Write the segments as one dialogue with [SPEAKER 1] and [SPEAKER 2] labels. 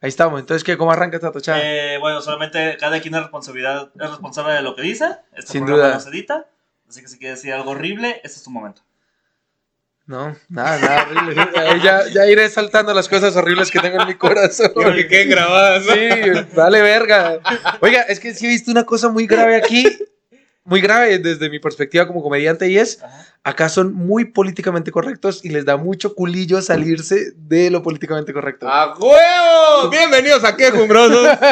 [SPEAKER 1] Ahí estamos. Entonces, ¿qué? ¿Cómo arranca esta tochada?
[SPEAKER 2] Eh, bueno, solamente cada quien es, responsabilidad, es responsable de lo que dice. Este
[SPEAKER 1] Sin
[SPEAKER 2] programa
[SPEAKER 1] duda.
[SPEAKER 2] no se edita. Así que si quieres decir algo horrible, este es tu momento.
[SPEAKER 1] No, nada, nada horrible. Ahí ya, ya iré saltando las cosas horribles que tengo en mi corazón.
[SPEAKER 3] Quiero que queden grabadas. ¿no?
[SPEAKER 1] Sí, dale verga. Oiga, es que sí he visto una cosa muy grave aquí. Muy grave desde mi perspectiva como comediante y es,
[SPEAKER 2] Ajá.
[SPEAKER 1] acá son muy políticamente correctos y les da mucho culillo salirse de lo políticamente correcto.
[SPEAKER 3] ¡A huevo! Bienvenidos a Quejumbrosos.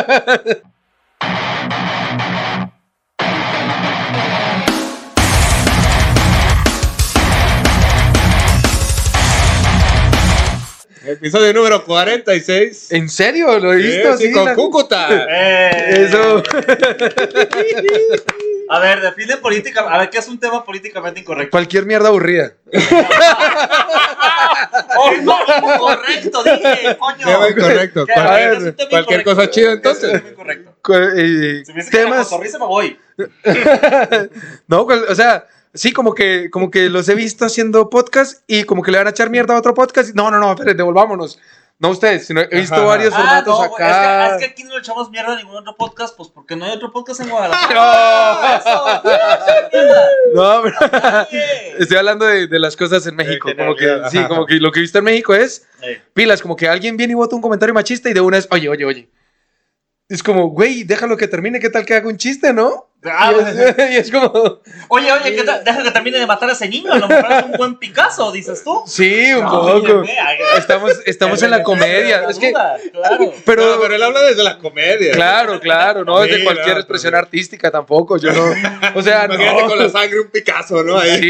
[SPEAKER 3] Episodio número 46.
[SPEAKER 1] ¿En serio? Eh, ¿Lo he visto?
[SPEAKER 3] Eh, sí,
[SPEAKER 1] Sí,
[SPEAKER 3] con
[SPEAKER 1] la-
[SPEAKER 3] Cúcuta.
[SPEAKER 2] Eh,
[SPEAKER 1] Eso.
[SPEAKER 2] A ver, define política. A ver, ¿qué es un tema políticamente incorrecto?
[SPEAKER 1] Cualquier mierda aburrida.
[SPEAKER 2] ¡Oh, no! ¡Correcto! Dije, coño.
[SPEAKER 3] Tema incorrecto.
[SPEAKER 2] ¿Qué?
[SPEAKER 1] A
[SPEAKER 3] Cual-
[SPEAKER 1] ver,
[SPEAKER 2] ¿qué es un tema
[SPEAKER 3] cualquier
[SPEAKER 2] incorrecto?
[SPEAKER 3] cosa chida,
[SPEAKER 2] ¿Qué es un
[SPEAKER 3] entonces.
[SPEAKER 2] tema incorrecto?
[SPEAKER 1] Cu- eh,
[SPEAKER 2] Si me dice que la
[SPEAKER 1] temas.
[SPEAKER 2] cotorriza me voy.
[SPEAKER 1] No, cual- o sea, sí, como que, como que los he visto haciendo podcast y como que le van a echar mierda a otro podcast. No, no, no, espérate, devolvámonos. No ustedes, sino he visto
[SPEAKER 3] Ajá.
[SPEAKER 1] varios
[SPEAKER 2] Ah,
[SPEAKER 1] formatos
[SPEAKER 2] no, güey, es
[SPEAKER 1] acá.
[SPEAKER 2] que, es que aquí no le echamos mierda a ningún otro podcast, pues porque no hay otro podcast en Guadalajara.
[SPEAKER 1] No,
[SPEAKER 2] Eso,
[SPEAKER 1] no, pero
[SPEAKER 2] yeah.
[SPEAKER 1] estoy hablando de, de las cosas en México.
[SPEAKER 3] En
[SPEAKER 1] Como que,
[SPEAKER 3] general,
[SPEAKER 1] sí,
[SPEAKER 3] ajá.
[SPEAKER 1] como que lo que he visto en México es
[SPEAKER 2] Eh,
[SPEAKER 1] pilas, como que alguien viene y vota un comentario machista y de una es, oye, oye, oye. Es como, güey, déjalo que termine, ¿qué tal que haga un chiste, no?
[SPEAKER 2] ah,
[SPEAKER 1] Y es- y es como,
[SPEAKER 2] Oye, oye, ¿qué tal? deja que termine de matar a ese niño. A lo mejor es un buen Picasso, dices tú.
[SPEAKER 1] sí, un
[SPEAKER 2] No, oye, ah,
[SPEAKER 1] poco.
[SPEAKER 2] güey, ay,
[SPEAKER 1] Estamos, estamos en la comedia.
[SPEAKER 2] la
[SPEAKER 1] Es que,
[SPEAKER 2] duda, claro.
[SPEAKER 1] pero,
[SPEAKER 3] No, pero él habla desde la comedia.
[SPEAKER 1] Claro, claro, no
[SPEAKER 3] Sí,
[SPEAKER 1] es de cualquier
[SPEAKER 3] no,
[SPEAKER 1] expresión
[SPEAKER 3] también.
[SPEAKER 1] artística tampoco, yo no. O sea, no.
[SPEAKER 3] pues, Imagínate con la sangre un Picasso, ¿no? Ahí.
[SPEAKER 1] Sí.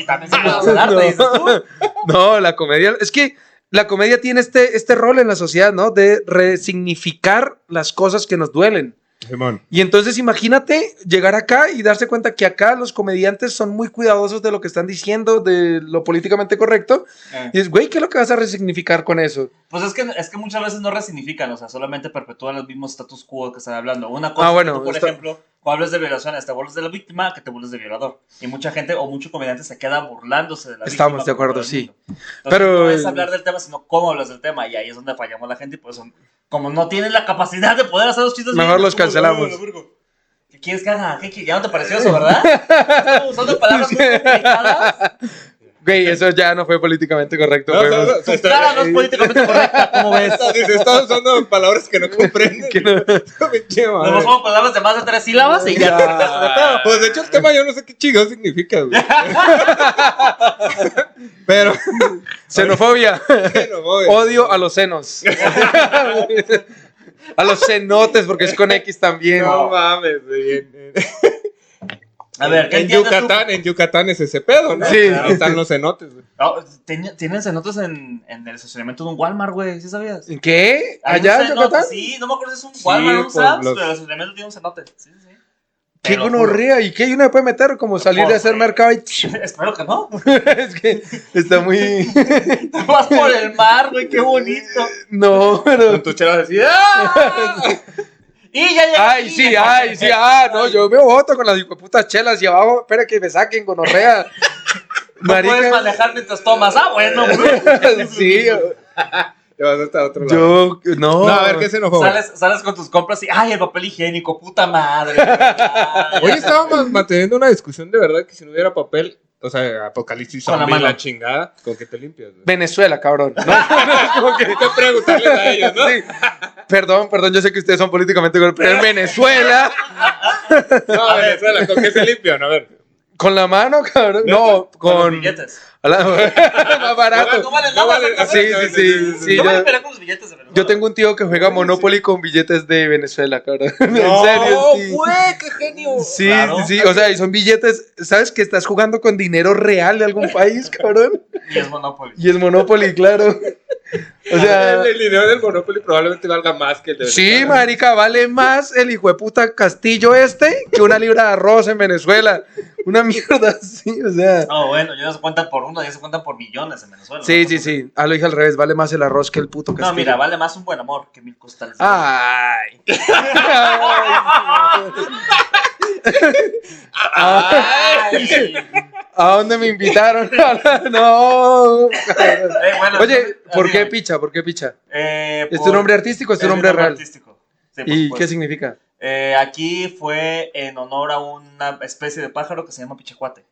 [SPEAKER 2] Y también se puede hacer arte, dices tú.
[SPEAKER 1] No, la comedia, es que la comedia tiene este, este rol en la sociedad, ¿no? De resignificar las cosas que nos duelen.
[SPEAKER 3] Simón.
[SPEAKER 1] Y entonces imagínate llegar acá y darse cuenta que acá los comediantes son muy cuidadosos de lo que están diciendo, de lo políticamente correcto.
[SPEAKER 2] Eh,
[SPEAKER 1] Y es, güey, ¿qué es lo que vas a resignificar con eso?
[SPEAKER 2] Pues es que, es que muchas veces no resignifican, o sea, solamente perpetúan los mismos status quo que están hablando. Una cosa,
[SPEAKER 1] Ah,
[SPEAKER 2] es que
[SPEAKER 1] bueno,
[SPEAKER 2] tú, por
[SPEAKER 1] está-
[SPEAKER 2] ejemplo, cuando hablas de violaciones, te burlas de la víctima, que te burlas del violador. Y mucha gente o mucho comediante se queda burlándose de la
[SPEAKER 1] Estamos
[SPEAKER 2] víctima.
[SPEAKER 1] de acuerdo,
[SPEAKER 2] por todo el
[SPEAKER 1] sí.
[SPEAKER 2] mundo. Entonces,
[SPEAKER 1] Pero-
[SPEAKER 2] No es hablar del tema, sino cómo hablas del tema. Y ahí es donde fallamos la gente. Y por eso, como no tienen la capacidad de poder hacer los chistes
[SPEAKER 1] Mejor los
[SPEAKER 2] es como,
[SPEAKER 1] cancelamos.
[SPEAKER 2] "Ah, la verga". ¿Qué quieres que haga? ¿Qué, qué- ya no te pareció eso, ¿verdad? Estamos usando palabras muy complicadas.
[SPEAKER 1] Güey, eso ya no fue políticamente correcto.
[SPEAKER 3] No,
[SPEAKER 1] fue-
[SPEAKER 3] no, no, está-
[SPEAKER 2] Nada, no es políticamente correcta, ¿cómo ves?
[SPEAKER 3] está- dice, está usando palabras que no comprende.
[SPEAKER 1] que no-
[SPEAKER 3] Pinche madre.
[SPEAKER 2] Nos somos palabras de más de tres sílabas y ya.
[SPEAKER 1] Ya.
[SPEAKER 3] Pues de hecho el tema yo no sé qué chingado significa, güey. Pero
[SPEAKER 1] Xenofobia.
[SPEAKER 3] bueno, voy.
[SPEAKER 1] Odio a los senos. a los cenotes, porque es con X también.
[SPEAKER 3] No mames, güey. En, en-
[SPEAKER 2] A ver, ¿qué
[SPEAKER 3] en
[SPEAKER 2] entiendes tú?
[SPEAKER 3] Yucatán, en Yucatán es ese pedo, ¿no?
[SPEAKER 1] Sí.
[SPEAKER 3] Ahí están los cenotes, güey.
[SPEAKER 2] No, ten- Ah, tienen cenotes en, en el estacionamiento de un Walmart, güey, ¿sí sabías?
[SPEAKER 1] ¿En qué?
[SPEAKER 2] Hay un
[SPEAKER 1] ¿Allá en
[SPEAKER 2] cenote,
[SPEAKER 1] Yucatán?
[SPEAKER 2] Sí, no me acuerdo si es un Walmart o un
[SPEAKER 3] pues,
[SPEAKER 2] Sam's,
[SPEAKER 3] los-
[SPEAKER 2] pero el estacionamiento tiene un cenote. Sí, sí, sí. Te
[SPEAKER 1] ¿Qué
[SPEAKER 2] lo juro.
[SPEAKER 1] gonorrea? ¿Y qué? ¿Y una puede meter? Como salir de
[SPEAKER 2] Por-
[SPEAKER 1] hacer mercado y...
[SPEAKER 2] Espero que no.
[SPEAKER 1] es que está muy...
[SPEAKER 2] Te vas por el mar, güey, qué bonito.
[SPEAKER 1] no, pero...
[SPEAKER 3] tus chavas así.
[SPEAKER 2] Y ya llegué.
[SPEAKER 1] Ay, sí, ay, sí, ah, no, yo me voto con las putas chelas y abajo, espera que me saquen gonorrea.
[SPEAKER 2] No puedes manejar mientras tomas. Ah, bueno, güey.
[SPEAKER 1] sí,
[SPEAKER 3] Te vas hasta otro lado.
[SPEAKER 1] yo, no.
[SPEAKER 3] No, a ver, ¿qué xenofobia?
[SPEAKER 2] Sales, sales con tus compras y, ay, el papel higiénico, puta madre. Ay,
[SPEAKER 3] Hoy estábamos manteniendo una discusión de verdad que si no hubiera papel, o sea, apocalipsis
[SPEAKER 2] Con la
[SPEAKER 3] zombie,
[SPEAKER 2] mano.
[SPEAKER 3] la chingada, con que te limpias, güey.
[SPEAKER 1] Venezuela, cabrón. No, no, es como que-
[SPEAKER 3] Hay que preguntarles a ellos, ¿no?
[SPEAKER 1] Sí. Perdón, perdón, yo sé que ustedes son políticamente correctos, pero en Venezuela,
[SPEAKER 3] No, a Venezuela, ¿con qué se limpian? A ver.
[SPEAKER 1] con la mano, cabrón. No,
[SPEAKER 2] con los
[SPEAKER 1] con.
[SPEAKER 2] billetes.
[SPEAKER 1] la- Más barato.
[SPEAKER 2] No vale
[SPEAKER 3] No
[SPEAKER 2] nada,
[SPEAKER 3] vale-
[SPEAKER 2] saca-
[SPEAKER 1] Sí, sí, sí. sí,
[SPEAKER 2] no vale
[SPEAKER 1] yo,
[SPEAKER 2] pelear con los billetes de verdad.
[SPEAKER 1] yo tengo un tío que juega Monopoly con billetes de Venezuela, cabrón. en serio, sí.
[SPEAKER 3] Oh, güey, qué genio.
[SPEAKER 1] Sí,
[SPEAKER 2] Claro.
[SPEAKER 1] sí, sí, o sea, y son billetes, ¿sabes que estás jugando con dinero real de algún país, cabrón?
[SPEAKER 2] Y es Monopoly.
[SPEAKER 1] Y es Monopoly, claro. O sea,
[SPEAKER 3] el, el dinero del Monopoly probablemente valga más que el de
[SPEAKER 1] sí, marica, vale más el hijo de puta castillo este que una libra de arroz en Venezuela. Una mierda así, o sea.
[SPEAKER 2] No, bueno, ya no se cuentan por uno, ya se cuentan por millones en Venezuela.
[SPEAKER 1] Sí,
[SPEAKER 2] ¿no?
[SPEAKER 1] sí, sí. Ah, lo dije al revés. Vale más el arroz que Ah, el puto castillo.
[SPEAKER 2] No, mira, vale más un buen amor que mil costales. de oro.
[SPEAKER 1] Ay. Ay. ah.
[SPEAKER 2] Ay,
[SPEAKER 1] ¿A dónde me invitaron? no.
[SPEAKER 2] Eh, bueno,
[SPEAKER 1] Oye,
[SPEAKER 2] entonces,
[SPEAKER 1] ¿por
[SPEAKER 2] ah,
[SPEAKER 1] qué
[SPEAKER 2] dime.
[SPEAKER 1] picha? ¿Por qué picha?
[SPEAKER 2] Eh,
[SPEAKER 1] ¿Es tu
[SPEAKER 2] por-
[SPEAKER 1] nombre artístico o es tu
[SPEAKER 2] mi
[SPEAKER 1] nombre real?
[SPEAKER 2] artístico. Sí, por
[SPEAKER 1] ¿Y
[SPEAKER 2] supuesto.
[SPEAKER 1] qué significa?
[SPEAKER 2] Eh, aquí fue en honor a una especie de pájaro que se llama pichacuate.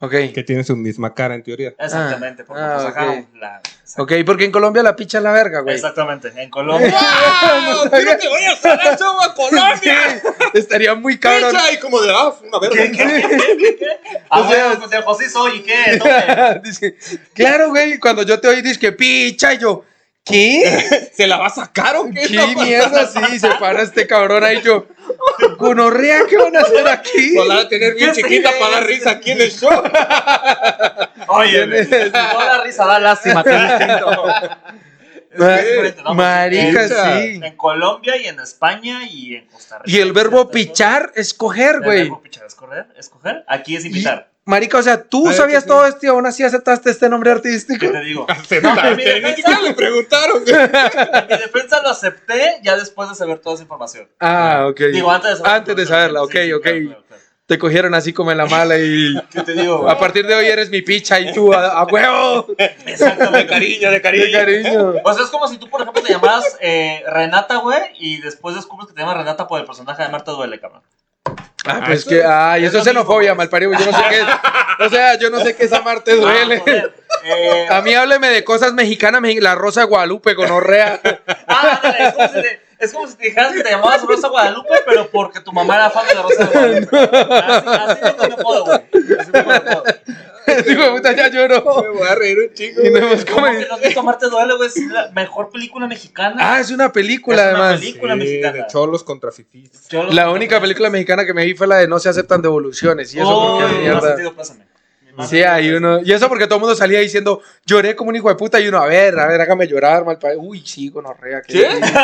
[SPEAKER 1] Ok.
[SPEAKER 3] Que tiene su misma cara en teoría.
[SPEAKER 2] Exactamente, porque
[SPEAKER 1] ah,
[SPEAKER 2] nos sacaron
[SPEAKER 1] ok.
[SPEAKER 2] la...
[SPEAKER 1] Ok, porque en Colombia la picha es la verga, güey.
[SPEAKER 2] Exactamente, en Colombia.
[SPEAKER 1] No sabía.
[SPEAKER 3] te voy a jalar chavo, a
[SPEAKER 1] Sí, estaría muy cabrón.
[SPEAKER 3] Picha, Y como de, ah, una verga.
[SPEAKER 2] Ah,
[SPEAKER 1] O sea-
[SPEAKER 2] bueno, pues, de José soy, ¿y qué? Tome.
[SPEAKER 1] Dice, claro, güey, cuando yo te oí, dices que picha, y yo, ¿qué?
[SPEAKER 3] ¿Se la va a sacar o qué?
[SPEAKER 1] ¿Qué mierda? Sí, se para este cabrón ahí, yo, ¿conorrea qué van a hacer aquí?
[SPEAKER 3] O Pues la va a tener bien
[SPEAKER 2] ¿Qué
[SPEAKER 3] chiquita
[SPEAKER 2] crees?
[SPEAKER 3] para dar risa aquí en el show.
[SPEAKER 2] Oye, no da risa, da lástima, qué distinto. Es
[SPEAKER 1] Ma-
[SPEAKER 2] que es diferente, ¿no?
[SPEAKER 1] marica,
[SPEAKER 2] En-
[SPEAKER 1] sí.
[SPEAKER 2] En Colombia y en España y en Costa Rica.
[SPEAKER 1] Y el verbo
[SPEAKER 2] ¿cierto?
[SPEAKER 1] pichar es coger,
[SPEAKER 2] El
[SPEAKER 1] güey.
[SPEAKER 2] verbo pichar es correr, escoger. Aquí es invitar.
[SPEAKER 1] Marica, o sea, tú
[SPEAKER 3] Ay,
[SPEAKER 1] sabías
[SPEAKER 3] sí.
[SPEAKER 1] todo esto y aún así aceptaste este nombre artístico.
[SPEAKER 2] ¿Qué te digo?
[SPEAKER 3] Aceptar.
[SPEAKER 2] mira,
[SPEAKER 3] Ni siquiera le preguntaron. güey.
[SPEAKER 2] En mi defensa lo acepté ya después de saber toda esa información.
[SPEAKER 1] Ah, ok.
[SPEAKER 2] Digo, antes de saberla.
[SPEAKER 1] Antes de saberla, ok,
[SPEAKER 2] Sí, sí,
[SPEAKER 1] ok.
[SPEAKER 2] claro, claro, claro.
[SPEAKER 1] Te cogieron así como en la mala y
[SPEAKER 2] ¿Qué te digo? güey?
[SPEAKER 1] a partir de hoy eres mi picha y tú a, a huevo.
[SPEAKER 3] De
[SPEAKER 2] Exactamente.
[SPEAKER 3] cariño, de
[SPEAKER 1] Qué
[SPEAKER 3] cariño.
[SPEAKER 1] cariño.
[SPEAKER 2] O sea, es como si tú, por ejemplo, te llamaras eh, Renata, güey, y después descubres que te llamas Renata por el personaje de Marta Duele, cabrón.
[SPEAKER 1] Ah, pues
[SPEAKER 3] eso
[SPEAKER 1] que,
[SPEAKER 3] es-
[SPEAKER 1] ay,
[SPEAKER 2] es
[SPEAKER 1] eso es
[SPEAKER 2] lo mismo,
[SPEAKER 1] xenofobia,
[SPEAKER 2] güey.
[SPEAKER 1] malparido. Yo no sé qué es. O sea, yo no sé qué es amarte
[SPEAKER 2] Ah,
[SPEAKER 1] duele.
[SPEAKER 2] joder. Eh,
[SPEAKER 1] A mí hábleme de cosas mexicanas, mexi- la rosa de Guadalupe, gonorrea.
[SPEAKER 2] Ah, ándale, es como si te- es como si te dijeras que te llamabas Rosa Guadalupe, pero porque tu mamá era fan de Rosa Guadalupe. Así, así me pone apodo, güey. Así me pone apodo.
[SPEAKER 1] Digo, puta, ya Pues, lloro.
[SPEAKER 3] Me voy a reír un chingo.
[SPEAKER 1] Y no
[SPEAKER 3] güey.
[SPEAKER 1] hemos
[SPEAKER 2] ¿Cómo que
[SPEAKER 1] comido.
[SPEAKER 2] no has visto Marte Duele, güey? Es la mejor película mexicana.
[SPEAKER 1] Ah, es una película,
[SPEAKER 2] Es una
[SPEAKER 1] además.
[SPEAKER 2] película. mexicana.
[SPEAKER 3] de cholos contra fifís.
[SPEAKER 2] Yo lo-
[SPEAKER 1] La única película mexicana que me vi fue la de No se aceptan devoluciones. Y eso
[SPEAKER 2] Oh,
[SPEAKER 1] porque
[SPEAKER 2] no
[SPEAKER 1] mierda.
[SPEAKER 2] sentido, pásame.
[SPEAKER 1] Sí, hay uno. Y eso porque todo el mundo salía diciendo, lloré como un hijo de puta. Y uno, a ver, a ver, hágame llorar, mal padre. Uy, sí, gonorrea. qué
[SPEAKER 3] ¿Sí?
[SPEAKER 1] difícil.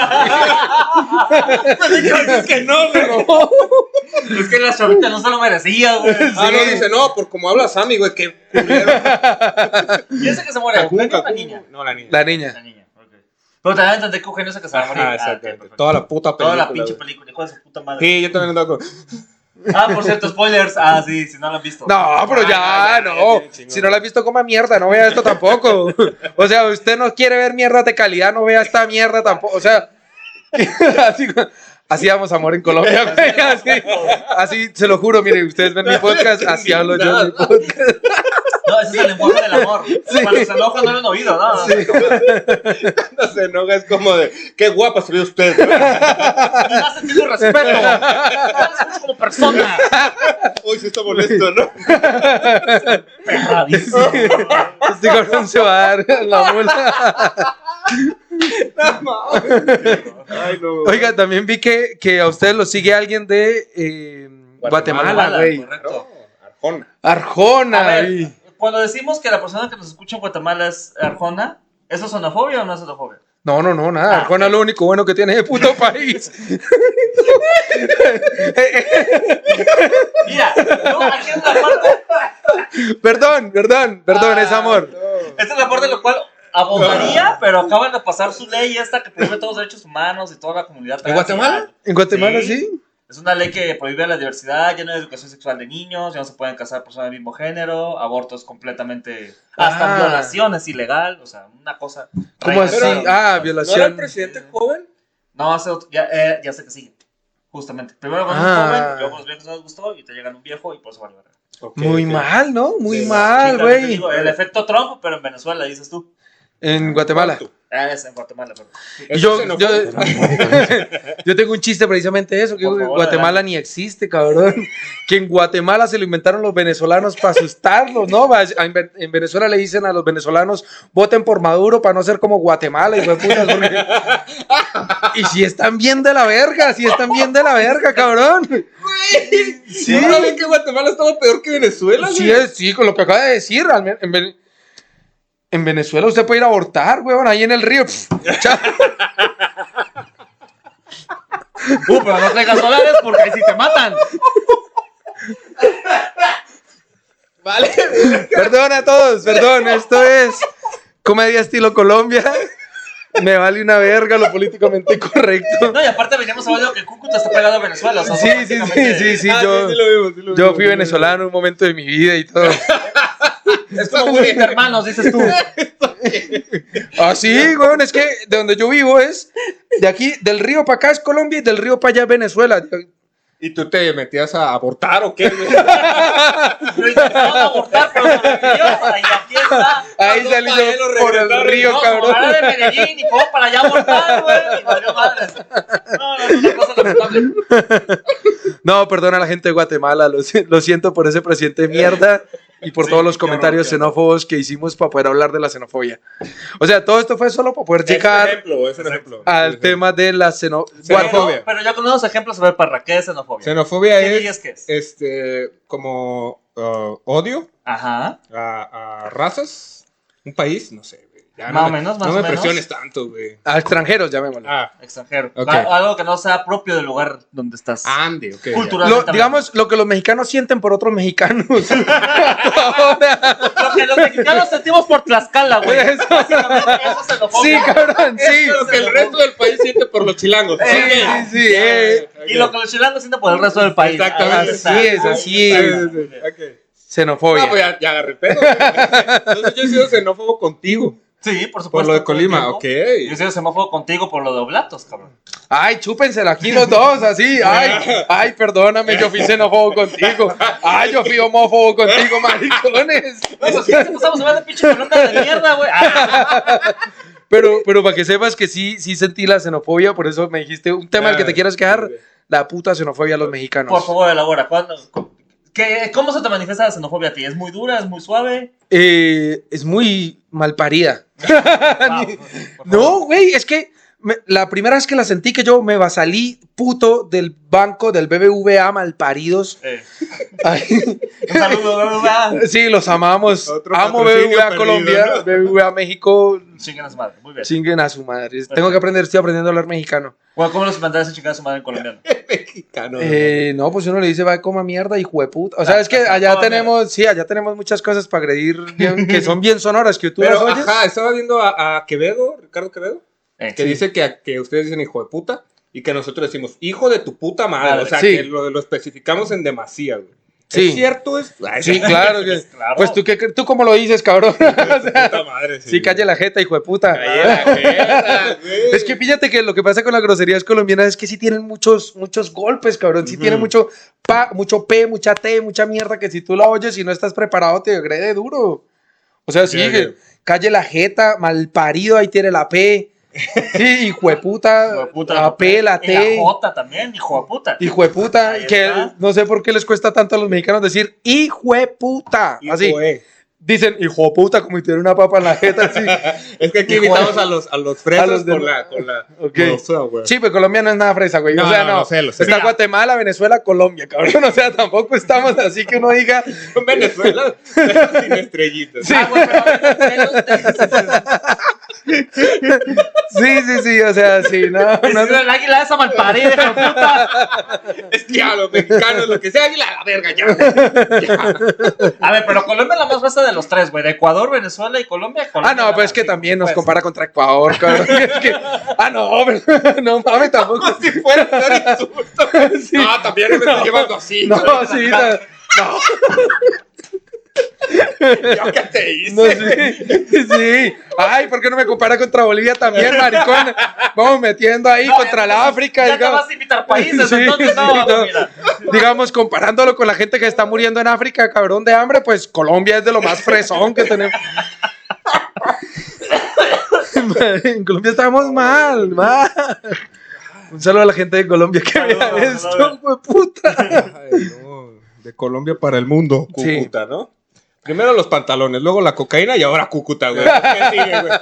[SPEAKER 2] Pues
[SPEAKER 3] Es que no, güey.
[SPEAKER 2] Es que la chavita no se lo merecía, güey.
[SPEAKER 3] Ah, no, dice, no, por como habla Sammy, güey, que culero.
[SPEAKER 2] Piensa que se muere. ¿La
[SPEAKER 3] Cacún,
[SPEAKER 2] niña o la
[SPEAKER 3] cacún.
[SPEAKER 2] niña?
[SPEAKER 3] No, la niña.
[SPEAKER 1] La
[SPEAKER 2] La
[SPEAKER 1] niña.
[SPEAKER 2] niña, ok. Pero también entendí que Eugenio se que se va a morir.
[SPEAKER 3] Ajá,
[SPEAKER 2] Ah, ok,
[SPEAKER 3] exactamente.
[SPEAKER 2] perfecto.
[SPEAKER 3] Toda la puta película.
[SPEAKER 2] Toda la pinche
[SPEAKER 3] güey.
[SPEAKER 2] película, hijo de su puta madre.
[SPEAKER 3] Sí, yo también ando con.
[SPEAKER 2] Ah, por cierto, spoilers. Ah, sí, si no lo han visto.
[SPEAKER 1] No, pero ya,
[SPEAKER 3] Ah, ya, ya,
[SPEAKER 1] no.
[SPEAKER 3] ya, chingón.
[SPEAKER 1] Si no la has visto, coma mierda. No vea esto tampoco. O sea, usted no quiere ver mierda de calidad, no vea esta mierda tampoco. O sea, así, así damos amor en Colombia. güey, Así, así, se lo juro. Mire, ustedes ven mi podcast, así hablo yo. en mi podcast.
[SPEAKER 2] No, ese es el lenguaje del amor. Cuando se enoja no lo han oído, ¿no? no.
[SPEAKER 3] No se enoja, es como de. Qué guapa se ve usted, güey.
[SPEAKER 2] Me da sentido respeto. Me da respeto como persona.
[SPEAKER 3] Hoy sí está molesto, ¿no?
[SPEAKER 2] Perradísimo.
[SPEAKER 1] Este cabrón se va a dar la mula.
[SPEAKER 3] Ay, no.
[SPEAKER 1] Oiga, también vi que, que a ustedes lo sigue alguien de eh,
[SPEAKER 3] Guatemala,
[SPEAKER 1] Guatemala, güey.
[SPEAKER 2] Correcto.
[SPEAKER 3] Arjona.
[SPEAKER 1] Arjona.
[SPEAKER 2] A ver,
[SPEAKER 1] güey.
[SPEAKER 2] cuando decimos que la persona que nos escucha en Guatemala es Arjona, ¿eso es xenofobia o no es xenofobia?
[SPEAKER 1] No, no, no, nada.
[SPEAKER 2] Ah,
[SPEAKER 1] Arjona es lo único bueno que tiene es el puto país.
[SPEAKER 2] Mira, no, aquí es la parte,
[SPEAKER 1] perdón, perdón, perdón,
[SPEAKER 3] Ah,
[SPEAKER 1] es amor.
[SPEAKER 3] no.
[SPEAKER 2] esta es la parte en la cual abogaría, pero acaban de pasar su ley esta que prohíbe todos los derechos humanos y toda la comunidad.
[SPEAKER 3] ¿En Guatemala?
[SPEAKER 1] En Guatemala
[SPEAKER 2] Sí.
[SPEAKER 1] sí.
[SPEAKER 2] Es una ley que prohíbe la diversidad, ya no hay educación sexual de niños, ya no se pueden casar personas del mismo género, abortos completamente. Hasta
[SPEAKER 1] Ah.
[SPEAKER 2] violación es ilegal, o sea, una cosa.
[SPEAKER 1] ¿Cómo así?
[SPEAKER 2] regresiva.
[SPEAKER 1] Ah,
[SPEAKER 3] ¿No era el
[SPEAKER 1] violación.
[SPEAKER 3] presidente joven?
[SPEAKER 2] No, hace otro- ya, eh, ya sé que sigue. Justamente. Primero con
[SPEAKER 1] Ah.
[SPEAKER 2] un joven, luego los viejos no les gustó y te llegan un viejo y por eso vale verga.
[SPEAKER 1] Muy mal, ¿no? Muy
[SPEAKER 3] Sí,
[SPEAKER 1] mal,
[SPEAKER 2] Sí, también te
[SPEAKER 1] güey.
[SPEAKER 2] digo, El efecto Trump, pero en Venezuela, dices tú.
[SPEAKER 1] En Guatemala.
[SPEAKER 2] Ah, es en Guatemala, perdón.
[SPEAKER 1] Y yo, yo, yo tengo un chiste precisamente eso, que
[SPEAKER 2] Por favor,
[SPEAKER 1] Guatemala
[SPEAKER 2] adelante.
[SPEAKER 1] ni existe, cabrón. Que en Guatemala se lo inventaron los venezolanos para asustarlos, ¿no? Va, a- En Ve- en Venezuela le dicen a los venezolanos, voten por Maduro para no ser como Guatemala, hijo de putas, porque- Y si están bien de la verga, si están bien de la verga, cabrón.
[SPEAKER 3] Sí. Yo sabía que Guatemala estaba peor que Venezuela, güey.
[SPEAKER 1] Sí, es- sí, con lo que acaba de decir, al men- en, Ven- en Venezuela usted puede ir a abortar, huevón, ahí en el río. pf, chao.
[SPEAKER 2] Uh, pero no traigas dólares porque ahí sí te matan.
[SPEAKER 3] Vale.
[SPEAKER 1] Perdón a todos, perdón, esto es Comedia Estilo Colombia. Me vale una verga lo políticamente correcto.
[SPEAKER 2] No, y aparte veníamos hablando que Cúcuta está pegado a Venezuela. o sea,
[SPEAKER 1] Sí, sí, sí,
[SPEAKER 2] prácticamente-
[SPEAKER 1] sí, sí,
[SPEAKER 3] Ah,
[SPEAKER 1] yo,
[SPEAKER 3] sí, sí lo vimos, sí lo
[SPEAKER 1] yo
[SPEAKER 3] vimos,
[SPEAKER 1] fui
[SPEAKER 3] sí lo
[SPEAKER 1] venezolano en un momento de mi vida y todo.
[SPEAKER 2] Es como muy entre hermanos, dices tú.
[SPEAKER 1] Ah, sí, weón, es que de donde yo vivo es, de aquí, del río para acá es Colombia y del río para allá es Venezuela.
[SPEAKER 3] ¿Y tú te metías a abortar o qué? güey?
[SPEAKER 2] Lo intentaron abortar, pero sobrevivió. Y aquí está.
[SPEAKER 1] Ahí
[SPEAKER 3] Cuando
[SPEAKER 1] salí
[SPEAKER 3] para él
[SPEAKER 1] yo
[SPEAKER 3] lo
[SPEAKER 1] por el
[SPEAKER 3] reventaron y
[SPEAKER 1] río,
[SPEAKER 2] no,
[SPEAKER 1] cabrón.
[SPEAKER 2] como era de Medellín y fue para allá a abortar, güey. Y valió madres. No, no, es una cosa lamentable.
[SPEAKER 1] No, perdona a la gente de Guatemala, lo, si- lo siento por ese presidente de mierda y por
[SPEAKER 2] Sí,
[SPEAKER 1] todos los
[SPEAKER 2] qué horror,
[SPEAKER 1] comentarios
[SPEAKER 2] qué
[SPEAKER 1] xenófobos que hicimos para poder hablar de la xenofobia. O sea, todo esto fue solo para poder
[SPEAKER 3] Es un
[SPEAKER 1] llegar
[SPEAKER 3] ejemplo, es un ejemplo.
[SPEAKER 1] al tema de la xenofobia.
[SPEAKER 3] Xenofobia.
[SPEAKER 2] Pero, pero yo conozco los ejemplos sobre parra. ¿Qué es xenofobia?
[SPEAKER 3] Xenofobia
[SPEAKER 2] ¿Qué
[SPEAKER 3] es,
[SPEAKER 2] dirías que es?
[SPEAKER 3] este, como ah, odio
[SPEAKER 2] Ajá.
[SPEAKER 3] a, a razas, un país, no sé, güey. Ya
[SPEAKER 2] Más
[SPEAKER 3] no
[SPEAKER 2] o
[SPEAKER 3] me-
[SPEAKER 2] menos, más
[SPEAKER 3] No
[SPEAKER 2] o
[SPEAKER 3] me
[SPEAKER 2] menos.
[SPEAKER 3] presiones tanto, güey.
[SPEAKER 1] A extranjeros, llamémoslo.
[SPEAKER 3] Ah,
[SPEAKER 2] Extranjero.
[SPEAKER 3] Ok. Ah.
[SPEAKER 2] A- Algo que no sea propio del lugar donde estás.
[SPEAKER 3] ande, ok. ya.
[SPEAKER 2] Cultural.
[SPEAKER 1] Lo- digamos, lo que los mexicanos sienten por otros mexicanos. Ahora,
[SPEAKER 2] Lo que los mexicanos sentimos por Tlaxcala, güey.
[SPEAKER 1] Eso.
[SPEAKER 2] Básicamente, eso es
[SPEAKER 1] sí,
[SPEAKER 2] xenofobia.
[SPEAKER 1] cabrón,
[SPEAKER 3] Eso
[SPEAKER 1] sí.
[SPEAKER 3] es lo que el resto del país siente por los chilangos.
[SPEAKER 1] Sí,
[SPEAKER 2] Eh,
[SPEAKER 1] sí,
[SPEAKER 3] Ok.
[SPEAKER 1] sí, eh.
[SPEAKER 2] Y lo que los chilangos sienten por el resto del país.
[SPEAKER 3] Exactamente.
[SPEAKER 2] Ahí está.
[SPEAKER 1] Así es, así es.
[SPEAKER 3] Ok. Ah, pues
[SPEAKER 1] Xenofobia.
[SPEAKER 3] ya, ya agarré el pedo. güey. Entonces yo he sido xenófobo contigo.
[SPEAKER 2] Sí, por supuesto.
[SPEAKER 3] Por lo de
[SPEAKER 2] todo el
[SPEAKER 3] Colima,
[SPEAKER 2] tiempo.
[SPEAKER 3] ok.
[SPEAKER 2] Yo he sido xenófobo contigo por lo de Oblatos, cabrón.
[SPEAKER 1] Ay, chúpensela aquí los dos, así. Ay, ay, perdóname, yo fui xenófobo contigo. Ay, yo fui homófobo contigo, maricones.
[SPEAKER 2] No, pues sí, empezamos a hablar de pinche pelota de mierda, güey. Ah,
[SPEAKER 1] Pero, pero para que sepas que sí, sí sentí la xenofobia, por eso me dijiste un tema del que te quieras quejar, la puta xenofobia a los
[SPEAKER 2] por
[SPEAKER 1] mexicanos.
[SPEAKER 2] favor, elabora. ¿Cuándo? ¿Qué- ¿Cómo se te manifiesta la xenofobia a ti? ¿Es muy dura? ¿Es muy suave?
[SPEAKER 1] Eh, es muy malparida.
[SPEAKER 2] Wow, por favor.
[SPEAKER 1] No, güey, es que me- la primera vez que la sentí que yo me salí puto del banco del BBVA malparidos.
[SPEAKER 2] Eh,
[SPEAKER 1] Ay.
[SPEAKER 2] un saludo, ¿verdad?
[SPEAKER 1] Sí, los amamos.
[SPEAKER 3] Otro
[SPEAKER 1] Amo
[SPEAKER 3] patrocinio
[SPEAKER 1] BBVA
[SPEAKER 3] perdido,
[SPEAKER 1] Colombia,
[SPEAKER 3] ¿no?
[SPEAKER 1] BBVA México.
[SPEAKER 2] Chinguen a su madre. Muy bien.
[SPEAKER 1] Chinguen a su madre. Tengo que aprender, estoy aprendiendo a hablar mexicano.
[SPEAKER 2] Bueno, ¿Cómo los mandarías a chingar a su madre en colombiano?
[SPEAKER 3] Mexicano.
[SPEAKER 1] Eh, no, pues uno le dice, va, coma mierda, hijo de puta. O sea, es que allá
[SPEAKER 2] Coma
[SPEAKER 1] tenemos, sí, allá tenemos muchas cosas para agredir bien- que son bien sonoras, que tú las
[SPEAKER 3] Pero,
[SPEAKER 1] oyes.
[SPEAKER 3] ajá, estaba viendo a, a Quevedo, Ricardo Quevedo,
[SPEAKER 2] Eh,
[SPEAKER 3] que dice que, que ustedes dicen hijo de puta y que nosotros decimos hijo de tu puta madre.
[SPEAKER 2] Madre.
[SPEAKER 3] O sea,
[SPEAKER 1] Sí.
[SPEAKER 3] que lo, lo especificamos en demasía, güey.
[SPEAKER 1] Sí.
[SPEAKER 3] ¿Es cierto? Es... Ay,
[SPEAKER 1] Sí,
[SPEAKER 3] hijo
[SPEAKER 1] claro. que-
[SPEAKER 2] Claro.
[SPEAKER 1] Pues tú, ¿qué, cre- tú cómo lo dices, cabrón.
[SPEAKER 3] de tu puta madre,
[SPEAKER 1] sí, calle la jeta, hijo de puta.
[SPEAKER 3] Calle la jeta, güey.
[SPEAKER 1] Es que fíjate que lo que pasa con las groserías colombianas es que sí tienen muchos, muchos golpes, cabrón. Sí tienen mucho pa, mucho P, mucha T, mucha mierda que si tú la oyes y no estás preparado te agrede duro. O sea, sí,
[SPEAKER 3] Ya,
[SPEAKER 1] que
[SPEAKER 3] ya.
[SPEAKER 1] calle la jeta, mal parido, ahí tiene la P. Sí, hijo de puta, la P, la
[SPEAKER 2] Y
[SPEAKER 1] T,
[SPEAKER 2] la J también, hijo de puta.
[SPEAKER 1] hijo de puta,
[SPEAKER 2] Ahí
[SPEAKER 1] que
[SPEAKER 2] está.
[SPEAKER 1] no sé por qué les cuesta tanto a los mexicanos decir hijo de puta.
[SPEAKER 3] Hijo
[SPEAKER 1] Así,
[SPEAKER 3] de.
[SPEAKER 1] dicen hijo de puta como si tuviera una papa en la jeta, así.
[SPEAKER 3] Es que aquí
[SPEAKER 1] Hijo de-
[SPEAKER 3] invitamos a los, a los fresas
[SPEAKER 1] A los de-
[SPEAKER 3] con la... Con la
[SPEAKER 1] Ok.
[SPEAKER 3] grosa, güey.
[SPEAKER 1] Sí, pero Colombia no es nada fresa, güey.
[SPEAKER 3] No,
[SPEAKER 1] o sea, no.
[SPEAKER 3] no, lo sé, lo sé.
[SPEAKER 1] Está
[SPEAKER 3] Mira.
[SPEAKER 1] Guatemala, Venezuela, Colombia, cabrón. O sea, tampoco estamos así que uno diga.
[SPEAKER 3] Venezuela sin estrellitas.
[SPEAKER 1] Sí,
[SPEAKER 2] Ah, güey, pero a ver, los pelos
[SPEAKER 1] sí, sí, sí. O sea, sí, no.
[SPEAKER 2] de-
[SPEAKER 1] no-
[SPEAKER 2] el águila esa malparida, hijo de puta.
[SPEAKER 3] Ah, Es que a los mexicanos lo que sea, águila a la verga, ya. ya.
[SPEAKER 2] A ver, pero Colombia es la más basta de los tres, güey. De Ecuador, Venezuela y Colombia. Colombia
[SPEAKER 1] Ah, no, pero es que también
[SPEAKER 2] pues.
[SPEAKER 1] nos compara contra Ecuador, cabrón. Es que- ah, no, pero, no mames, tampoco.
[SPEAKER 3] Como si fuera tan insulto. No, Ah, también me estoy llevando así.
[SPEAKER 1] No,
[SPEAKER 3] güey.
[SPEAKER 1] sí, no,
[SPEAKER 3] ¿Yo qué te hice?
[SPEAKER 1] no, sí, sí. Ay, ¿por qué no me compara contra Bolivia también, maricón? Vamos metiendo ahí contra la África.
[SPEAKER 2] Ya te
[SPEAKER 1] digamos.
[SPEAKER 2] vas a invitar países,
[SPEAKER 1] Sí,
[SPEAKER 2] entonces no,
[SPEAKER 1] sí,
[SPEAKER 2] vamos,
[SPEAKER 1] no.
[SPEAKER 2] mira.
[SPEAKER 1] Digamos, comparándolo con la gente que está muriendo en África, cabrón de hambre, pues Colombia es de lo más fresón que tenemos. Madre, en Colombia estamos mal, mal. Un saludo a la gente de Colombia que
[SPEAKER 2] Saludos,
[SPEAKER 1] vea esto,
[SPEAKER 2] saludos.
[SPEAKER 1] hueputa.
[SPEAKER 3] Ay, no. De Colombia para el mundo.
[SPEAKER 1] Sí.
[SPEAKER 3] Cúcuta, ¿no? Primero los pantalones, luego la cocaína y ahora Cúcuta, güey. ¿Qué sigue, güey?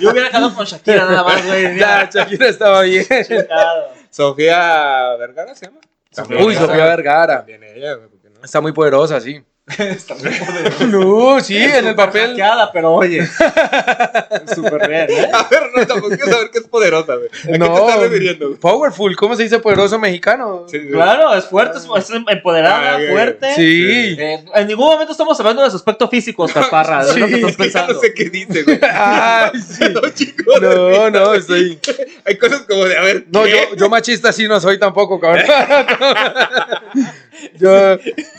[SPEAKER 2] Yo hubiera quedado con Shakira nada más, güey.
[SPEAKER 1] Ya,
[SPEAKER 2] mira.
[SPEAKER 1] Shakira estaba bien.
[SPEAKER 2] Chingado.
[SPEAKER 3] Sofía Vergara se llama.
[SPEAKER 2] Sofía
[SPEAKER 1] Uy, Sofía Vergara.
[SPEAKER 3] También ella, güey, ¿por qué no?
[SPEAKER 1] Está muy poderosa, sí.
[SPEAKER 2] Está muy poderoso.
[SPEAKER 1] No, sí, en el papel.
[SPEAKER 2] Hackeada, pero oye. Súper bien, ¿eh?
[SPEAKER 3] A ver, no, tampoco quiero saber que es poderosa, güey. ¿A qué
[SPEAKER 1] No.
[SPEAKER 3] te estás refiriendo?
[SPEAKER 1] Powerful, ¿cómo se dice poderoso mexicano?
[SPEAKER 3] Sí, sí.
[SPEAKER 2] Claro, es fuerte, es, es empoderada,
[SPEAKER 3] Ah, ok.
[SPEAKER 2] fuerte.
[SPEAKER 1] Sí.
[SPEAKER 2] Eh, en ningún momento estamos hablando de su aspecto físico, Caparra, de lo que
[SPEAKER 1] Sí,
[SPEAKER 2] estás
[SPEAKER 3] Que ya
[SPEAKER 2] pensando.
[SPEAKER 3] no sé qué dice, güey.
[SPEAKER 1] Ay, sí.
[SPEAKER 3] No, chicos.
[SPEAKER 1] Ah, No, no, estoy.
[SPEAKER 3] Hay cosas como de, a ver,
[SPEAKER 1] No,
[SPEAKER 3] ¿qué?
[SPEAKER 1] yo, yo machista sí no soy tampoco, cabrón. Yo,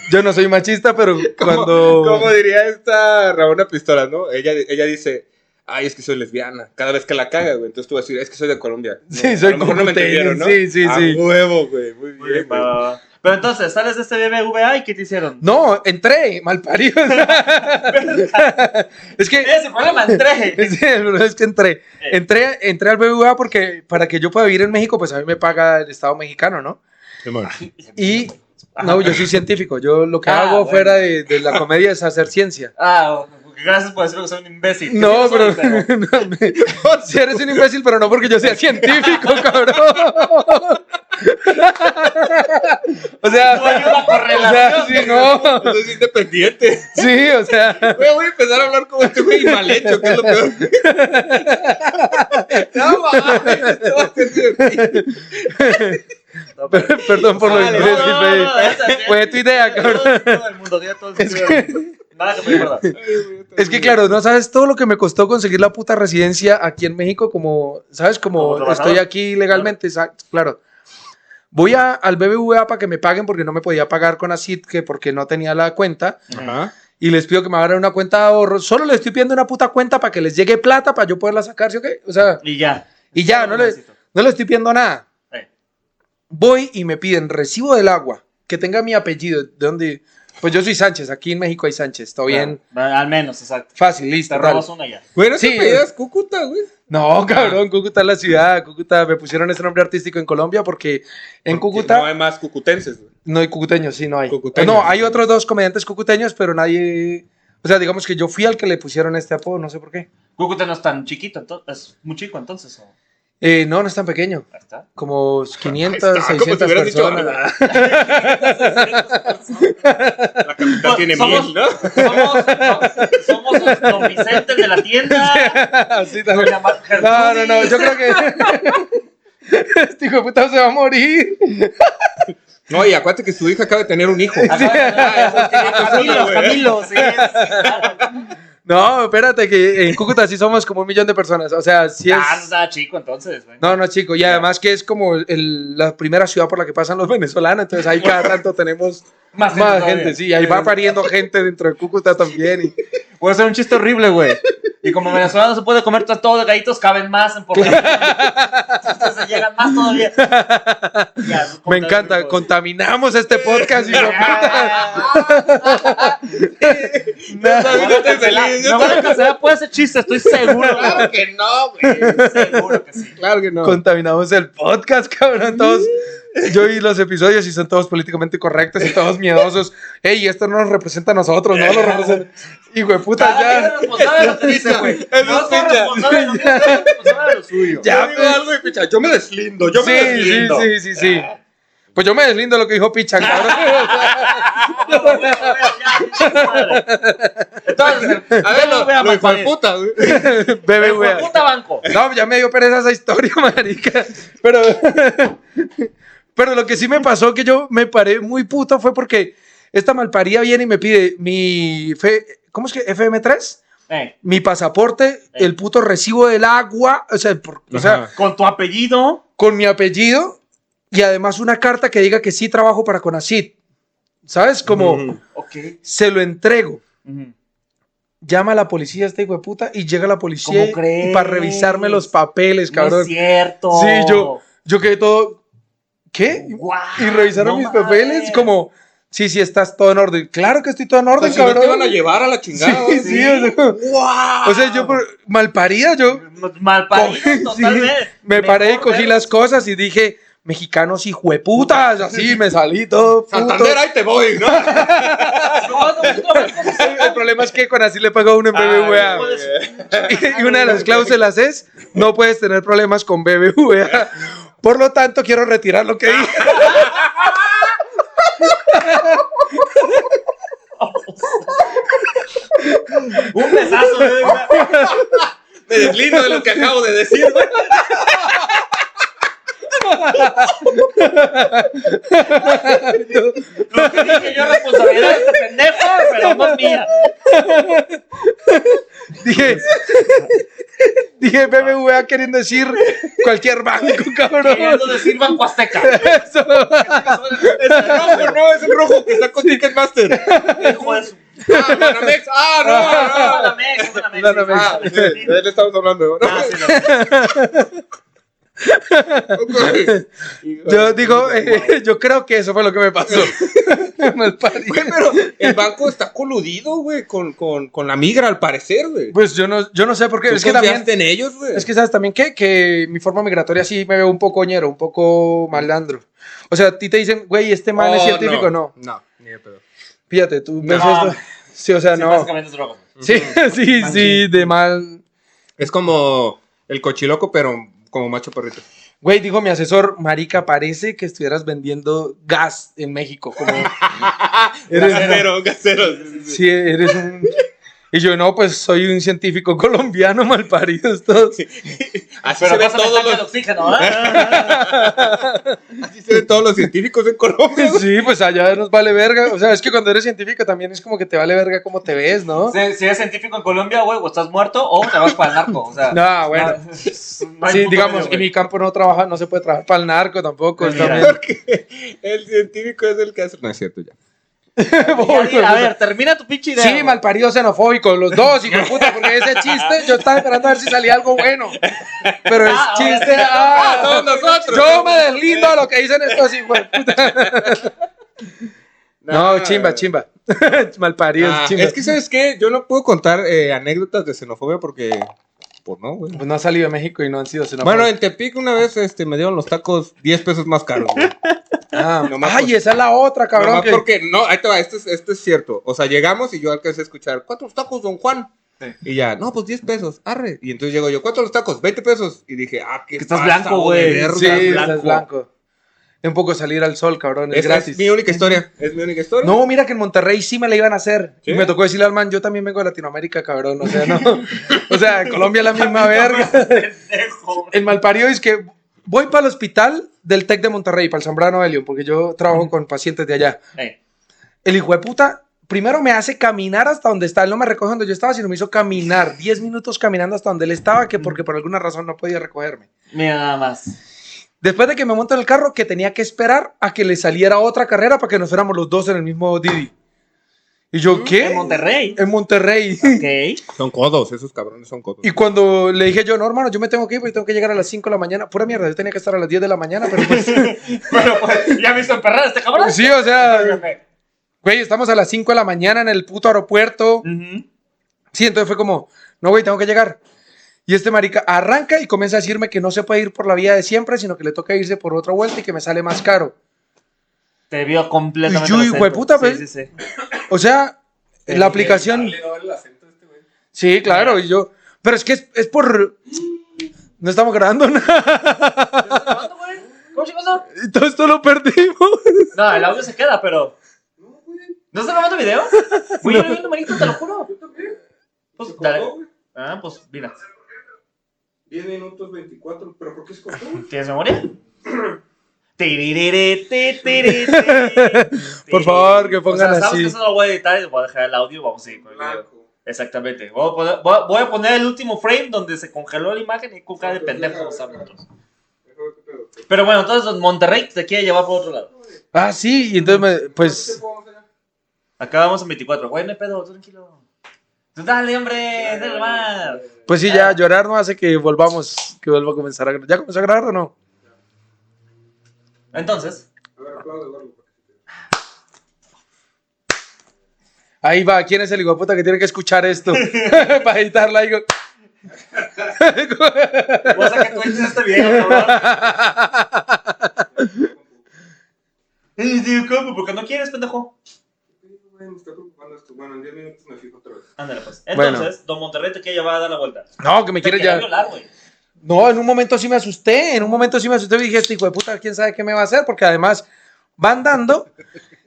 [SPEAKER 1] yo no soy machista, pero cuando.
[SPEAKER 3] Como diría esta Ramona Pistola, ¿no? Ella, ella dice, ay, es que soy lesbiana. Cada vez que la caga, güey. Entonces tú vas a decir, es que soy de Colombia. No,
[SPEAKER 1] Sí,
[SPEAKER 3] a
[SPEAKER 1] soy
[SPEAKER 3] lo mejor no me
[SPEAKER 1] como ustedes,
[SPEAKER 3] entendieron, ¿no?
[SPEAKER 1] sí, sí,
[SPEAKER 3] A
[SPEAKER 1] sí.
[SPEAKER 3] huevo, güey. Muy
[SPEAKER 2] Muy bien,
[SPEAKER 3] bien,
[SPEAKER 2] va,
[SPEAKER 3] güey.
[SPEAKER 2] va, va. Pero entonces, sales de este BBVA y ¿qué te hicieron?
[SPEAKER 1] No, entré, mal parido. es que.
[SPEAKER 2] Ese problema, entré.
[SPEAKER 1] Es, es que entré, entré, entré al BBVA porque para que yo pueda vivir en México, pues a mí me paga el Estado mexicano, ¿no? Y no, yo soy científico. Yo lo que
[SPEAKER 2] Ah,
[SPEAKER 1] hago
[SPEAKER 2] bueno.
[SPEAKER 1] fuera de, de la comedia es hacer ciencia.
[SPEAKER 2] Ah, gracias por decirme que soy un imbécil. Que
[SPEAKER 1] No,
[SPEAKER 2] sí lo
[SPEAKER 1] pero.
[SPEAKER 2] soy, pero-
[SPEAKER 1] si eres un imbécil, pero no porque yo sea científico, cabrón. o sea. O
[SPEAKER 2] No hay una
[SPEAKER 1] sea,
[SPEAKER 2] correlación.
[SPEAKER 1] sí, no.
[SPEAKER 3] Eso es independiente.
[SPEAKER 1] Sí, o sea.
[SPEAKER 3] Güey, voy a empezar a hablar como este güey y mal hecho, que es lo peor. no, mames. no va a ser divertido.
[SPEAKER 2] No, pero-
[SPEAKER 1] Perdón por lo
[SPEAKER 3] Dale,
[SPEAKER 1] imbécil,
[SPEAKER 2] no, no,
[SPEAKER 1] babe.
[SPEAKER 2] no, esa es-
[SPEAKER 1] Fue tu idea, cabrón.
[SPEAKER 2] Todo el mundo, diga todo el mundo. Nada que me acuerdo.
[SPEAKER 3] Ay, güey, está
[SPEAKER 1] Es que
[SPEAKER 3] bien.
[SPEAKER 1] claro, no sabes todo lo que me costó conseguir la puta residencia aquí en México, como, ¿sabes? Como,
[SPEAKER 2] Como trabajador.
[SPEAKER 1] estoy aquí legalmente, exacto, claro. Voy a, al BBVA para que me paguen porque no me podía pagar con ACID, que porque no tenía la cuenta.
[SPEAKER 3] Ajá.
[SPEAKER 1] Y les pido que me abran una cuenta de ahorro. Solo les estoy pidiendo una puta cuenta para que les llegue plata para yo poderla sacar, ¿sí o qué? O sea,
[SPEAKER 2] Y ya.
[SPEAKER 1] y ya, no le,
[SPEAKER 2] Necesito.
[SPEAKER 1] no le estoy pidiendo nada.
[SPEAKER 2] Eh.
[SPEAKER 1] Voy y me piden recibo del agua, que tenga mi apellido, de donde... Pues yo soy Sánchez, aquí en México hay Sánchez, todo bien.
[SPEAKER 2] Claro, Al menos, exacto.
[SPEAKER 1] Fácil, listo.
[SPEAKER 2] Te
[SPEAKER 1] tal.
[SPEAKER 2] robas una ya.
[SPEAKER 3] Bueno, sí,
[SPEAKER 1] Sí. eh,
[SPEAKER 3] te pedías Cúcuta, güey.
[SPEAKER 1] No, cabrón, Cúcuta es la ciudad, Cúcuta, me pusieron ese nombre artístico en Colombia porque en
[SPEAKER 3] No
[SPEAKER 1] Cúcuta
[SPEAKER 3] hay más cucutenses, güey.
[SPEAKER 1] no hay cucuteños, sí, no hay.
[SPEAKER 3] Cucuteños.
[SPEAKER 1] No, hay otros dos comediantes cucuteños, pero nadie, o sea, digamos que yo fui al que le pusieron este apodo, no sé por qué.
[SPEAKER 2] Cúcuta no es tan chiquito, ento- es muy chico entonces. ¿o?
[SPEAKER 1] Eh, no, no es tan pequeño,
[SPEAKER 2] Ahí está.
[SPEAKER 1] como 500,
[SPEAKER 3] Ahí está, Ah, como si
[SPEAKER 1] 600
[SPEAKER 3] hubieras dicho, "Ah,
[SPEAKER 1] personas.
[SPEAKER 3] La capital tiene
[SPEAKER 2] somos,
[SPEAKER 3] miel, ¿no?
[SPEAKER 2] Somos, somos los Don Vicente de la tienda.
[SPEAKER 1] Así tal
[SPEAKER 2] Doña Mar-
[SPEAKER 1] No, no, no,
[SPEAKER 2] Gertrudis.
[SPEAKER 1] yo creo que este hijo de puta se va a morir.
[SPEAKER 3] No, y acuérdate que su hija acaba de tener un hijo.
[SPEAKER 2] Ajá, Camilo,
[SPEAKER 3] güey.
[SPEAKER 2] Camilo, sí.
[SPEAKER 1] No, espérate que en Cúcuta sí somos como un millón de personas, o sea, sí es
[SPEAKER 2] Ah, no estaba chico entonces, güey.
[SPEAKER 1] No, no, chico. Y además que es como el- la primera ciudad por la que pasan los venezolanos. Entonces ahí cada tanto tenemos más,
[SPEAKER 2] Más gente todavía.
[SPEAKER 1] gente. Sí, ahí va pariendo gente dentro de Cúcuta también. y-
[SPEAKER 2] Voy a hacer un chiste horrible, güey. Y como venezolano se puede comer to- todo de gallitos, caben más en por Entonces se llegan más todavía. Ya, eso
[SPEAKER 1] me
[SPEAKER 2] contra-
[SPEAKER 1] encanta.
[SPEAKER 2] contra-
[SPEAKER 1] Contaminamos este podcast. hijo de puta.
[SPEAKER 3] David,
[SPEAKER 2] No,
[SPEAKER 3] no te salí, yo
[SPEAKER 2] No van a cancelar, puede ser chiste, estoy seguro.
[SPEAKER 3] Claro que no, güey.
[SPEAKER 2] güey. Seguro que sí.
[SPEAKER 3] Claro que no.
[SPEAKER 1] Contaminamos el podcast, cabrón. Todos. Yo vi los episodios y son todos políticamente correctos y todos miedosos. Ey, esto no nos representa a nosotros, no lo representa. Hijo de puta,
[SPEAKER 2] Cada quien es
[SPEAKER 1] ya.
[SPEAKER 2] responsable de lo que dice, güey.
[SPEAKER 3] Eso
[SPEAKER 2] No
[SPEAKER 3] es
[SPEAKER 2] soy
[SPEAKER 3] pinche.
[SPEAKER 2] responsable de lo mío, soy responsable de lo suyo.
[SPEAKER 1] Ya,
[SPEAKER 3] yo digo
[SPEAKER 1] pues.
[SPEAKER 3] algo y picha, yo me deslindo, yo me
[SPEAKER 1] Sí, sí,
[SPEAKER 3] deslindo.
[SPEAKER 1] sí, sí, sí. Pues yo me deslindo de lo que dijo Picha, cabrón.
[SPEAKER 2] No, güey, ya, ya, ya, madre. Entonces,
[SPEAKER 3] A ver,
[SPEAKER 2] no
[SPEAKER 3] lo,
[SPEAKER 2] vea
[SPEAKER 3] lo
[SPEAKER 2] más
[SPEAKER 3] hijo de
[SPEAKER 2] pared.
[SPEAKER 3] puta, güey.
[SPEAKER 1] Bebe,
[SPEAKER 2] Hijo de
[SPEAKER 1] wea.
[SPEAKER 2] puta banco.
[SPEAKER 1] No, ya me dio pereza esa historia, marica. Pero, pero lo que sí me pasó que yo me paré muy puto fue porque esta malparida viene y me pide mi. fe- ¿Cómo es que? ¿FM3?
[SPEAKER 2] Eh,
[SPEAKER 1] Mi pasaporte, el puto recibo del agua, o sea, por- o sea,
[SPEAKER 3] Eh. Ajá.
[SPEAKER 2] con tu apellido.
[SPEAKER 1] con mi apellido y además una carta que diga que sí trabajo para Conacid. ¿Sabes? Como
[SPEAKER 3] Ujú.
[SPEAKER 2] Ok.
[SPEAKER 1] se lo entrego.
[SPEAKER 2] Ujú.
[SPEAKER 1] Llama a la policía este hijo de puta y llega la policía
[SPEAKER 2] ¿Cómo crees?
[SPEAKER 1] para revisarme los papeles,
[SPEAKER 2] No
[SPEAKER 1] cabrón.
[SPEAKER 2] es cierto.
[SPEAKER 1] Sí, yo, yo quedé todo. ¿Qué?
[SPEAKER 2] Guau,
[SPEAKER 1] y revisaron
[SPEAKER 2] Ah, no
[SPEAKER 1] mis
[SPEAKER 2] mames.
[SPEAKER 1] papeles como, sí, sí, estás todo en orden. Claro que estoy todo en
[SPEAKER 3] O sea,
[SPEAKER 1] orden,
[SPEAKER 3] Pues si no
[SPEAKER 1] cabrón.
[SPEAKER 3] te iban a llevar a la chingada.
[SPEAKER 1] sí, sí, o sea,
[SPEAKER 3] ¡Wow!
[SPEAKER 1] o sea, yo por- malparida, yo
[SPEAKER 2] Mal
[SPEAKER 1] cogí-
[SPEAKER 2] parido,
[SPEAKER 1] sí,
[SPEAKER 2] totalmente.
[SPEAKER 1] me paré y
[SPEAKER 2] Mejor
[SPEAKER 1] cogí
[SPEAKER 2] ver-
[SPEAKER 1] las cosas y dije, mexicanos hijueputas, así me salí todo. puto.
[SPEAKER 3] Santander, ahí te voy, ¿no?
[SPEAKER 2] No, no, no, no, no, no.
[SPEAKER 1] El problema es que con así le paga
[SPEAKER 3] Ah,
[SPEAKER 1] uno en BBVA.
[SPEAKER 2] no puedes-
[SPEAKER 1] y una de las cláusulas es, no puedes tener problemas con BBVA. Por lo tanto, quiero retirar lo
[SPEAKER 3] Ah,
[SPEAKER 1] que dije.
[SPEAKER 2] Un besazo, güey.
[SPEAKER 3] Me deslindo de lo que acabo de decir, güey.
[SPEAKER 2] Lo que dije yo es responsabilidad de este pendejo, pero no es mía.
[SPEAKER 1] Dije, dije BBVA queriendo decir cualquier banco, cabrón.
[SPEAKER 2] Queriendo decir Banco Azteca.
[SPEAKER 1] Eso.
[SPEAKER 3] Es el rojo, no, es el rojo que está con Ticketmaster.
[SPEAKER 2] Hijo de su.
[SPEAKER 3] Ah, Banamex.
[SPEAKER 2] Ah,
[SPEAKER 3] Ah,
[SPEAKER 2] Banamex, es Banamex,
[SPEAKER 3] no, no. Ah, sí, de
[SPEAKER 2] sí.
[SPEAKER 3] él estamos hablando. ¿no?
[SPEAKER 2] Ah, sí, no.
[SPEAKER 3] Ok.
[SPEAKER 1] Yo digo, eh, yo creo que eso fue lo que me pasó. Mal parido.
[SPEAKER 3] Güey, pero el banco está coludido, güey, con, con, con la migra, al parecer, güey.
[SPEAKER 1] Pues yo no, yo no sé por qué.
[SPEAKER 3] ¿Tú
[SPEAKER 1] Es que también.
[SPEAKER 3] confiaste en ellos, güey.
[SPEAKER 1] Es que sabes también que, que mi forma migratoria sí me veo un poco ñero, un poco malandro. O sea, a ti te dicen, güey, este man es
[SPEAKER 3] Oh,
[SPEAKER 1] científico, no.
[SPEAKER 3] No, ni de pedo.
[SPEAKER 1] Fíjate, tú me
[SPEAKER 2] No.
[SPEAKER 1] sos- Sí, o sea,
[SPEAKER 2] Sí,
[SPEAKER 1] no.
[SPEAKER 2] básicamente es droga.
[SPEAKER 1] Sí, sí, sí, de mal.
[SPEAKER 3] Es como el cochiloco, pero como macho perrito.
[SPEAKER 1] Güey, dijo mi asesor, marica, parece que estuvieras vendiendo gas en México. Como, Eres-
[SPEAKER 3] Gasero, gasero.
[SPEAKER 1] sí, eres un... Y yo, no, pues soy un científico colombiano, malparidos todos.
[SPEAKER 3] Así se
[SPEAKER 2] Pero pásame
[SPEAKER 3] ven
[SPEAKER 2] el
[SPEAKER 3] todos
[SPEAKER 2] tanque de
[SPEAKER 3] los,
[SPEAKER 2] oxígeno, ¿eh?
[SPEAKER 3] así se ven todos los científicos en Colombia. güey.
[SPEAKER 1] Sí, pues allá nos vale verga. O sea, es que cuando eres científico también es como que te vale verga cómo te ves, ¿no?
[SPEAKER 2] Si, si eres científico en Colombia, güey, o estás muerto o te vas para el narco. O sea,
[SPEAKER 1] No, bueno.
[SPEAKER 2] no- no hay
[SPEAKER 1] sí,
[SPEAKER 2] punto medio,
[SPEAKER 1] digamos,
[SPEAKER 2] güey.
[SPEAKER 1] en mi campo no trabaja, no se puede trabajar para el narco tampoco.
[SPEAKER 2] Mira.
[SPEAKER 1] está bien.
[SPEAKER 3] Porque el científico es el que hace. No es cierto ya.
[SPEAKER 2] Ya, di- a ver, termina tu pinche idea.
[SPEAKER 1] Sí,
[SPEAKER 2] güey.
[SPEAKER 1] malparido xenofóbico, los dos, hijo de puta, porque ese chiste yo estaba esperando a ver si salía algo bueno. Pero es
[SPEAKER 2] Ah, ahora
[SPEAKER 1] chiste.
[SPEAKER 2] sí.
[SPEAKER 1] ah,
[SPEAKER 3] todos nosotros.
[SPEAKER 1] Yo me deslindo a lo que dicen estos hijos de puta. No, chimba, chimba. malparido,
[SPEAKER 3] Ah,
[SPEAKER 1] chimba.
[SPEAKER 3] es que, ¿sabes qué? Yo no puedo contar eh, anécdotas de xenofobia porque. Pues no, güey.
[SPEAKER 1] Pues no ha salido de México y no han sido xenofóbicos.
[SPEAKER 3] Bueno, en Tepic una vez este, me dieron los tacos 10 pesos más caros. güey.
[SPEAKER 1] Ah,
[SPEAKER 3] nomás
[SPEAKER 1] ay,
[SPEAKER 3] por-
[SPEAKER 1] esa es la otra, cabrón.
[SPEAKER 3] Nomás
[SPEAKER 1] que-
[SPEAKER 3] porque no, ahí te va, esto es, esto es cierto. O sea, llegamos y yo alcancé a escuchar cuatro tacos, don Juan.
[SPEAKER 2] Sí.
[SPEAKER 3] Y ya, no, pues 10 pesos, arre. Y entonces llego yo, ¿cuántos los tacos? 20 pesos. Y dije, ah, qué
[SPEAKER 2] Que estás
[SPEAKER 3] pasa,
[SPEAKER 2] blanco, güey.
[SPEAKER 3] de verga,
[SPEAKER 1] Sí, estás
[SPEAKER 3] blanco.
[SPEAKER 1] blanco. Un poco salir al sol, cabrón, es,
[SPEAKER 3] Esa
[SPEAKER 1] gratis.
[SPEAKER 3] es mi única historia. Es mi única historia.
[SPEAKER 1] No, mira que en Monterrey sí me la iban a hacer.
[SPEAKER 3] ¿Sí?
[SPEAKER 1] Y me tocó decirle al man, yo también vengo de Latinoamérica, cabrón. O sea, no. O sea, Colombia es la misma verga.
[SPEAKER 2] Pendejo, güey.
[SPEAKER 1] En Malparido es que voy para el hospital del TEC de Monterrey, para el Zambrano Helium, porque yo trabajo con pacientes de allá.
[SPEAKER 2] Ey,
[SPEAKER 1] El hijo de puta primero me hace caminar hasta donde está. Él no me recoge donde yo estaba, sino me hizo caminar 10 minutos caminando hasta donde él estaba, que
[SPEAKER 2] Mm.
[SPEAKER 1] porque por alguna razón no podía recogerme.
[SPEAKER 2] Mira nada más.
[SPEAKER 1] Después de que me monto en el carro, que tenía que esperar a que le saliera otra carrera para que nos fuéramos los dos en el mismo Didi. Y yo, ¿qué?
[SPEAKER 2] Mm. En Monterrey.
[SPEAKER 1] En Monterrey.
[SPEAKER 2] Ok.
[SPEAKER 3] Son codos, esos cabrones son codos.
[SPEAKER 1] Y cuando le dije yo, no, hermano, yo me tengo que ir porque tengo que llegar a las 5 de la mañana. Pura mierda, yo tenía que estar a las 10 de la mañana, pero pues,
[SPEAKER 2] Bueno, pues, ¿ya me hizo emperrar este cabrón?
[SPEAKER 1] sí, o sea,
[SPEAKER 2] Fíjate.
[SPEAKER 1] güey, estamos a las 5 de la mañana en el puto aeropuerto.
[SPEAKER 2] Ujú.
[SPEAKER 1] Sí, entonces fue como, no, güey, tengo que llegar. Y este marica arranca y comienza a decirme que no se puede ir por la vía de siempre, sino que le toca irse por otra vuelta y que me sale más caro.
[SPEAKER 2] Te vio completamente.
[SPEAKER 1] Y yo,
[SPEAKER 2] la
[SPEAKER 1] hijo de
[SPEAKER 2] seco.
[SPEAKER 1] puta,
[SPEAKER 2] sí,
[SPEAKER 1] pues.
[SPEAKER 2] sí, sí.
[SPEAKER 1] O sea,
[SPEAKER 2] Sí,
[SPEAKER 1] la aplicación... Sí, claro, y yo... Pero es que es, es por... No estamos grabando nada.
[SPEAKER 2] ¿Cómo se pasó?
[SPEAKER 1] y Todo esto lo perdimos.
[SPEAKER 2] No, el audio se queda, pero. ¿No estás grabando video? Güey, yo lo vi en tu manito, te lo juro. Yo también. Pues dale. Ah, pues mira.
[SPEAKER 3] 10 minutos 24, pero ¿por qué es codo?
[SPEAKER 2] ¿Tienes memoria? Tiririri, ti, tiri, ti.
[SPEAKER 1] Por favor, que pongan
[SPEAKER 2] o sea, sabes
[SPEAKER 1] así.
[SPEAKER 2] que eso no lo voy a editar y voy a dejar el audio y vamos a ir con el video. Exactamente. Voy a, poner, voy a- voy a poner el último frame donde se congeló la imagen y con cara de pendejo nos hablamos. Pero bueno, entonces Monterrey te quiere llevar por otro lado.
[SPEAKER 1] Ah, sí, y entonces, me- pues...
[SPEAKER 2] Acá vamos en 24. Güey, no hay pedo, tú tranquilo. Tú dale, hombre, dale más.
[SPEAKER 1] Pues sí, ya llorar no hace que volvamos, que vuelva a comenzar a grabar. ¿Ya comenzó a grabar o no?
[SPEAKER 2] Entonces,
[SPEAKER 1] Ahí va, ¿quién es el hijo de puta que tiene que escuchar esto? Para editarla, digo.
[SPEAKER 2] voy a sacar cuentas este video, cabrón. Y digo, ¿cómo? Porque no quieres, pendejo.
[SPEAKER 3] Bueno, en 10 minutos me fijo otra vez.
[SPEAKER 2] Ándale, pues.
[SPEAKER 1] Bueno.
[SPEAKER 2] Entonces, Don Monterrey te quiere llevar a dar la vuelta.
[SPEAKER 1] No, que me
[SPEAKER 2] Te
[SPEAKER 1] quiere
[SPEAKER 2] quería
[SPEAKER 1] ya.
[SPEAKER 2] violar, güey.
[SPEAKER 1] No, en un momento sí me asusté, en un momento sí me asusté y dije, este hijo de puta, quién sabe qué me va a hacer, porque además, Va andando,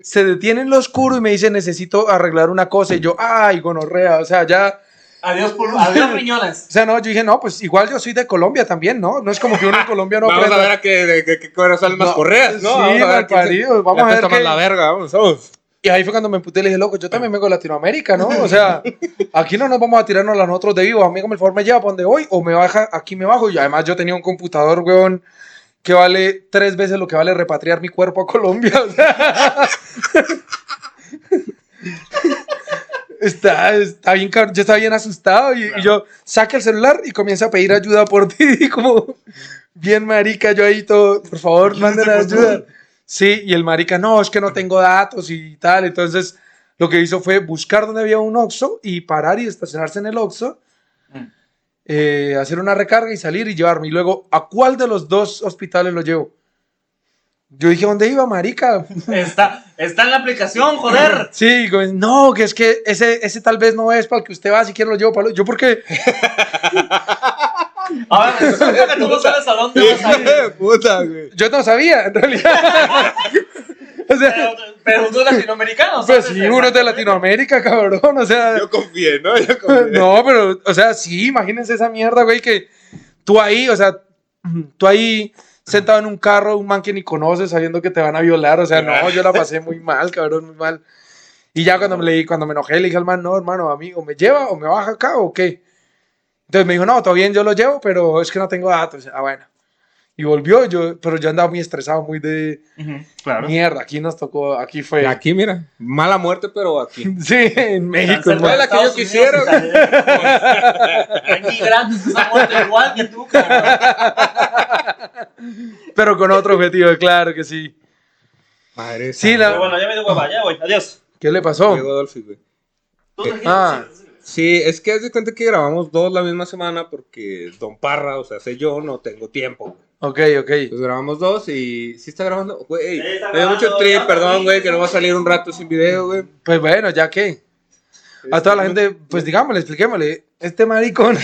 [SPEAKER 1] se detiene en lo oscuro y me dice, necesito arreglar una cosa. Y yo, ay, gonorrea, o sea, ya...
[SPEAKER 2] Adiós, por, adiós riñones.
[SPEAKER 1] O sea, no, yo dije, no, pues igual yo soy de Colombia también, ¿no? No es como que uno en Colombia no
[SPEAKER 3] vamos
[SPEAKER 1] aprenda.
[SPEAKER 3] a ver a qué, de qué- qué cuero salen más
[SPEAKER 1] No,
[SPEAKER 3] correas, ¿no?
[SPEAKER 1] sí,
[SPEAKER 3] vamos a ver, quién se-
[SPEAKER 1] malparido, vamos
[SPEAKER 3] le
[SPEAKER 1] a ver
[SPEAKER 3] apesta más
[SPEAKER 1] qué-
[SPEAKER 3] la verga, vamos, vamos.
[SPEAKER 1] Y ahí fue cuando me emputé y le dije, loco, yo también vengo de Latinoamérica, ¿no? O sea, aquí no nos vamos a tirarnos a nosotros de vivo. A mí como el favor me lleva para donde voy o me baja, aquí me bajo. Y además yo tenía un computador, weón, que vale tres veces lo que vale repatriar mi cuerpo a Colombia. O sea, está, está bien, cabrón, yo estaba bien asustado y, y yo saca el celular y comienza a pedir ayuda por ti. Y como, bien marica, yo ahí todo, por favor, manden ayuda. Sí, y el marica, no, es que no tengo datos y tal. Entonces, lo que hizo fue buscar donde había un Oxxo y parar y estacionarse en el Oxxo,
[SPEAKER 2] Mm.
[SPEAKER 1] eh, hacer una recarga y salir y llevarme. Y luego, ¿a cuál de los dos hospitales lo llevo? Yo dije, ¿dónde iba, marica?
[SPEAKER 2] Está, está en la aplicación, joder.
[SPEAKER 1] Sí, y como, no, que es que ese, ese tal vez no es para el que usted va, si quiere lo llevo para el otro". Yo, ¿por qué?
[SPEAKER 2] A ver, resulta que tú no sabes a dónde vas a ir.
[SPEAKER 3] Puta, güey.
[SPEAKER 1] Yo no sabía, en realidad. o sea,
[SPEAKER 2] Pero, pero tú latinoamericano,
[SPEAKER 1] pues
[SPEAKER 2] ¿sabes?
[SPEAKER 1] sí, uno es de Latinoamérica, cabrón, o sea...
[SPEAKER 3] Yo confié, ¿no? Yo confié.
[SPEAKER 1] No, pero, o sea, sí, imagínense esa mierda, güey, que tú ahí, o sea, tú ahí sentado en un carro, un man que ni conoces, sabiendo que te van a violar, o sea, no, yo la pasé muy mal, cabrón, muy mal. Y ya cuando me, le, cuando me enojé, le dije al man, no, hermano, amigo, ¿me lleva o me baja acá o qué? Entonces me dijo, no, todo bien, yo lo llevo, pero es que no tengo datos. Ah, bueno. Y volvió, yo, pero yo andaba muy estresado, muy de
[SPEAKER 2] Ujú, Claro.
[SPEAKER 1] mierda. Aquí nos tocó, aquí fue.
[SPEAKER 3] Aquí, mira, mala muerte, pero aquí.
[SPEAKER 1] Sí, en México.
[SPEAKER 2] Tan cerca
[SPEAKER 1] hermano.
[SPEAKER 3] fue la
[SPEAKER 2] de
[SPEAKER 3] que yo
[SPEAKER 2] Estados
[SPEAKER 3] quisiera.
[SPEAKER 2] Unidos, Hay migrantes que se han muerto igual que tú, cabrón.
[SPEAKER 1] Pero con otro objetivo, claro que sí.
[SPEAKER 3] Madre
[SPEAKER 1] Sí,
[SPEAKER 3] santa.
[SPEAKER 1] la-
[SPEAKER 2] Pero bueno, ya me dio guapa, ya voy. Adiós.
[SPEAKER 1] ¿Qué le pasó?
[SPEAKER 3] Llegó Dolphy, güey.
[SPEAKER 2] Tú trajiste-
[SPEAKER 1] Ah.
[SPEAKER 2] sí, sí.
[SPEAKER 3] Sí, es que haz de cuenta que grabamos dos la misma semana porque Don Parra, o sea, sé yo, no tengo tiempo. güey.
[SPEAKER 1] Ok, ok.
[SPEAKER 3] Entonces grabamos dos y sí está grabando, güey.
[SPEAKER 2] Sí, está
[SPEAKER 3] me dio mucho
[SPEAKER 2] grabando,
[SPEAKER 3] trip,
[SPEAKER 2] ya,
[SPEAKER 3] perdón,
[SPEAKER 2] sí.
[SPEAKER 3] güey, que no va a salir un rato sin video, güey. Este,
[SPEAKER 1] Pues bueno, ya que. A toda la gente, pues digámosle, expliquémosle. Este maricón.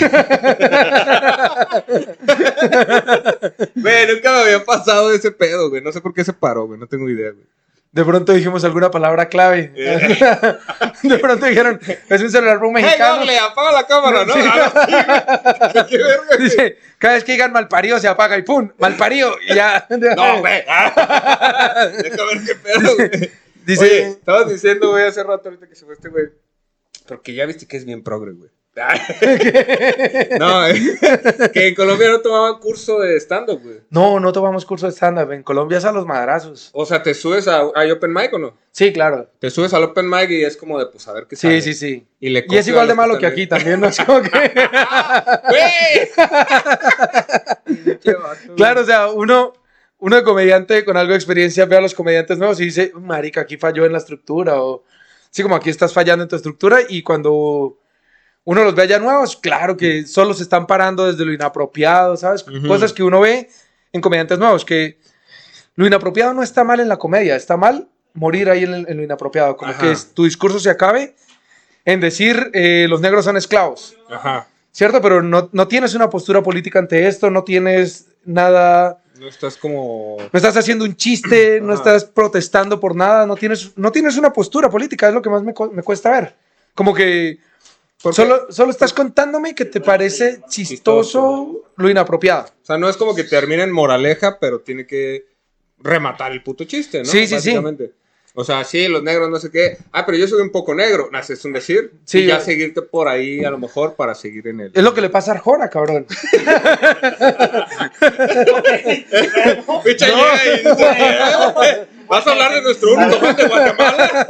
[SPEAKER 3] Güey, nunca me había pasado ese pedo, güey. No sé por qué se paró, güey. No tengo idea, güey.
[SPEAKER 1] De pronto dijimos alguna palabra clave. De pronto dijeron, es un celular para un
[SPEAKER 3] Eh. ¡Hey,
[SPEAKER 1] mexicano.
[SPEAKER 3] Google, apaga la cámara, ¿no?
[SPEAKER 1] Sí.
[SPEAKER 3] Ah, sí, güey. ¡Qué verga,
[SPEAKER 1] Dice,
[SPEAKER 3] güey.
[SPEAKER 1] cada vez que digan malparido se apaga y pum, malparido. Y ya.
[SPEAKER 3] No, güey. Ah. Deja ver qué pedo, güey.
[SPEAKER 1] Dice,
[SPEAKER 3] Oye, estabas diciendo, güey, hace rato ahorita que se fue este güey. Porque ya viste que es bien progre, güey. Ah. no, eh, que en Colombia no tomaban curso de stand-up, güey.
[SPEAKER 1] no, no tomamos curso de stand-up. En Colombia es a los madrazos.
[SPEAKER 3] O sea, ¿te subes a, hay Open Mic o no?
[SPEAKER 1] Sí, claro.
[SPEAKER 3] Te subes al Open Mic y es como de, pues, a ver qué
[SPEAKER 1] Sí, sí, sí.
[SPEAKER 3] Y, le
[SPEAKER 1] Y es
[SPEAKER 3] copio a
[SPEAKER 1] igual de
[SPEAKER 3] los
[SPEAKER 1] malo que
[SPEAKER 3] están
[SPEAKER 1] aquí también, no es como que.
[SPEAKER 3] ahí. ¡Güey!
[SPEAKER 1] Claro, o sea, uno, uno de comediante con algo de experiencia ve a los comediantes nuevos y dice, marica, aquí falló en la estructura, o sí, como aquí estás fallando en tu estructura, y cuando uno los ve allá nuevos, claro que solo se están parando desde lo inapropiado, ¿sabes?
[SPEAKER 3] Ujú.
[SPEAKER 1] Cosas que uno ve en comediantes nuevos, que lo inapropiado no está mal en la comedia, está mal morir ahí en, el- en lo inapropiado, como
[SPEAKER 3] Ajá.
[SPEAKER 1] que es- tu discurso se acabe en decir, eh, los negros son esclavos.
[SPEAKER 3] Ajá.
[SPEAKER 1] ¿cierto? Pero no, no tienes una postura política ante esto, no tienes nada,
[SPEAKER 3] No estás como...
[SPEAKER 1] no estás haciendo un chiste, no
[SPEAKER 3] Ajá.
[SPEAKER 1] estás protestando por nada, no tienes, no tienes una postura política, es lo que más me, cu- me cuesta ver. Como que
[SPEAKER 3] Porque-
[SPEAKER 1] solo, solo estás contándome que te parece chistoso lo inapropiado.
[SPEAKER 3] O sea, no es como que termina en moraleja, pero tiene que rematar el puto chiste, ¿no?
[SPEAKER 1] Sí, sí, sí.
[SPEAKER 3] Básicamente. O sea, sí, los negros, no sé qué. Ah, pero yo soy un poco negro. Nah, Es un decir.
[SPEAKER 1] Sí,
[SPEAKER 3] y ya
[SPEAKER 1] yo-
[SPEAKER 3] seguirte por ahí, a lo mejor, para seguir en el.
[SPEAKER 1] Es lo que le pasa a Arjona, cabrón.
[SPEAKER 3] Oh, Picha, llega y dice, Vas a hablar de nuestro único fan de Guatemala.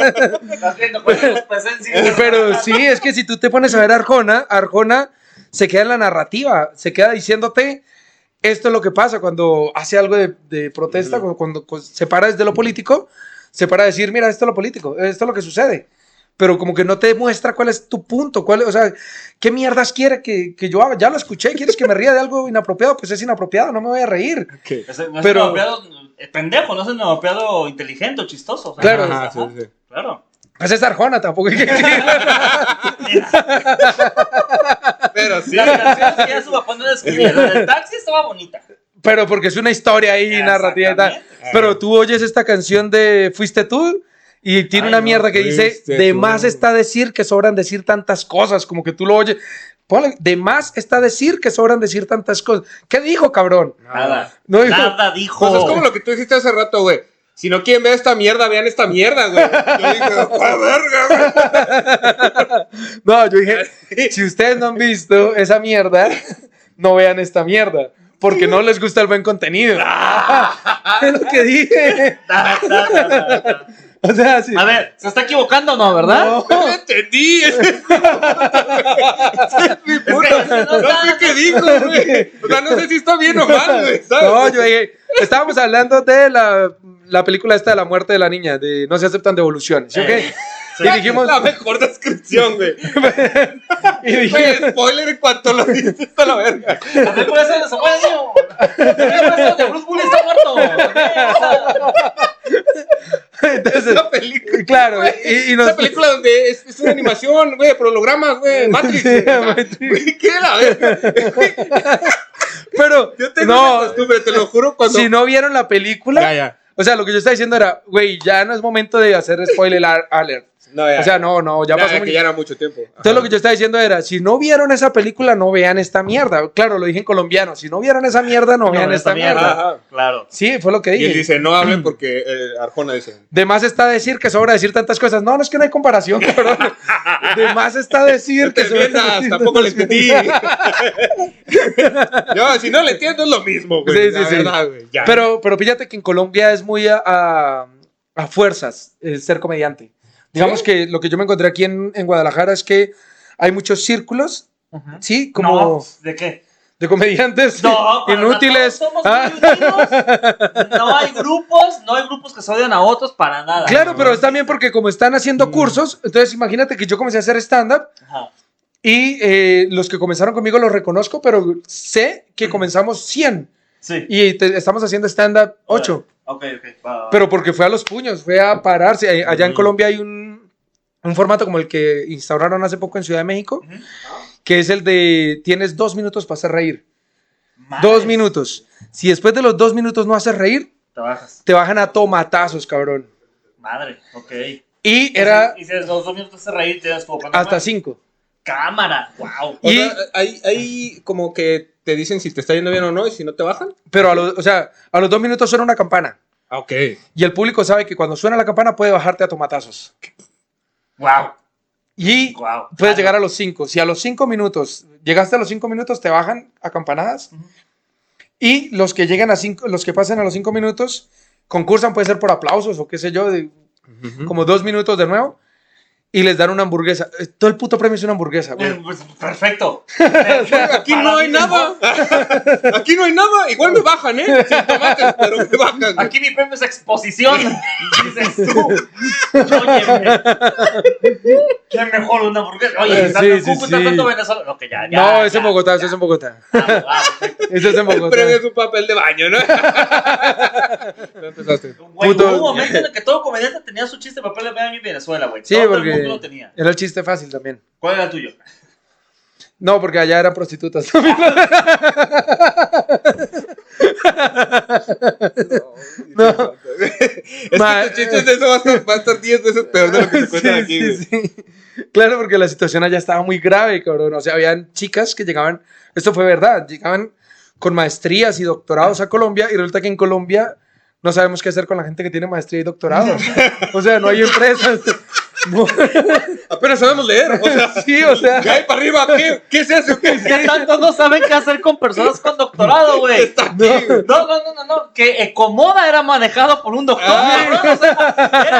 [SPEAKER 2] Estás viendo cuál es tu presencia.
[SPEAKER 1] Pero sí, es que si tú te pones a ver a Arjona, Arjona se queda en la narrativa, se queda diciéndote esto es lo que pasa cuando hace algo de, de protesta, cuando, cuando se para desde lo político, se para a decir, mira, esto es lo político, esto es lo que sucede. Pero como que no te muestra cuál es tu punto, cuál, o sea, ¿qué mierdas quiere que, que yo haga? Ya lo escuché, ¿quieres que me ría de algo inapropiado? Pues es inapropiado, no me voy a reír.
[SPEAKER 2] Es, no es
[SPEAKER 1] Pero-
[SPEAKER 2] un europeado, eh, pendejo, no es un europeado inteligente o chistoso. o sea,
[SPEAKER 1] Claro.
[SPEAKER 3] Ajá,
[SPEAKER 2] ajá,
[SPEAKER 3] sí, sí.
[SPEAKER 2] claro.
[SPEAKER 1] Pues es Arjona, tampoco hay que decirlo.
[SPEAKER 3] Pero sí. pues,
[SPEAKER 2] La canción que ya suba cuando la escribí, la del taxi estaba bonita.
[SPEAKER 1] pero porque es una historia ahí narrativa y tal. Pero tú oyes esta canción de Fuiste tú y tiene
[SPEAKER 2] Ay,
[SPEAKER 1] una
[SPEAKER 2] no,
[SPEAKER 1] mierda que dice,
[SPEAKER 3] fuiste
[SPEAKER 1] de
[SPEAKER 3] tú".
[SPEAKER 1] más está decir que sobran decir tantas cosas, como que tú lo oyes. Ponle, de más está decir que sobran decir tantas cosas. ¿Qué dijo, cabrón?
[SPEAKER 2] Nada.
[SPEAKER 1] No, hijo.
[SPEAKER 2] nada dijo.
[SPEAKER 3] Pues es como lo que tú dijiste hace rato, güey. Si no quieren ver esta mierda, vean esta mierda, güey. Yo dije, ¡ah, verga, güey!
[SPEAKER 1] No, yo dije, si ustedes no han visto esa mierda, no vean esta mierda. Porque no les gusta el buen contenido. es lo que dije.
[SPEAKER 2] Ta, ta, ta, ta, ta.
[SPEAKER 1] O sea, sí.
[SPEAKER 2] A ver, se está equivocando o no, ¿verdad?
[SPEAKER 1] No.
[SPEAKER 3] No entendí. Ese es mi puta.
[SPEAKER 2] Es que no
[SPEAKER 3] No sé
[SPEAKER 2] está-
[SPEAKER 3] qué dijo, güey. O sea, no sé si está bien o mal, güey. ¿sabes?
[SPEAKER 1] No, yo dije, estábamos hablando de la, la película esta de la muerte de la niña, de no se aceptan devoluciones, ¿sí o qué?
[SPEAKER 2] Eh, sí.
[SPEAKER 1] Y dijimos,
[SPEAKER 3] La mejor descripción, güey.
[SPEAKER 1] y dijimos-
[SPEAKER 3] Güey, spoiler en cuanto lo dices, está la verga.
[SPEAKER 2] También puede ser de su año. También puede ser de Bruce Willis está muerto.
[SPEAKER 1] entonces,
[SPEAKER 3] Esa película.
[SPEAKER 1] claro,
[SPEAKER 3] güey.
[SPEAKER 1] y, y nos...
[SPEAKER 3] Esa película donde es, es una animación, güey, prologramas, güey, Matrix.
[SPEAKER 1] Sí,
[SPEAKER 3] güey.
[SPEAKER 1] Matrix.
[SPEAKER 3] Güey, ¿Qué de la verga?
[SPEAKER 1] Pero,
[SPEAKER 3] Yo tengo
[SPEAKER 1] no,
[SPEAKER 3] una costumbre, te lo juro, cuando...
[SPEAKER 1] si no vieron la película,
[SPEAKER 3] Ya, ya.
[SPEAKER 1] o sea, lo que yo estaba diciendo era, güey, ya no es momento de hacer spoiler al- alert.
[SPEAKER 3] No, ya.
[SPEAKER 1] O sea, no, no, ya
[SPEAKER 3] Ya,
[SPEAKER 1] pasó
[SPEAKER 3] ya,
[SPEAKER 1] muy-
[SPEAKER 3] que ya era mucho tiempo.
[SPEAKER 1] Entonces lo que yo estaba diciendo era, si no vieron esa película, no vean esta mierda. Claro, lo dije en colombiano, si no vieron esa mierda, no, vean esta mierda.
[SPEAKER 3] mierda. Ajá.
[SPEAKER 2] Claro.
[SPEAKER 1] Sí, fue lo que
[SPEAKER 3] Y
[SPEAKER 1] dije. "Mm".
[SPEAKER 3] él dice, no hablen porque eh, Arjona dice.
[SPEAKER 1] De más está decir que sobra decir tantas cosas. No, no es que no hay comparación, cabrón. De más está decir
[SPEAKER 3] No te
[SPEAKER 1] que sobra
[SPEAKER 3] entiendas,
[SPEAKER 1] decir
[SPEAKER 3] tampoco le
[SPEAKER 1] tantas
[SPEAKER 3] entendí.
[SPEAKER 1] cosas.
[SPEAKER 3] Yo, si no le entiendo es lo mismo, güey.
[SPEAKER 1] Sí, sí,
[SPEAKER 3] La
[SPEAKER 1] sí.
[SPEAKER 3] verdad, güey, ya.
[SPEAKER 1] Pero, pero fíjate que en Colombia es muy a, a- a fuerzas eh, ser comediante. Digamos que lo que yo me encontré aquí en, en Guadalajara es que hay muchos círculos, ¿sí? Como
[SPEAKER 2] No, ¿de qué?
[SPEAKER 1] de comediantes
[SPEAKER 2] No, para
[SPEAKER 1] inútiles.
[SPEAKER 2] nada, todos somos
[SPEAKER 1] Ah,
[SPEAKER 2] muy unidos. No hay grupos, no hay grupos que se odian a otros para nada.
[SPEAKER 1] claro, pero es también porque como están
[SPEAKER 2] Mm.
[SPEAKER 1] haciendo cursos, entonces imagínate que yo comencé a hacer stand-up
[SPEAKER 2] Ajá.
[SPEAKER 1] Y eh, los que comenzaron conmigo los reconozco, pero sé
[SPEAKER 2] Mm.
[SPEAKER 1] que comenzamos 100
[SPEAKER 2] Sí.
[SPEAKER 1] y te- estamos haciendo stand-up 8.
[SPEAKER 2] Ok, ok. va, va, va.
[SPEAKER 1] Pero porque fue a los puños, fue a pararse. Eh, Allá en
[SPEAKER 3] Mm.
[SPEAKER 1] Colombia hay un, un formato como el que instauraron hace poco en Ciudad de México,
[SPEAKER 2] Ujú.
[SPEAKER 1] que es el de tienes dos minutos para hacer reír.
[SPEAKER 2] Madres,
[SPEAKER 1] Dos minutos. Si después de los dos minutos no haces reír,
[SPEAKER 2] Te bajas.
[SPEAKER 1] te bajan a tomatazos, cabrón.
[SPEAKER 2] Madre, ok.
[SPEAKER 1] Y era
[SPEAKER 2] Y si a los dos minutos de reír, tienes tu open
[SPEAKER 1] hasta
[SPEAKER 2] mic.
[SPEAKER 1] cinco.
[SPEAKER 2] Cámara, wow.
[SPEAKER 3] O
[SPEAKER 1] y-
[SPEAKER 3] sea, ahí, ahí como que te dicen si te está yendo bien o no y si no te bajan.
[SPEAKER 1] Pero a los, o sea, a los dos minutos suena una campana.
[SPEAKER 3] Ah, ok.
[SPEAKER 1] Y el público sabe que cuando suena la campana puede bajarte a tomatazos.
[SPEAKER 2] Wow.
[SPEAKER 1] Y
[SPEAKER 2] Wow.
[SPEAKER 1] puedes llegar a los 5. Si a los 5 minutos, llegaste a los 5 minutos, te bajan a campanadas.
[SPEAKER 2] Ujú.
[SPEAKER 1] Y los que llegan a 5, los que pasan a los 5 minutos, concursan, puede ser por aplausos o qué sé yo, de- como dos minutos de nuevo. Y les dan una hamburguesa. Eh, Todo el puto premio es una hamburguesa, güey.
[SPEAKER 2] Eh, pues, Perfecto. Eh,
[SPEAKER 3] Aquí no hay nada. Aquí no hay nada. Igual me bajan, ¿eh? Sin tomates, pero me bajan. güey.
[SPEAKER 2] Aquí mi premio es exposición. Dices tú. Óyeme. Qué mejor una hamburguesa. Oye,
[SPEAKER 1] Eh,
[SPEAKER 2] tanto
[SPEAKER 1] sí,
[SPEAKER 2] en
[SPEAKER 1] sí,
[SPEAKER 2] Cúcuta,
[SPEAKER 1] sí.
[SPEAKER 2] tanto Venezuela. No, que ya, ya.
[SPEAKER 1] no,
[SPEAKER 2] ya,
[SPEAKER 1] es en Bogotá, ese
[SPEAKER 2] ya.
[SPEAKER 1] es en Bogotá.
[SPEAKER 2] Ah, ah, perfecto.
[SPEAKER 1] Ese es en
[SPEAKER 3] El
[SPEAKER 1] Bogotá.
[SPEAKER 3] premio es un papel de baño, ¿no? Ya empezaste.
[SPEAKER 2] Güey,
[SPEAKER 1] Puto-
[SPEAKER 2] hubo un momento en el que todo comediante tenía su chiste de papel de baño en Venezuela, güey.
[SPEAKER 1] Sí,
[SPEAKER 2] todo el mundo lo
[SPEAKER 1] porque
[SPEAKER 2] tenía.
[SPEAKER 1] era el chiste fácil también.
[SPEAKER 2] ¿Cuál era el tuyo?
[SPEAKER 1] No, porque allá eran prostitutas. No.
[SPEAKER 3] Es
[SPEAKER 1] Ma-
[SPEAKER 3] que tus chistes de eso va a estar- va a estar 10 veces peor de lo que se cuentan
[SPEAKER 1] Sí,
[SPEAKER 3] aquí,
[SPEAKER 1] sí,
[SPEAKER 3] güey.
[SPEAKER 1] sí. Claro, porque la situación allá estaba muy grave, cabrón. O sea, habían chicas que llegaban, esto fue verdad, llegaban con maestrías y doctorados a Colombia y resulta que en Colombia no sabemos qué hacer con la gente que tiene maestría y doctorado. O sea, no hay empresas. No.
[SPEAKER 3] Apenas sabemos leer, o sea,
[SPEAKER 1] Sí, o
[SPEAKER 3] ¿qué
[SPEAKER 1] sea,
[SPEAKER 3] hay para arriba? ¿Qué, qué es eso? ¿Qué
[SPEAKER 2] Que tanto no saben qué hacer con personas con doctorado, güey.
[SPEAKER 3] está aquí? güey?
[SPEAKER 2] No, no, no, no, no, que Ecomoda era manejado por un doctor.
[SPEAKER 3] Ah.
[SPEAKER 2] cabrón, o sea,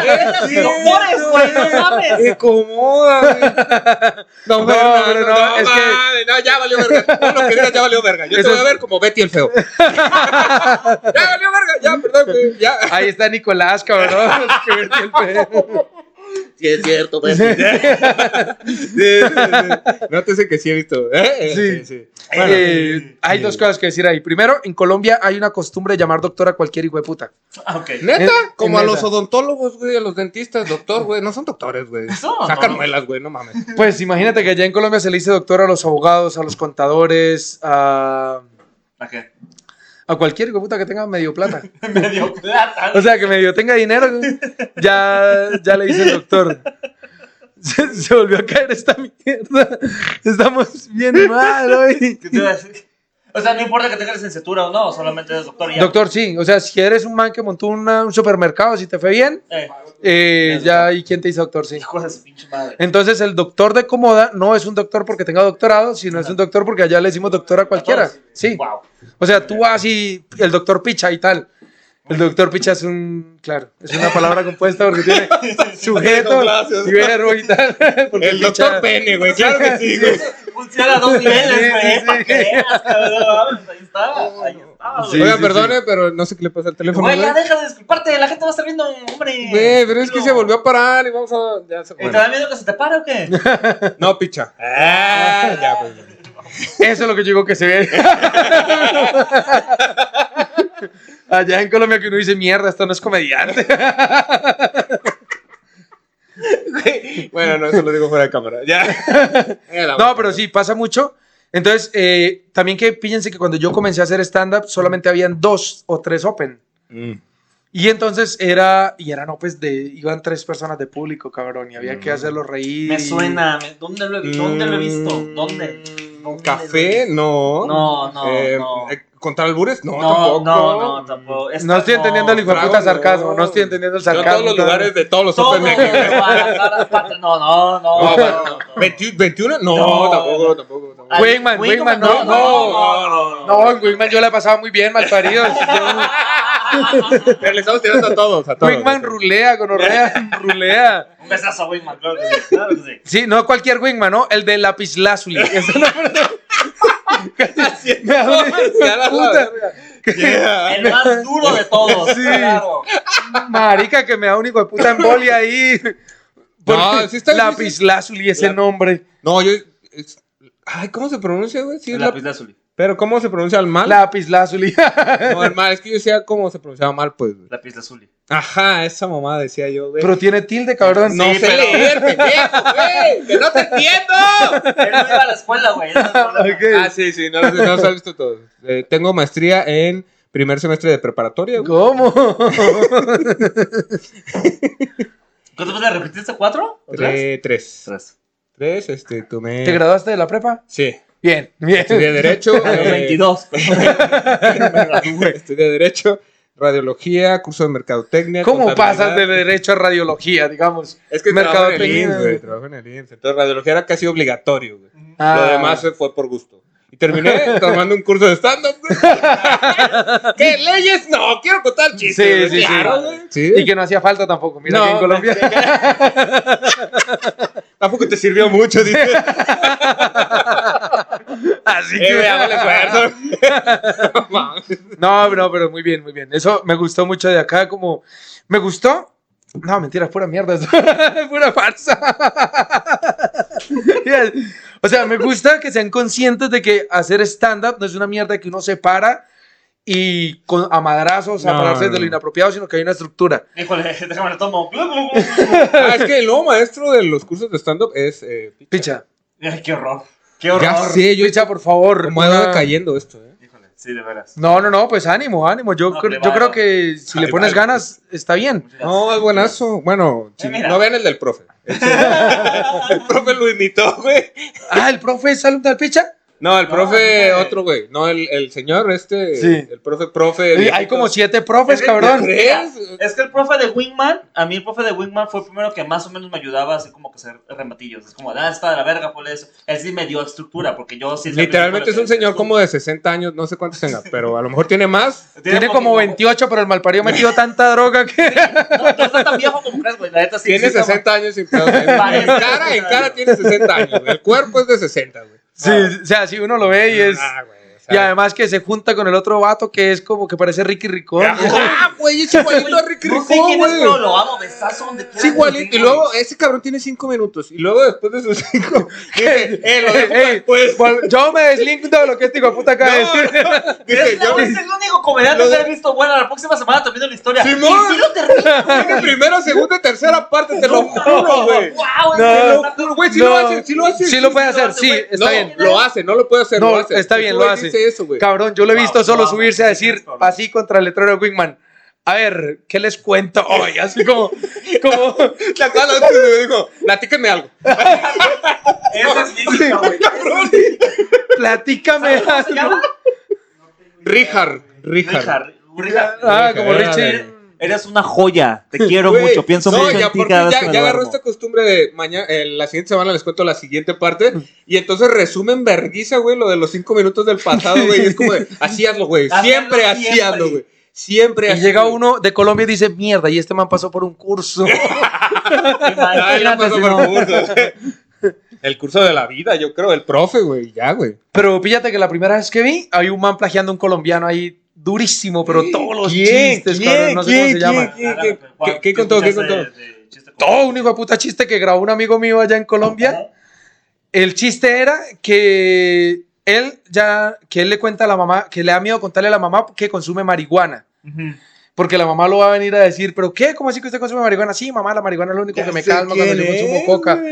[SPEAKER 2] era- eran los
[SPEAKER 3] Sí,
[SPEAKER 2] doctores, güey, no mames.
[SPEAKER 3] Incomoda, güey. No,
[SPEAKER 1] No,
[SPEAKER 3] güey, no,
[SPEAKER 1] pero
[SPEAKER 3] no,
[SPEAKER 1] no,
[SPEAKER 3] no,
[SPEAKER 1] es que-
[SPEAKER 3] madre, no, ya valió verga. Todo lo que digas ya valió verga. Yo
[SPEAKER 1] Eso
[SPEAKER 3] te voy a
[SPEAKER 1] es-
[SPEAKER 3] ver como Betty el feo. ya valió verga, ya, perdón, güey, ya.
[SPEAKER 1] ahí está Nicolás, cabrón. Que vete el pedo.
[SPEAKER 3] Sí, es cierto, Betty. Nótese que sí he visto. ¿eh?
[SPEAKER 1] Sí.
[SPEAKER 2] Bueno.
[SPEAKER 1] Eh, hay dos cosas que decir ahí. Primero, en Colombia hay una costumbre de llamar doctor a cualquier hijo de puta.
[SPEAKER 2] Ah, ok.
[SPEAKER 3] Neta,
[SPEAKER 1] En-
[SPEAKER 3] como
[SPEAKER 1] en
[SPEAKER 3] a los
[SPEAKER 1] neta.
[SPEAKER 3] odontólogos, güey, a los dentistas, doctor, güey, no son doctores, güey.
[SPEAKER 2] Son
[SPEAKER 3] Sacan
[SPEAKER 2] odontólogos.
[SPEAKER 3] muelas, güey, no mames.
[SPEAKER 1] Pues imagínate que allá en Colombia se le dice doctor a los abogados, a los contadores, a,
[SPEAKER 2] ¿A qué?
[SPEAKER 1] A cualquier hijo de puta que tenga medio plata.
[SPEAKER 2] Medio plata.
[SPEAKER 1] O sea, que medio tenga dinero, güey, ya, ya le dice el doctor. Se, se volvió a caer esta mierda. Estamos bien mal hoy.
[SPEAKER 2] ¿Qué te iba a decir? O sea, no importa que tengas licenciatura o no, solamente eres doctor y ya.
[SPEAKER 1] Doctor, sí. O sea, si eres un man que montó una- un supermercado, si te fue bien,
[SPEAKER 2] Eh,
[SPEAKER 1] eh,
[SPEAKER 2] Ya,
[SPEAKER 1] ya ahí quién te dice doctor, sí.
[SPEAKER 2] hijo de su pinche madre.
[SPEAKER 1] Entonces, el doctor de Comoda no es un doctor porque tenga doctorado, sino es un doctor porque allá le decimos doctor a cualquiera. Sí.
[SPEAKER 2] Wow.
[SPEAKER 1] O sea, tú vas y el doctor Picha y tal. El doctor Picha es un, claro, es una palabra compuesta porque tiene sujeto,
[SPEAKER 3] Gracias.
[SPEAKER 1] y verbo y tal. porque
[SPEAKER 3] El doctor
[SPEAKER 1] Picha-
[SPEAKER 3] Pene, güey, claro que sí, güey.
[SPEAKER 2] Funciona a dos niveles,
[SPEAKER 1] Sí,
[SPEAKER 2] güey.
[SPEAKER 1] sí,
[SPEAKER 2] para
[SPEAKER 1] sí.
[SPEAKER 2] que veas, cabrón. Ahí estaba, ahí estaba,
[SPEAKER 1] Sí,
[SPEAKER 2] güey.
[SPEAKER 3] Oiga,
[SPEAKER 1] sí,
[SPEAKER 3] perdone, pero no sé qué le pasa al teléfono.
[SPEAKER 2] Güey,
[SPEAKER 3] Güey,
[SPEAKER 2] ya deja de disculparte, la gente va a estar viendo, hombre.
[SPEAKER 3] Güey, pero es que
[SPEAKER 2] No.
[SPEAKER 3] se volvió a parar y vamos a. ya se-
[SPEAKER 2] ¿Y te
[SPEAKER 3] bueno.
[SPEAKER 2] da miedo que se te pare o qué?
[SPEAKER 3] No, picha. Ah, ya, pues. ya.
[SPEAKER 1] Eso es lo que yo digo que se ve. Allá en Colombia que uno dice, mierda, esto no es comediante.
[SPEAKER 3] Bueno, no, eso lo digo fuera de cámara. Ya.
[SPEAKER 1] No, pero sí, pasa mucho. Entonces, eh, también que fíjense que cuando yo comencé a hacer stand-up, solamente habían dos o tres open.
[SPEAKER 3] Mm.
[SPEAKER 1] Y entonces era, y eran opens de, iban tres personas de público, cabrón, y había que
[SPEAKER 3] Mm.
[SPEAKER 1] hacerlos reír.
[SPEAKER 2] Me suena, me- ¿dónde lo he, dónde lo he visto? ¿Dónde?
[SPEAKER 3] Mm, ¿Café? No.
[SPEAKER 2] No, no,
[SPEAKER 3] Eh,
[SPEAKER 2] no.
[SPEAKER 3] eh, ¿Contar albures? No,
[SPEAKER 2] No,
[SPEAKER 3] tampoco.
[SPEAKER 2] no, no, tampoco. Esta
[SPEAKER 1] No estoy entendiendo el hijo de
[SPEAKER 3] Bravo,
[SPEAKER 1] puta
[SPEAKER 3] no.
[SPEAKER 1] sarcasmo, no estoy entendiendo el
[SPEAKER 3] Yo en
[SPEAKER 1] sarcasmo.
[SPEAKER 3] todos los lugares de todos los
[SPEAKER 2] Todo,
[SPEAKER 3] Open Mexicanos.
[SPEAKER 2] Guadalajara, Pat- No, no,
[SPEAKER 3] No,
[SPEAKER 2] no. no, no.
[SPEAKER 3] ¿20 ¿21? No,
[SPEAKER 2] No.
[SPEAKER 3] tampoco, tampoco. tampoco.
[SPEAKER 2] Ah,
[SPEAKER 1] Ay, Wingman,
[SPEAKER 2] Wingman,
[SPEAKER 1] Wingman, no,
[SPEAKER 2] no, no, no,
[SPEAKER 1] No, en Wingman yo la he pasado muy bien, malparido.
[SPEAKER 3] Pero le estamos tirando a todos, a todos.
[SPEAKER 1] Wingman rulea, gonorrea, rulea.
[SPEAKER 2] Un besazo, Wingman, claro que sí, claro que sí.
[SPEAKER 1] Sí, no cualquier Wingman, ¿no? El de lapislázuli. Ese nombre de- Me da un hijo de
[SPEAKER 3] Ya la
[SPEAKER 1] puta.
[SPEAKER 3] Yeah.
[SPEAKER 2] El más duro de todos,
[SPEAKER 1] Sí.
[SPEAKER 2] claro.
[SPEAKER 1] Marica, que me da un hijo de puta embolia ahí.
[SPEAKER 3] No, sí está difícil.
[SPEAKER 1] lapislázuli, ese
[SPEAKER 3] La-
[SPEAKER 1] nombre.
[SPEAKER 3] No, yo. es- Ay, ¿cómo se pronuncia, güey? Sí, es la-
[SPEAKER 2] lazuli.
[SPEAKER 3] Pero ¿cómo se pronuncia el mal?
[SPEAKER 1] Lapislázuli.
[SPEAKER 3] No, el mal. Es que yo decía cómo se pronunciaba mal, pues. güey.
[SPEAKER 2] Lápiz lazuli.
[SPEAKER 3] Ajá, esa mamá decía yo, güey.
[SPEAKER 1] Pero tiene tilde, cabrón.
[SPEAKER 3] no
[SPEAKER 2] Sí,
[SPEAKER 3] sé
[SPEAKER 2] pero-
[SPEAKER 3] leer, pendejo, güey. Que no te entiendo.
[SPEAKER 2] Él no iba a la escuela, güey. ese es el problema.
[SPEAKER 1] Ok.
[SPEAKER 3] Ah, sí, sí, no, los- no los has visto todos. Eh, tengo maestría en primer semestre de preparatoria. güey.
[SPEAKER 1] ¿Cómo?
[SPEAKER 2] ¿Cuántas veces repetiste? ¿Cuatro?
[SPEAKER 3] Tre- Tres. Tres,
[SPEAKER 2] Tres.
[SPEAKER 3] este, tomé.
[SPEAKER 1] ¿Te graduaste de la prepa?
[SPEAKER 3] Sí,
[SPEAKER 1] Bien, bien.
[SPEAKER 3] estudié Derecho.
[SPEAKER 2] A los
[SPEAKER 3] eh,
[SPEAKER 2] 22.
[SPEAKER 3] estudié Derecho, Radiología, curso de Mercadotecnia.
[SPEAKER 1] ¿Cómo
[SPEAKER 3] contabilidad.
[SPEAKER 1] pasas de derecho a radiología, digamos?
[SPEAKER 3] Es que trabajo en el
[SPEAKER 1] mercadotecnia?
[SPEAKER 3] IMSS, güey. Trabajo en el IMSS. Entonces, Radiología era casi obligatorio, güey.
[SPEAKER 1] Ah.
[SPEAKER 3] Lo demás se fue por gusto. Y terminé tomando un curso de stand-up, güey. ¿Qué leyes? No, quiero contar
[SPEAKER 1] Sí,
[SPEAKER 3] chistes.
[SPEAKER 1] sí, sí.
[SPEAKER 3] claro, güey. Sí.
[SPEAKER 1] Y que no hacía falta tampoco. Mira, aquí en Colombia.
[SPEAKER 3] Tampoco te sirvió mucho, dice.
[SPEAKER 1] Así
[SPEAKER 3] Eh,
[SPEAKER 1] que.
[SPEAKER 3] güey, hago el esfuerzo. No mames.
[SPEAKER 1] No, no, pero muy bien, muy bien. Eso me gustó mucho de acá, como. ¿Me gustó? No, mentira, pura mierda. eso. pura farsa. Yes. o sea, me gusta que sean conscientes de que hacer stand-up no es una mierda que uno se para y con, a madrazos, a
[SPEAKER 3] No,
[SPEAKER 1] pararse de
[SPEAKER 3] no.
[SPEAKER 1] lo inapropiado, sino que hay una estructura.
[SPEAKER 2] Híjole, déjame lo tomo.
[SPEAKER 3] Ah, es que el nuevo maestro de los cursos de stand-up es. eh,
[SPEAKER 1] Picha,
[SPEAKER 2] Ay, qué horror. Qué horror.
[SPEAKER 3] ya sé, yo
[SPEAKER 1] Picha, por favor.
[SPEAKER 3] como ha
[SPEAKER 1] una-
[SPEAKER 3] ido cayendo esto, ¿eh?
[SPEAKER 2] Híjole, sí, de veras.
[SPEAKER 1] No, no, no, pues ánimo, ánimo. Yo,
[SPEAKER 2] No,
[SPEAKER 1] cre-
[SPEAKER 2] privado.
[SPEAKER 1] yo creo que si le
[SPEAKER 3] Ay,
[SPEAKER 1] pones
[SPEAKER 3] vale.
[SPEAKER 1] ganas, está bien.
[SPEAKER 3] No, es buenazo.
[SPEAKER 1] Eh,
[SPEAKER 3] Bueno, sí,
[SPEAKER 2] mira.
[SPEAKER 3] no vean el del profe. El profe lo imitó, güey.
[SPEAKER 1] Ah, el profe es alumno del picha.
[SPEAKER 3] No, el
[SPEAKER 2] No,
[SPEAKER 3] profe,
[SPEAKER 2] güey.
[SPEAKER 3] otro güey. No, el, el señor este.
[SPEAKER 1] Sí.
[SPEAKER 3] El profe, profe.
[SPEAKER 1] Oye, Hay
[SPEAKER 3] viejito.
[SPEAKER 1] como siete profes, cabrón.
[SPEAKER 3] ¿Crees?
[SPEAKER 2] Es que el profe de Wingman, a mí el profe de Wingman fue el primero que más o menos me ayudaba así como que hacer rematillos. Es como, ah, está de la verga, por eso. Él sí me dio estructura, porque yo sí.
[SPEAKER 3] Literalmente es un señor como de 60 años, no sé cuántos tenga, pero a lo mejor tiene más.
[SPEAKER 1] Tiene como 28, pero el malparido ha metido tanta droga que.
[SPEAKER 2] No, no está tan viejo como crees, güey. La neta sí.
[SPEAKER 3] Tiene
[SPEAKER 2] sí está
[SPEAKER 3] 60 años sin pedos. En
[SPEAKER 2] Parece
[SPEAKER 3] en cara, en cara tiene 60 años. güey. El cuerpo es de 60, güey.
[SPEAKER 1] Sí, o sea, si uno lo ve y es.
[SPEAKER 3] Ah, güey, o sea,
[SPEAKER 1] Y además que se junta con el otro vato que es como que parece Ricky Ricón.
[SPEAKER 3] ¡Ah, güey, es igualito a Ricky
[SPEAKER 2] No sé
[SPEAKER 3] Ricón,
[SPEAKER 2] quién es,
[SPEAKER 3] güey.
[SPEAKER 2] pero lo amo, besazo donde quiera.
[SPEAKER 3] Es igualito. Y luego, ese cabrón tiene cinco minutos. Y luego, después de sus cinco, dice, eh, lo dejo para
[SPEAKER 1] Ey,
[SPEAKER 3] después.
[SPEAKER 1] vol- yo me deslinco de lo que este hijo de puta acaba de decir.
[SPEAKER 3] Dice,
[SPEAKER 2] Es,
[SPEAKER 3] yo
[SPEAKER 2] es el único comediante
[SPEAKER 3] Lo
[SPEAKER 2] que
[SPEAKER 3] de-
[SPEAKER 2] he visto. Bueno, la próxima semana termino la historia.
[SPEAKER 3] Simón.
[SPEAKER 2] Y sí lo termino.
[SPEAKER 3] tiene primera, segunda y tercera parte, te lo juro, güey.
[SPEAKER 2] Wow,
[SPEAKER 1] No.
[SPEAKER 3] Te lo juro, güey, si pues lo
[SPEAKER 1] No.
[SPEAKER 3] hacen, si lo hacen.
[SPEAKER 1] Sí lo puede hacer,
[SPEAKER 2] hace,
[SPEAKER 1] sí,
[SPEAKER 2] güey.
[SPEAKER 1] está
[SPEAKER 3] no,
[SPEAKER 1] bien.
[SPEAKER 3] lo hace, no lo puede hacer.
[SPEAKER 1] No,
[SPEAKER 3] lo hace.
[SPEAKER 1] está bien,
[SPEAKER 3] Ese
[SPEAKER 1] lo
[SPEAKER 3] güey
[SPEAKER 1] hace.
[SPEAKER 3] dice eso, güey.
[SPEAKER 1] Cabrón, yo lo he visto
[SPEAKER 2] Wow,
[SPEAKER 1] solo
[SPEAKER 2] wow,
[SPEAKER 1] subirse a
[SPEAKER 2] sí,
[SPEAKER 1] decir
[SPEAKER 2] cabrón.
[SPEAKER 1] así contra el letrero de Wingman. A ver, ¿qué les cuento hoy? Así como, como,
[SPEAKER 3] ¿Te acuerdas cuando Ah, me dijo, platíqueme algo?
[SPEAKER 2] Esa es mítica, güey.
[SPEAKER 1] platícame.
[SPEAKER 2] ¿Sabes cómo se llama?
[SPEAKER 3] Richard, Richard.
[SPEAKER 2] Richard. Richard.
[SPEAKER 1] Ah, como
[SPEAKER 3] Hija,
[SPEAKER 1] Richie.
[SPEAKER 3] eh.
[SPEAKER 2] Eres una joya. Te quiero
[SPEAKER 3] Güey,
[SPEAKER 2] mucho. Pienso
[SPEAKER 3] no,
[SPEAKER 2] mucho
[SPEAKER 3] y
[SPEAKER 2] en ti
[SPEAKER 3] aparte
[SPEAKER 2] cada vez
[SPEAKER 3] ya,
[SPEAKER 2] que me
[SPEAKER 3] ya agarró
[SPEAKER 2] duermo.
[SPEAKER 3] esta costumbre de mañana, la siguiente semana les cuento la siguiente parte. Y entonces resumen verguiza, güey, lo de los cinco minutos del pasado, güey. y Es como de, así hazlo, güey.
[SPEAKER 2] Hazlo
[SPEAKER 3] Siempre así
[SPEAKER 2] siempre.
[SPEAKER 3] hazlo, güey. Siempre
[SPEAKER 1] Y
[SPEAKER 3] así,
[SPEAKER 1] llega
[SPEAKER 3] güey.
[SPEAKER 1] uno de Colombia y dice, mierda, y este man pasó por un curso.
[SPEAKER 3] Ay, no pasó por curso, güey. El curso de la vida, yo creo, el profe, güey, ya, güey.
[SPEAKER 1] Pero fíjate que la primera vez que vi, hay un man plagiando a un colombiano ahí durísimo, pero todos los
[SPEAKER 3] ¿Quién?
[SPEAKER 1] chistes,
[SPEAKER 3] ¿Quién?
[SPEAKER 1] cabrón, no sé cómo se
[SPEAKER 3] ¿Quién?
[SPEAKER 1] llama.
[SPEAKER 3] ¿Qué- qué- qué- qué contó, qué contó?
[SPEAKER 1] Todo un hijo de puta chiste que grabó un amigo mío allá en Colombia. El chiste era que él ya, que él le cuenta a la mamá, que le da miedo contarle a la mamá que consume marihuana. Porque la mamá lo va a venir a decir, ¿pero qué? ¿Cómo así que usted consume marihuana? Sí, mamá, la marihuana es lo único que me calma cuando yo consumo coca.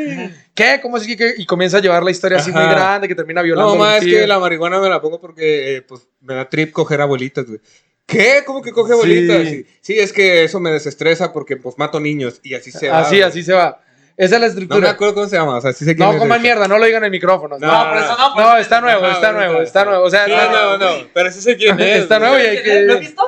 [SPEAKER 1] ¿Qué? ¿Cómo así que? Y comienza a llevar la historia así muy
[SPEAKER 3] Ajá.
[SPEAKER 1] grande, que termina violando.
[SPEAKER 3] No,
[SPEAKER 1] a un
[SPEAKER 3] más es
[SPEAKER 1] tío.
[SPEAKER 3] que la marihuana me la pongo porque eh, pues, me da trip coger abuelitas, güey. ¿Qué? ¿Cómo que coge
[SPEAKER 1] Sí.
[SPEAKER 3] abuelitas? Sí. sí, es que eso me desestresa porque pues mato niños y así se va.
[SPEAKER 1] Así,
[SPEAKER 3] güey.
[SPEAKER 1] así se va. Esa es la
[SPEAKER 3] No me
[SPEAKER 1] estructura.
[SPEAKER 3] acuerdo cómo se llama, o sea, sí sé quién
[SPEAKER 1] No,
[SPEAKER 3] es,
[SPEAKER 1] coman
[SPEAKER 3] güey.
[SPEAKER 1] mierda, no lo digan en micrófonos.
[SPEAKER 3] No,
[SPEAKER 1] No,
[SPEAKER 2] Ah,
[SPEAKER 3] no,
[SPEAKER 1] no,
[SPEAKER 3] no. pues,
[SPEAKER 1] está nuevo,
[SPEAKER 3] Ajá,
[SPEAKER 1] está
[SPEAKER 3] ahorita,
[SPEAKER 1] nuevo, está
[SPEAKER 3] ahorita.
[SPEAKER 1] nuevo. O sea,
[SPEAKER 3] No, no, no, pero sí sé quién es.
[SPEAKER 1] Está
[SPEAKER 3] güey.
[SPEAKER 1] nuevo y hay que-
[SPEAKER 2] ¿Lo has visto?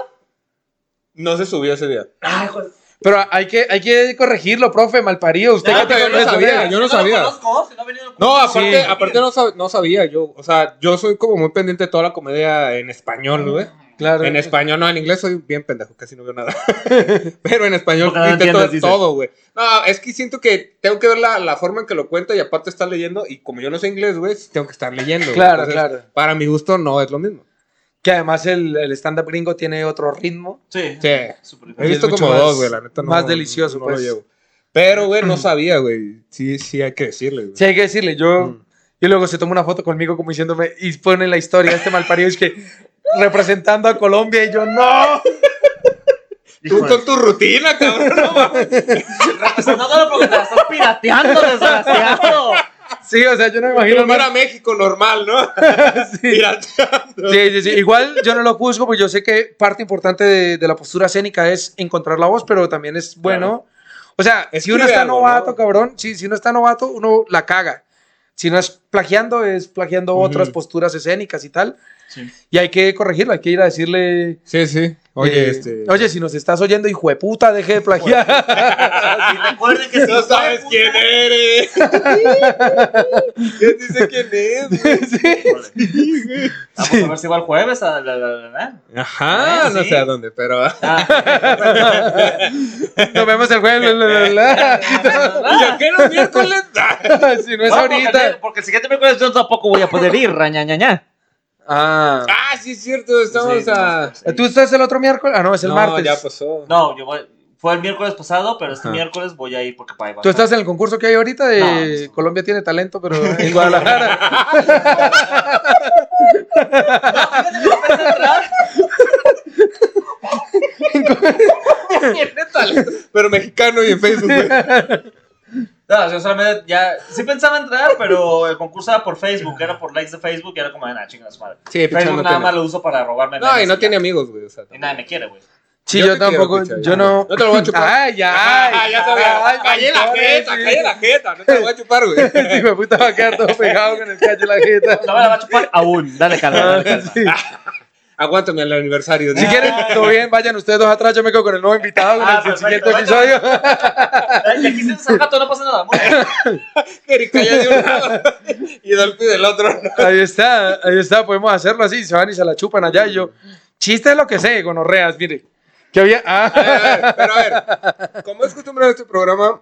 [SPEAKER 3] No se subió ese día.
[SPEAKER 2] Ay, joder.
[SPEAKER 1] Pero hay que, hay que corregirlo, profe, malparido. Usted
[SPEAKER 3] No,
[SPEAKER 1] que
[SPEAKER 3] Ah, pero
[SPEAKER 1] te
[SPEAKER 3] yo no
[SPEAKER 1] conoce,
[SPEAKER 3] sabía,
[SPEAKER 1] güey.
[SPEAKER 3] yo no
[SPEAKER 2] Si
[SPEAKER 3] sabía.
[SPEAKER 2] lo conozco, si no ha venido
[SPEAKER 3] No,
[SPEAKER 2] conmigo,
[SPEAKER 3] aparte,
[SPEAKER 2] ¿para qué
[SPEAKER 3] aparte no, sab- no sabía yo. O sea, yo soy como muy pendiente de toda la comedia en español, güey.
[SPEAKER 1] Claro.
[SPEAKER 3] En español, no, en inglés soy bien pendejo, casi no veo nada. Pero en español
[SPEAKER 2] Porque no
[SPEAKER 3] intento ver
[SPEAKER 2] entiendes, dices.
[SPEAKER 3] todo, güey. No, es que siento que tengo que ver la, la forma en que lo cuenta y aparte estar leyendo. Y como yo no sé inglés, güey, tengo que estar leyendo. güey.
[SPEAKER 1] Claro, claro.
[SPEAKER 3] Para mi gusto no es lo mismo.
[SPEAKER 1] Que además el, el stand-up gringo tiene otro ritmo.
[SPEAKER 2] Sí.
[SPEAKER 3] Sí.
[SPEAKER 2] Súper
[SPEAKER 3] He
[SPEAKER 1] Y
[SPEAKER 2] bien.
[SPEAKER 1] es
[SPEAKER 3] visto
[SPEAKER 1] mucho
[SPEAKER 3] como
[SPEAKER 1] más-
[SPEAKER 3] dos, güey, la neta. No,
[SPEAKER 1] más delicioso,
[SPEAKER 3] no
[SPEAKER 1] pues.
[SPEAKER 3] lo llevo. Pero, güey, no sabía, güey. Sí, sí, hay que decirle, güey.
[SPEAKER 1] Sí, hay que decirle, yo...
[SPEAKER 3] Mm.
[SPEAKER 1] Y luego se toma una foto conmigo como diciéndome, y pone la historia este malparido, es que representando a Colombia, y yo, ¡no!
[SPEAKER 3] Tú con tu rutina, cabrón. no mames.
[SPEAKER 2] Representándolo porque te la estás pirateando, desgraciado.
[SPEAKER 1] Sí, o sea, yo no me imagino...
[SPEAKER 3] Como era México normal, ¿no?
[SPEAKER 1] Sí.
[SPEAKER 3] Pirateando.
[SPEAKER 1] Sí, sí, sí. Igual yo no lo juzgo, porque yo sé que parte importante de, de la postura escénica es encontrar la voz, pero también es bueno. O sea, si uno
[SPEAKER 3] Escribe
[SPEAKER 1] está
[SPEAKER 3] algo,
[SPEAKER 1] novato,
[SPEAKER 3] ¿no?
[SPEAKER 1] cabrón, si, si uno está novato, uno la caga. Si no es plagiando, es plagiando otras
[SPEAKER 3] Ujú.
[SPEAKER 1] posturas escénicas y tal.
[SPEAKER 2] Sí.
[SPEAKER 1] Y hay que corregirlo, hay que ir a decirle.
[SPEAKER 3] Sí, sí. Oye,
[SPEAKER 1] eh,
[SPEAKER 3] este.
[SPEAKER 1] Oye, si nos estás oyendo, hijo de puta, deje de plagiar.
[SPEAKER 2] Y recuerden que si
[SPEAKER 3] No sabes
[SPEAKER 2] fue-
[SPEAKER 3] quién eres. ¿Quién dice quién es? güey?
[SPEAKER 2] Híjole. Vamos a ver si va el jueves a la, la, la, la.
[SPEAKER 3] Ajá,
[SPEAKER 2] Ah,
[SPEAKER 3] no
[SPEAKER 2] sí.
[SPEAKER 3] sé a dónde, pero.
[SPEAKER 1] nos vemos el jueves. bla, bla, bla, Ah.
[SPEAKER 3] ¿Ya que era miércoles? Ah,
[SPEAKER 1] bla. si no es
[SPEAKER 2] No, porque el-
[SPEAKER 1] ahorita.
[SPEAKER 2] Porque el siguiente miércoles yo tampoco voy a poder ir, rañañaña.
[SPEAKER 1] Ah.
[SPEAKER 3] Ah, sí, es cierto, estamos
[SPEAKER 2] Sí,
[SPEAKER 3] a.
[SPEAKER 2] sí.
[SPEAKER 1] ¿Tú estás el otro miércoles? Ah, no, es el
[SPEAKER 3] no,
[SPEAKER 1] martes.
[SPEAKER 3] ya pasó.
[SPEAKER 2] No, yo voy. Fue el miércoles pasado, pero este
[SPEAKER 3] Ajá.
[SPEAKER 2] miércoles voy a ir porque para ahí va.
[SPEAKER 1] Tú estás en el concurso que hay ahorita de
[SPEAKER 2] No, no estoy.
[SPEAKER 1] Colombia tiene talento, pero en Guadalajara.
[SPEAKER 3] Pero mexicano y en Facebook, güey.
[SPEAKER 2] No, yo solamente ya. Sí pensaba entrar, pero el concurso era por Facebook, era por likes de Facebook y era como, ah, nah, chinga su madre.
[SPEAKER 3] Sí, picha,
[SPEAKER 2] Facebook
[SPEAKER 3] no
[SPEAKER 2] nada
[SPEAKER 3] tiene.
[SPEAKER 2] más lo uso para robarme.
[SPEAKER 3] No, y
[SPEAKER 2] memes
[SPEAKER 3] no tiene
[SPEAKER 2] ya.
[SPEAKER 3] amigos, güey. O sea,
[SPEAKER 2] Y nadie me quiere, güey.
[SPEAKER 1] Sí,
[SPEAKER 3] Yo
[SPEAKER 1] yo,
[SPEAKER 3] te quiero,
[SPEAKER 1] tampoco.
[SPEAKER 3] picha, ya.
[SPEAKER 1] yo no.
[SPEAKER 3] No te lo voy a chupar.
[SPEAKER 1] Ay, ay.
[SPEAKER 3] Ah, ya sabía.
[SPEAKER 1] Ay,
[SPEAKER 3] Callé la
[SPEAKER 1] maricones, sí.
[SPEAKER 3] jeta, callé la jeta. No te lo voy a chupar, güey.
[SPEAKER 1] Este hijo de puta va a quedar todo pegado con el calle de la jeta.
[SPEAKER 2] No me la va a chupar aún. Dale calma, dale calma.
[SPEAKER 1] Sí.
[SPEAKER 3] Aguántame al aniversario.
[SPEAKER 1] Si quieren, todo bien, vayan ustedes dos atrás. Yo me quedo con el nuevo invitado con
[SPEAKER 2] Ah,
[SPEAKER 1] el del
[SPEAKER 2] perfecto,
[SPEAKER 1] siguiente episodio.
[SPEAKER 2] Ay, Y aquí se saca todo, no pasa nada. muy bien.
[SPEAKER 3] Erika ya de un lado y Dolphy del otro.
[SPEAKER 1] Ahí está, ahí está. Podemos hacerlo así. Se van y se la chupan allá. Y yo, chiste es lo que sé, gonorreas, mire. Que había.
[SPEAKER 3] A ver,
[SPEAKER 1] Ah,
[SPEAKER 3] a ver, pero a ver, como es costumbre de este programa,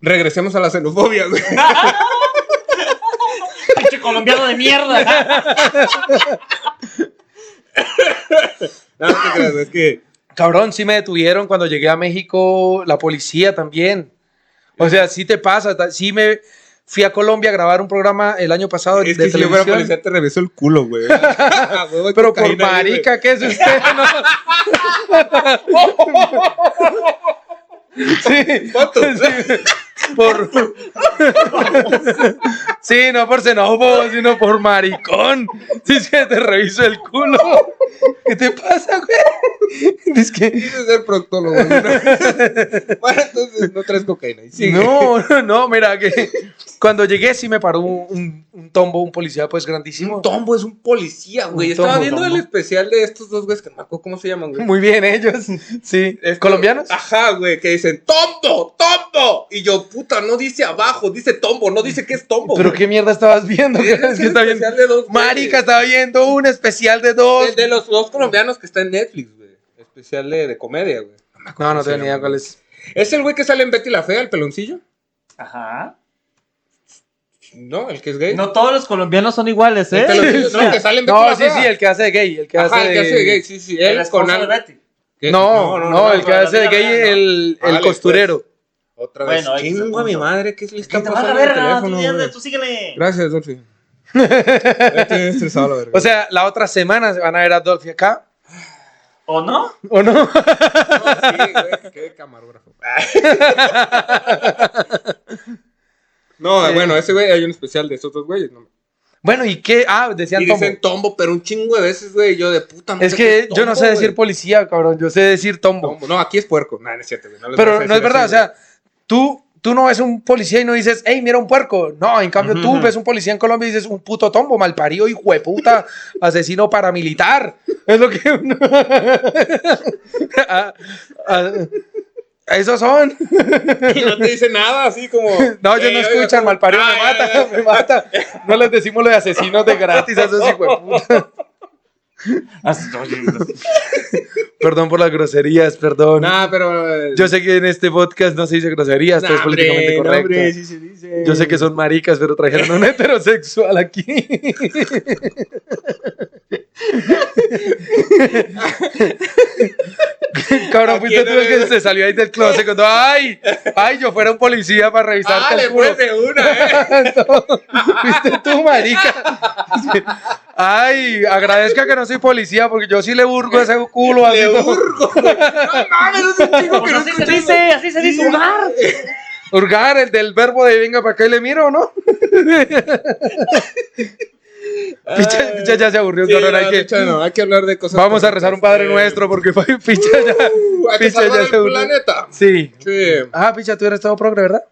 [SPEAKER 3] regresemos a la xenofobia, güey.
[SPEAKER 2] Pinche colombiano de mierda.
[SPEAKER 3] No, no te creas, güey, es que
[SPEAKER 1] Cabrón, sí me detuvieron cuando llegué a México, la policía también. O sea, sí te pasa, ta- sí me fui a Colombia a grabar un programa el año pasado
[SPEAKER 3] Es
[SPEAKER 1] de
[SPEAKER 3] que si yo fuera
[SPEAKER 1] televisión.
[SPEAKER 3] policía te reviso el culo, güey. A huevo de
[SPEAKER 1] pero por
[SPEAKER 3] cocaína, güey.
[SPEAKER 1] marica, ¿qué es usted? No. sí,
[SPEAKER 3] ¿Cuánto?
[SPEAKER 1] sí, por Sí, no por xenófobo, sino por maricón. Dice que te reviso el culo. ¿Qué te pasa, güey? Dice que
[SPEAKER 3] Quise ser proctólogo. güey. bueno, entonces no traes cocaína. Y sigue.
[SPEAKER 1] No, no, no, mira que cuando llegué sí me paró un, un- un tombo, un policía pues grandísimo.
[SPEAKER 3] Un tombo es un policía, güey.
[SPEAKER 1] Un
[SPEAKER 3] Estaba
[SPEAKER 1] tombo,
[SPEAKER 3] viendo
[SPEAKER 2] tombo.
[SPEAKER 3] el especial de estos dos güeyes que no me acuerdo cómo se llaman, güey.
[SPEAKER 1] Muy bien ellos, sí.
[SPEAKER 3] Esto-
[SPEAKER 1] ¿Colombianos?
[SPEAKER 3] Ajá, güey, que dicen tombo, tombo. Y yo, puta, no dice abajo, dice tombo, no dice que es tombo.
[SPEAKER 1] Pero
[SPEAKER 3] güey.
[SPEAKER 1] qué mierda estabas viendo, es que está bien.
[SPEAKER 3] especial de dos güeyes.
[SPEAKER 1] Marica, estaba viendo un especial de dos.
[SPEAKER 3] El de los dos colombianos que está en Netflix, güey. Especial de, de comedia, güey.
[SPEAKER 1] No, no
[SPEAKER 3] se
[SPEAKER 1] tengo ni idea
[SPEAKER 3] llama.
[SPEAKER 1] cuál es.
[SPEAKER 3] ¿Es el güey que sale en Betty la Fea, el peloncillo?
[SPEAKER 2] Ajá.
[SPEAKER 3] No, el que es gay.
[SPEAKER 2] No todos los colombianos son iguales,
[SPEAKER 3] El
[SPEAKER 2] ¿eh?
[SPEAKER 3] peloncillo, no, el que sale en Betty
[SPEAKER 1] No,
[SPEAKER 3] la
[SPEAKER 1] sí,
[SPEAKER 3] Fea.
[SPEAKER 1] sí, el que hace de gay, el que
[SPEAKER 3] Ajá,
[SPEAKER 1] hace
[SPEAKER 3] el que hace de gay, sí, sí. Él
[SPEAKER 2] El
[SPEAKER 3] con
[SPEAKER 2] esposo de
[SPEAKER 3] al-
[SPEAKER 2] Betty.
[SPEAKER 3] que-
[SPEAKER 1] No, no, el que
[SPEAKER 2] no,
[SPEAKER 1] hace de
[SPEAKER 2] no,
[SPEAKER 1] gay
[SPEAKER 2] no, no.
[SPEAKER 1] el, el
[SPEAKER 3] Vale, pues.
[SPEAKER 1] costurero.
[SPEAKER 3] Otra vez.
[SPEAKER 2] Bueno, ahí está el
[SPEAKER 3] Chingo a mi
[SPEAKER 2] punto.
[SPEAKER 3] madre, ¿qué le está
[SPEAKER 2] Que te valga
[SPEAKER 3] pasando al
[SPEAKER 2] verga,
[SPEAKER 3] teléfono,
[SPEAKER 2] tú síguele, tú
[SPEAKER 3] güey?
[SPEAKER 2] síguele.
[SPEAKER 3] Gracias, Dolphy. Estoy estresado, la verga.
[SPEAKER 1] O sea, la otra semana se van a ver a Dolphy acá,
[SPEAKER 2] ¿O no?
[SPEAKER 1] ¿o no?
[SPEAKER 3] sí, güey, qué camarógrafo. no,
[SPEAKER 1] Sí.
[SPEAKER 3] bueno, ese güey, hay un especial de esos dos güeyes. ¿no?
[SPEAKER 1] Bueno, ¿y qué? Ah, decían
[SPEAKER 3] Y
[SPEAKER 1] tombo.
[SPEAKER 3] dicen tombo, pero un chingo de veces, güey, yo de puta no
[SPEAKER 1] Es
[SPEAKER 3] sé
[SPEAKER 1] que
[SPEAKER 3] qué
[SPEAKER 1] yo no
[SPEAKER 3] tombo,
[SPEAKER 1] sé
[SPEAKER 3] güey.
[SPEAKER 1] decir policía, cabrón, yo sé decir tombo.
[SPEAKER 3] Tombo. No, aquí es puerco. Nah, no es cierto, güey. les vas
[SPEAKER 1] Pero
[SPEAKER 3] a
[SPEAKER 1] no es
[SPEAKER 3] decir
[SPEAKER 1] verdad, o
[SPEAKER 3] así,
[SPEAKER 1] sea, tú, tú no ves un policía y no dices, hey, mira un puerco. No, en cambio tú
[SPEAKER 2] Ujú.
[SPEAKER 1] ves un policía en Colombia y dices, un puto tombo, malparido, hijo de puta, asesino paramilitar. Es lo que uno- Ah, ah, esos son.
[SPEAKER 3] güey. Y no te dice nada, así como.
[SPEAKER 1] No, ellos no escuchan, malparido, me mata, me mata. No les decimos lo de asesinos de gratis a esos hijos de puta. Perdón por las groserías, perdón.
[SPEAKER 3] Nah, pero. eh,
[SPEAKER 1] Yo sé que en este podcast no se dice groserías,
[SPEAKER 3] nah,
[SPEAKER 1] todo es políticamente
[SPEAKER 3] hombre, no,
[SPEAKER 1] correcto.
[SPEAKER 3] hombre, sí se dice.
[SPEAKER 1] Yo sé que son maricas, pero trajeron a un heterosexual aquí. Cabrón,
[SPEAKER 3] ¿A
[SPEAKER 1] fuiste
[SPEAKER 3] quién
[SPEAKER 1] tú
[SPEAKER 3] no
[SPEAKER 1] el que
[SPEAKER 3] le-
[SPEAKER 1] se salió ahí del closet cuando, ay, ay, yo fuera un policía para revisar
[SPEAKER 3] Ah, le fue de una, eh.
[SPEAKER 1] Fuiste tú, marica. Ay, agradezca que no soy policía porque yo sí le burgo a ese culo. así
[SPEAKER 3] Le
[SPEAKER 1] todo.
[SPEAKER 3] hurgo. No mames, es un chingo que
[SPEAKER 2] Pues
[SPEAKER 3] no
[SPEAKER 2] así se
[SPEAKER 3] escuchas.
[SPEAKER 2] dice, así se dice jugar.
[SPEAKER 1] Hurgar, el del verbo de venga para acá y le miro, ¿no? Picha, picha ya se aburrió,
[SPEAKER 3] Sí,
[SPEAKER 1] cabrón, hay
[SPEAKER 3] no,
[SPEAKER 1] que-
[SPEAKER 3] picha, no, hay que hablar de cosas.
[SPEAKER 1] Vamos a rezar un Padre
[SPEAKER 3] Sí.
[SPEAKER 1] Nuestro porque Picha ya.
[SPEAKER 3] este, Uh, hay que
[SPEAKER 1] Picha
[SPEAKER 3] salvar
[SPEAKER 1] ya
[SPEAKER 3] el
[SPEAKER 1] se aburrió.
[SPEAKER 3] planeta.
[SPEAKER 1] Sí.
[SPEAKER 3] Sí.
[SPEAKER 1] Ah, Picha, tú eres todo progre, ¿verdad?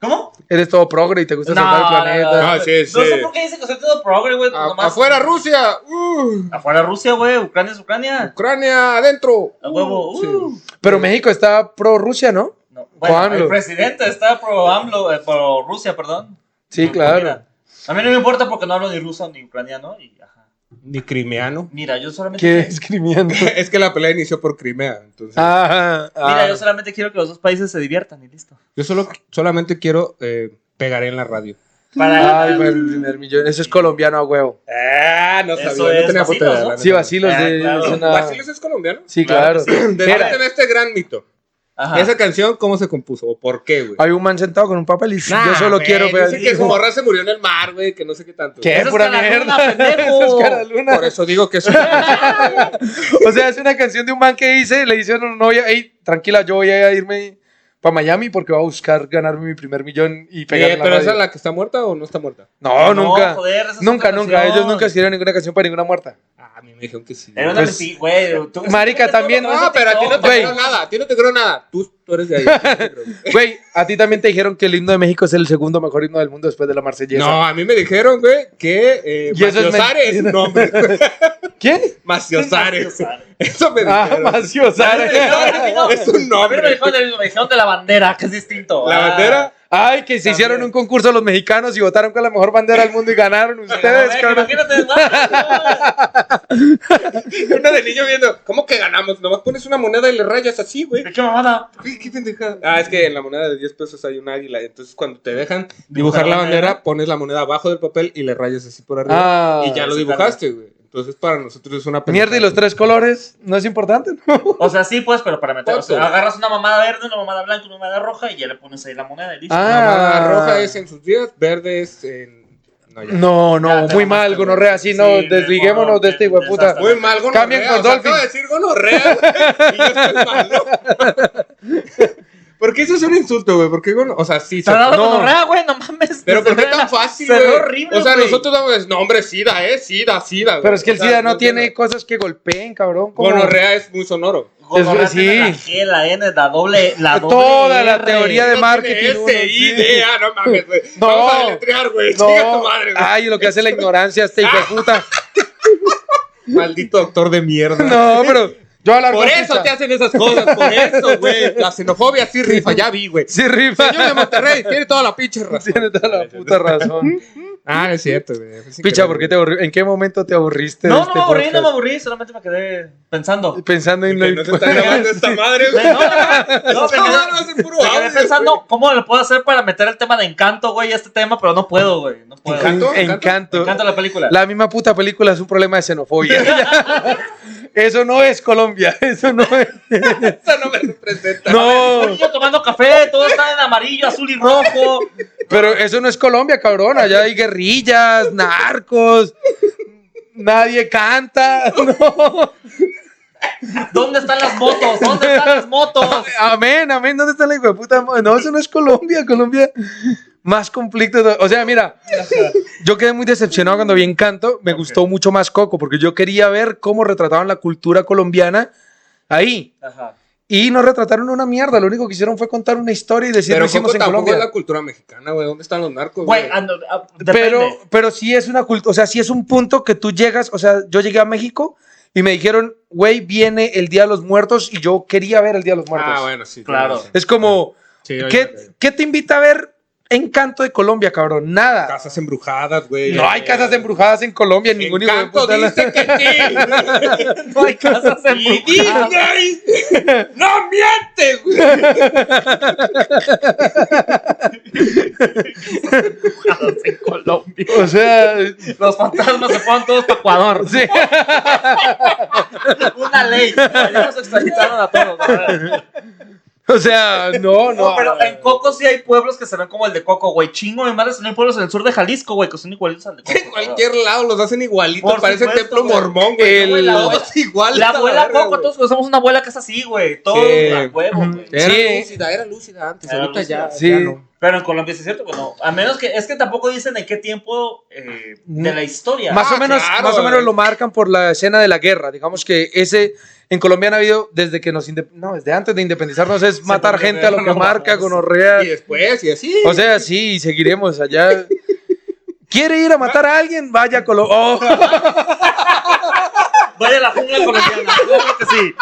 [SPEAKER 2] ¿Cómo?
[SPEAKER 1] Eres todo progre y te gusta salvar el planeta.
[SPEAKER 3] no. Ah, sí,
[SPEAKER 2] No
[SPEAKER 3] sí.
[SPEAKER 2] sé por qué dice que soy todo progre, güey. pues
[SPEAKER 3] A-
[SPEAKER 2] nomás-
[SPEAKER 3] Afuera Rusia, uh,
[SPEAKER 2] Afuera Rusia, güey. Ucrania es Ucrania.
[SPEAKER 3] Ucrania adentro.
[SPEAKER 2] A huevo.
[SPEAKER 3] Sí.
[SPEAKER 2] uh.
[SPEAKER 1] Pero México está pro Rusia, ¿no?
[SPEAKER 2] No, Bueno,
[SPEAKER 1] AMLO.
[SPEAKER 2] el presidente está pro AMLO, eh, pro Rusia, perdón.
[SPEAKER 1] Sí,
[SPEAKER 2] Pues
[SPEAKER 1] claro.
[SPEAKER 2] mira, a mí no me importa porque no hablo ni ruso ni ucraniano. Y, ajá.
[SPEAKER 3] Ni crimeano.
[SPEAKER 2] Mira, yo solamente.
[SPEAKER 1] ¿Qué es criminando?
[SPEAKER 3] Es que la pelea inició por Crimea, entonces.
[SPEAKER 1] Ah, ah.
[SPEAKER 2] Mira, yo solamente quiero que los dos países se diviertan y listo.
[SPEAKER 3] Yo solo, solamente quiero eh, pegar en la radio.
[SPEAKER 2] Para
[SPEAKER 1] Ay, pues, fue el primer millón. Eso es colombiano a huevo.
[SPEAKER 3] Ah, no
[SPEAKER 2] Eso
[SPEAKER 3] sabía,
[SPEAKER 2] es
[SPEAKER 3] no tenía
[SPEAKER 2] Basilos,
[SPEAKER 3] puta idea.
[SPEAKER 2] ¿no?
[SPEAKER 3] la
[SPEAKER 1] Sí,
[SPEAKER 3] neta.
[SPEAKER 1] vacilos
[SPEAKER 2] Ah,
[SPEAKER 1] de.
[SPEAKER 2] claro.
[SPEAKER 1] es una-
[SPEAKER 3] ¿Basilos es colombiano?
[SPEAKER 1] Sí, claro.
[SPEAKER 2] Claro que sí.
[SPEAKER 1] Era-
[SPEAKER 3] Debate de este gran mito.
[SPEAKER 2] Ajá.
[SPEAKER 3] ¿Esa canción cómo se compuso? ¿O por qué, güey?
[SPEAKER 1] Hay un man sentado con un papel y
[SPEAKER 3] Nah,
[SPEAKER 1] yo solo
[SPEAKER 3] güey,
[SPEAKER 1] quiero. ver-
[SPEAKER 3] Dicen que su morra se murió en el mar, güey, que no sé qué tanto.
[SPEAKER 1] ¿Qué?
[SPEAKER 2] Eso es
[SPEAKER 1] pura
[SPEAKER 2] Cara Luna,
[SPEAKER 1] mierda.
[SPEAKER 2] pendejo.
[SPEAKER 1] Eso es Cara Luna.
[SPEAKER 3] Por eso digo que es una-
[SPEAKER 1] O sea, es una canción de un man que dice, le dice a una novia, hey, tranquila, yo voy a irme para Miami porque voy a buscar ganarme mi primer millón y pegar
[SPEAKER 3] Eh,
[SPEAKER 1] en la
[SPEAKER 3] ¿Pero esa
[SPEAKER 1] radio".
[SPEAKER 3] es la que está muerta o no está muerta?
[SPEAKER 1] No,
[SPEAKER 2] No,
[SPEAKER 1] nunca.
[SPEAKER 2] joder, esa es
[SPEAKER 1] nunca,
[SPEAKER 2] otra
[SPEAKER 1] nunca.
[SPEAKER 2] canción.
[SPEAKER 1] Ellos nunca escribieron ninguna canción para ninguna muerta.
[SPEAKER 3] Ah, a mí me dijeron que sí.
[SPEAKER 2] Era una
[SPEAKER 1] Pues-
[SPEAKER 2] mentira, güey. tú-
[SPEAKER 1] Marica,
[SPEAKER 2] tú- tú-
[SPEAKER 1] también-
[SPEAKER 2] tú- tú-
[SPEAKER 3] No,
[SPEAKER 2] tú-
[SPEAKER 3] pero a ti no te
[SPEAKER 1] Güey.
[SPEAKER 3] creo nada, a ti no te creo nada. Tú, tú eres de ahí. yo te creo.
[SPEAKER 1] Güey, a ti también te dijeron que el himno de México es el segundo mejor himno del mundo después de la Marsellesa.
[SPEAKER 3] No, a mí me dijeron, güey, que eh,
[SPEAKER 1] Y eso es
[SPEAKER 3] Maciosares,
[SPEAKER 1] mentira.
[SPEAKER 3] no, hombre,
[SPEAKER 1] ¿Qué?
[SPEAKER 3] Maciosares. Eso me
[SPEAKER 1] Ah,
[SPEAKER 3] dijeron.
[SPEAKER 1] Macio Sara.
[SPEAKER 2] No, no, no.
[SPEAKER 3] Es un
[SPEAKER 2] A mí me
[SPEAKER 3] nombre.
[SPEAKER 2] dijeron del- me dijeron de la bandera, que es distinto.
[SPEAKER 3] La
[SPEAKER 2] Ah.
[SPEAKER 3] bandera.
[SPEAKER 1] Ay, que se hicieron un concurso los mexicanos y votaron con la mejor bandera del mundo y ganaron ustedes,
[SPEAKER 2] Joder,
[SPEAKER 1] cabrón.
[SPEAKER 2] Pues, Imagínate, no,
[SPEAKER 3] Una de niño viendo, ¿cómo que ganamos? Nomás pones una moneda y le rayas así, güey.
[SPEAKER 2] no. ¿Qué mamada?
[SPEAKER 3] ¿Qué, qué pendejada? Ah, es que en la moneda de 10 pesos hay un águila. Entonces, cuando te dejan dibujar la bandera, pones la moneda abajo del papel y le rayas así por arriba.
[SPEAKER 1] Ah,
[SPEAKER 3] y ya lo dibujaste, güey. Entonces, para nosotros es una
[SPEAKER 1] Mierda y los tres colores no es importante, ¿no?
[SPEAKER 2] O sea, sí, pues, pero para meter. o sea,
[SPEAKER 3] ¿Cuánto?
[SPEAKER 2] agarras una mamada verde, una mamada blanca, una mamada roja y ya le pones ahí la moneda y listo.
[SPEAKER 1] Ah,
[SPEAKER 3] La roja es en sus días, verde es en. No, ya.
[SPEAKER 1] No, no,
[SPEAKER 2] Ya, te
[SPEAKER 1] muy
[SPEAKER 2] mamaste,
[SPEAKER 1] mal,
[SPEAKER 2] güey.
[SPEAKER 1] gonorrea, así no,
[SPEAKER 2] Sí,
[SPEAKER 1] desliguémonos de este hijo de puta.
[SPEAKER 2] desastre.
[SPEAKER 3] Muy mal, gonorrea.
[SPEAKER 1] Cambien con
[SPEAKER 3] o sea,
[SPEAKER 1] Dolphin.
[SPEAKER 3] acabo de decir gonorrea, güey, y yo estoy malo. Porque eso es un insulto, güey. Porque, gono- o sea, sí.
[SPEAKER 2] Te ha dado
[SPEAKER 1] No.
[SPEAKER 2] gonorrea, güey, no mames.
[SPEAKER 3] Pero
[SPEAKER 2] Se
[SPEAKER 3] ¿por qué
[SPEAKER 2] ve la-
[SPEAKER 3] tan fácil,
[SPEAKER 2] se ve
[SPEAKER 3] güey?
[SPEAKER 2] horrible,
[SPEAKER 3] O sea,
[SPEAKER 2] güey.
[SPEAKER 3] nosotros damos, no, hombre, SIDA, eh, SIDA, SIDA. güey.
[SPEAKER 1] Pero es que el
[SPEAKER 3] O sea,
[SPEAKER 1] SIDA no tiene
[SPEAKER 3] entiendo.
[SPEAKER 1] cosas que golpeen, cabrón. como-
[SPEAKER 3] Gonorrea es muy sonoro.
[SPEAKER 2] Gonorrea
[SPEAKER 1] Es- sí.
[SPEAKER 2] tiene la G, la N, la doble, la doble
[SPEAKER 1] Toda la
[SPEAKER 2] R.
[SPEAKER 1] teoría de
[SPEAKER 3] No
[SPEAKER 1] marketing,
[SPEAKER 3] tiene
[SPEAKER 1] uno,
[SPEAKER 3] S,
[SPEAKER 1] sí.
[SPEAKER 3] I, D, A, no mames, güey.
[SPEAKER 1] No.
[SPEAKER 3] Vamos a deletrear, güey.
[SPEAKER 1] No.
[SPEAKER 3] Siga tu madre, güey.
[SPEAKER 1] Ay, lo que hace la ignorancia este hijo de puta.
[SPEAKER 3] Maldito doctor de mierda.
[SPEAKER 1] No, pero yo hablar
[SPEAKER 3] Por eso te hacen esas cosas, por eso,
[SPEAKER 1] Este
[SPEAKER 3] güey. La xenofobia sí rifa, ya vi, güey.
[SPEAKER 1] Sí, rifa.
[SPEAKER 3] Señor de Monterrey, tiene toda la pinche razón.
[SPEAKER 1] Tiene toda la puta razón.
[SPEAKER 3] Ah, es cierto, güey.
[SPEAKER 1] Picha, ¿por qué te aburri- ¿en qué momento te aburriste? de
[SPEAKER 2] No, no
[SPEAKER 1] este
[SPEAKER 2] me aburrí, no
[SPEAKER 1] podcast?
[SPEAKER 2] me aburrí, solamente me quedé pensando.
[SPEAKER 1] Pensando en
[SPEAKER 3] Que
[SPEAKER 1] lo
[SPEAKER 3] no se está grabando esta madre,
[SPEAKER 2] No,
[SPEAKER 3] güey.
[SPEAKER 2] no, no, no, me
[SPEAKER 3] Esta
[SPEAKER 2] quedé-
[SPEAKER 3] madre va a ser puro
[SPEAKER 2] me quedé
[SPEAKER 3] audio,
[SPEAKER 2] pensando cómo le puedo hacer para meter el tema de encanto, güey, a este tema, pero no puedo, güey. No puedo.
[SPEAKER 3] Encanto.
[SPEAKER 1] Encanto.
[SPEAKER 2] Encanto la película.
[SPEAKER 1] La misma puta película es un problema de xenofobia. eso no es Colombia, eso no es.
[SPEAKER 3] güey. Esta no me representa.
[SPEAKER 1] No,
[SPEAKER 2] Niño tomando café, todo está en amarillo, azul y rojo.
[SPEAKER 1] pero eso no es Colombia, cabrón. Allá hay guerrillas, narcos. Nadie canta. No.
[SPEAKER 2] ¿Dónde están las motos? ¿Dónde están las motos?
[SPEAKER 1] Amén, amén. ¿Dónde está la hijo de puta? mo- No, eso no es Colombia. Colombia, más conflictos. O sea, mira, yo quedé muy decepcionado cuando vi Encanto. Me
[SPEAKER 2] Ok.
[SPEAKER 1] gustó mucho más Coco porque yo quería ver cómo retrataban la cultura colombiana ahí.
[SPEAKER 2] Ajá.
[SPEAKER 1] Y no retrataron una mierda. Lo único que hicieron fue contar una historia y decir lo
[SPEAKER 3] Pero
[SPEAKER 1] hicimos
[SPEAKER 3] Coco
[SPEAKER 1] en
[SPEAKER 3] tampoco
[SPEAKER 1] Colombia.
[SPEAKER 3] es la cultura mexicana, güey. ¿Dónde están los narcos,
[SPEAKER 2] Güey,
[SPEAKER 3] güey?
[SPEAKER 2] ando- ah, depende.
[SPEAKER 1] Pero, pero sí es una cultura, o sea, sí es un punto que tú llegas, o sea, yo llegué a México y me dijeron, güey, viene el Día de los Muertos y yo quería ver el Día de los Muertos.
[SPEAKER 3] Ah, bueno, sí.
[SPEAKER 2] Claro.
[SPEAKER 3] tienes razón.
[SPEAKER 1] Es como,
[SPEAKER 3] Sí, oye,
[SPEAKER 1] ¿qué,
[SPEAKER 3] güey.
[SPEAKER 1] qué te invita a ver Encanto de Colombia, cabrón? Nada.
[SPEAKER 3] Casas embrujadas, güey.
[SPEAKER 1] No hay casas embrujadas en Colombia, en ningún hijo de
[SPEAKER 3] Encanto
[SPEAKER 1] puta la-
[SPEAKER 3] dice que sí.
[SPEAKER 2] no hay casas en
[SPEAKER 3] Y Disney no mientes, güey.
[SPEAKER 2] en Colombia.
[SPEAKER 1] O sea,
[SPEAKER 2] Los fantasmas se fueron todos para Ecuador.
[SPEAKER 1] sí.
[SPEAKER 2] Una ley. Ya nos extraditaron a todos. ¿verdad?
[SPEAKER 1] o sea, no,
[SPEAKER 2] No,
[SPEAKER 1] no.
[SPEAKER 2] pero en Coco sí hay pueblos que se ven como el de Coco, güey. Chingo, mi madre, si no hay pueblos en el sur de Jalisco, güey, que son igualitos al de Coco.
[SPEAKER 3] En cualquier lado los hacen igualitos.
[SPEAKER 2] Por
[SPEAKER 3] Parece
[SPEAKER 2] supuesto,
[SPEAKER 3] templo
[SPEAKER 2] güey.
[SPEAKER 3] mormón, güey.
[SPEAKER 1] El-
[SPEAKER 3] No, güey, la abuela- Todos iguales.
[SPEAKER 2] La
[SPEAKER 3] a
[SPEAKER 2] abuela
[SPEAKER 3] verga,
[SPEAKER 2] Coco,
[SPEAKER 3] güey.
[SPEAKER 2] todos conocemos una abuela que es así, güey. Todos
[SPEAKER 3] Sí.
[SPEAKER 2] a huevo, güey.
[SPEAKER 1] Ujú.
[SPEAKER 3] Era
[SPEAKER 1] Sí.
[SPEAKER 3] lúcida, era lúcida antes.
[SPEAKER 2] Era
[SPEAKER 3] ahorita
[SPEAKER 2] lúcida.
[SPEAKER 3] ya.
[SPEAKER 1] Sí.
[SPEAKER 3] ya no.
[SPEAKER 2] Pero en Colombia sí es cierto que no. A menos que es que tampoco dicen en qué tiempo eh, de la historia.
[SPEAKER 1] Más,
[SPEAKER 3] Ah,
[SPEAKER 1] o menos,
[SPEAKER 3] claro,
[SPEAKER 1] más o
[SPEAKER 3] güey.
[SPEAKER 1] menos lo marcan por la escena de la guerra. Digamos que ese. En Colombia han habido, desde que nos. inde- No, desde antes de independizarnos, es matar
[SPEAKER 2] volvió
[SPEAKER 1] gente a lo
[SPEAKER 2] guerra,
[SPEAKER 1] que
[SPEAKER 2] no
[SPEAKER 1] marca,
[SPEAKER 2] mames.
[SPEAKER 1] gonorrea.
[SPEAKER 3] Y después, y así.
[SPEAKER 1] O sea, sí, y seguiremos allá. ¿Quiere ir a matar a alguien? Vaya a Colombia. Oh,
[SPEAKER 2] Vaya a la jungla colombiana. Claro que sí.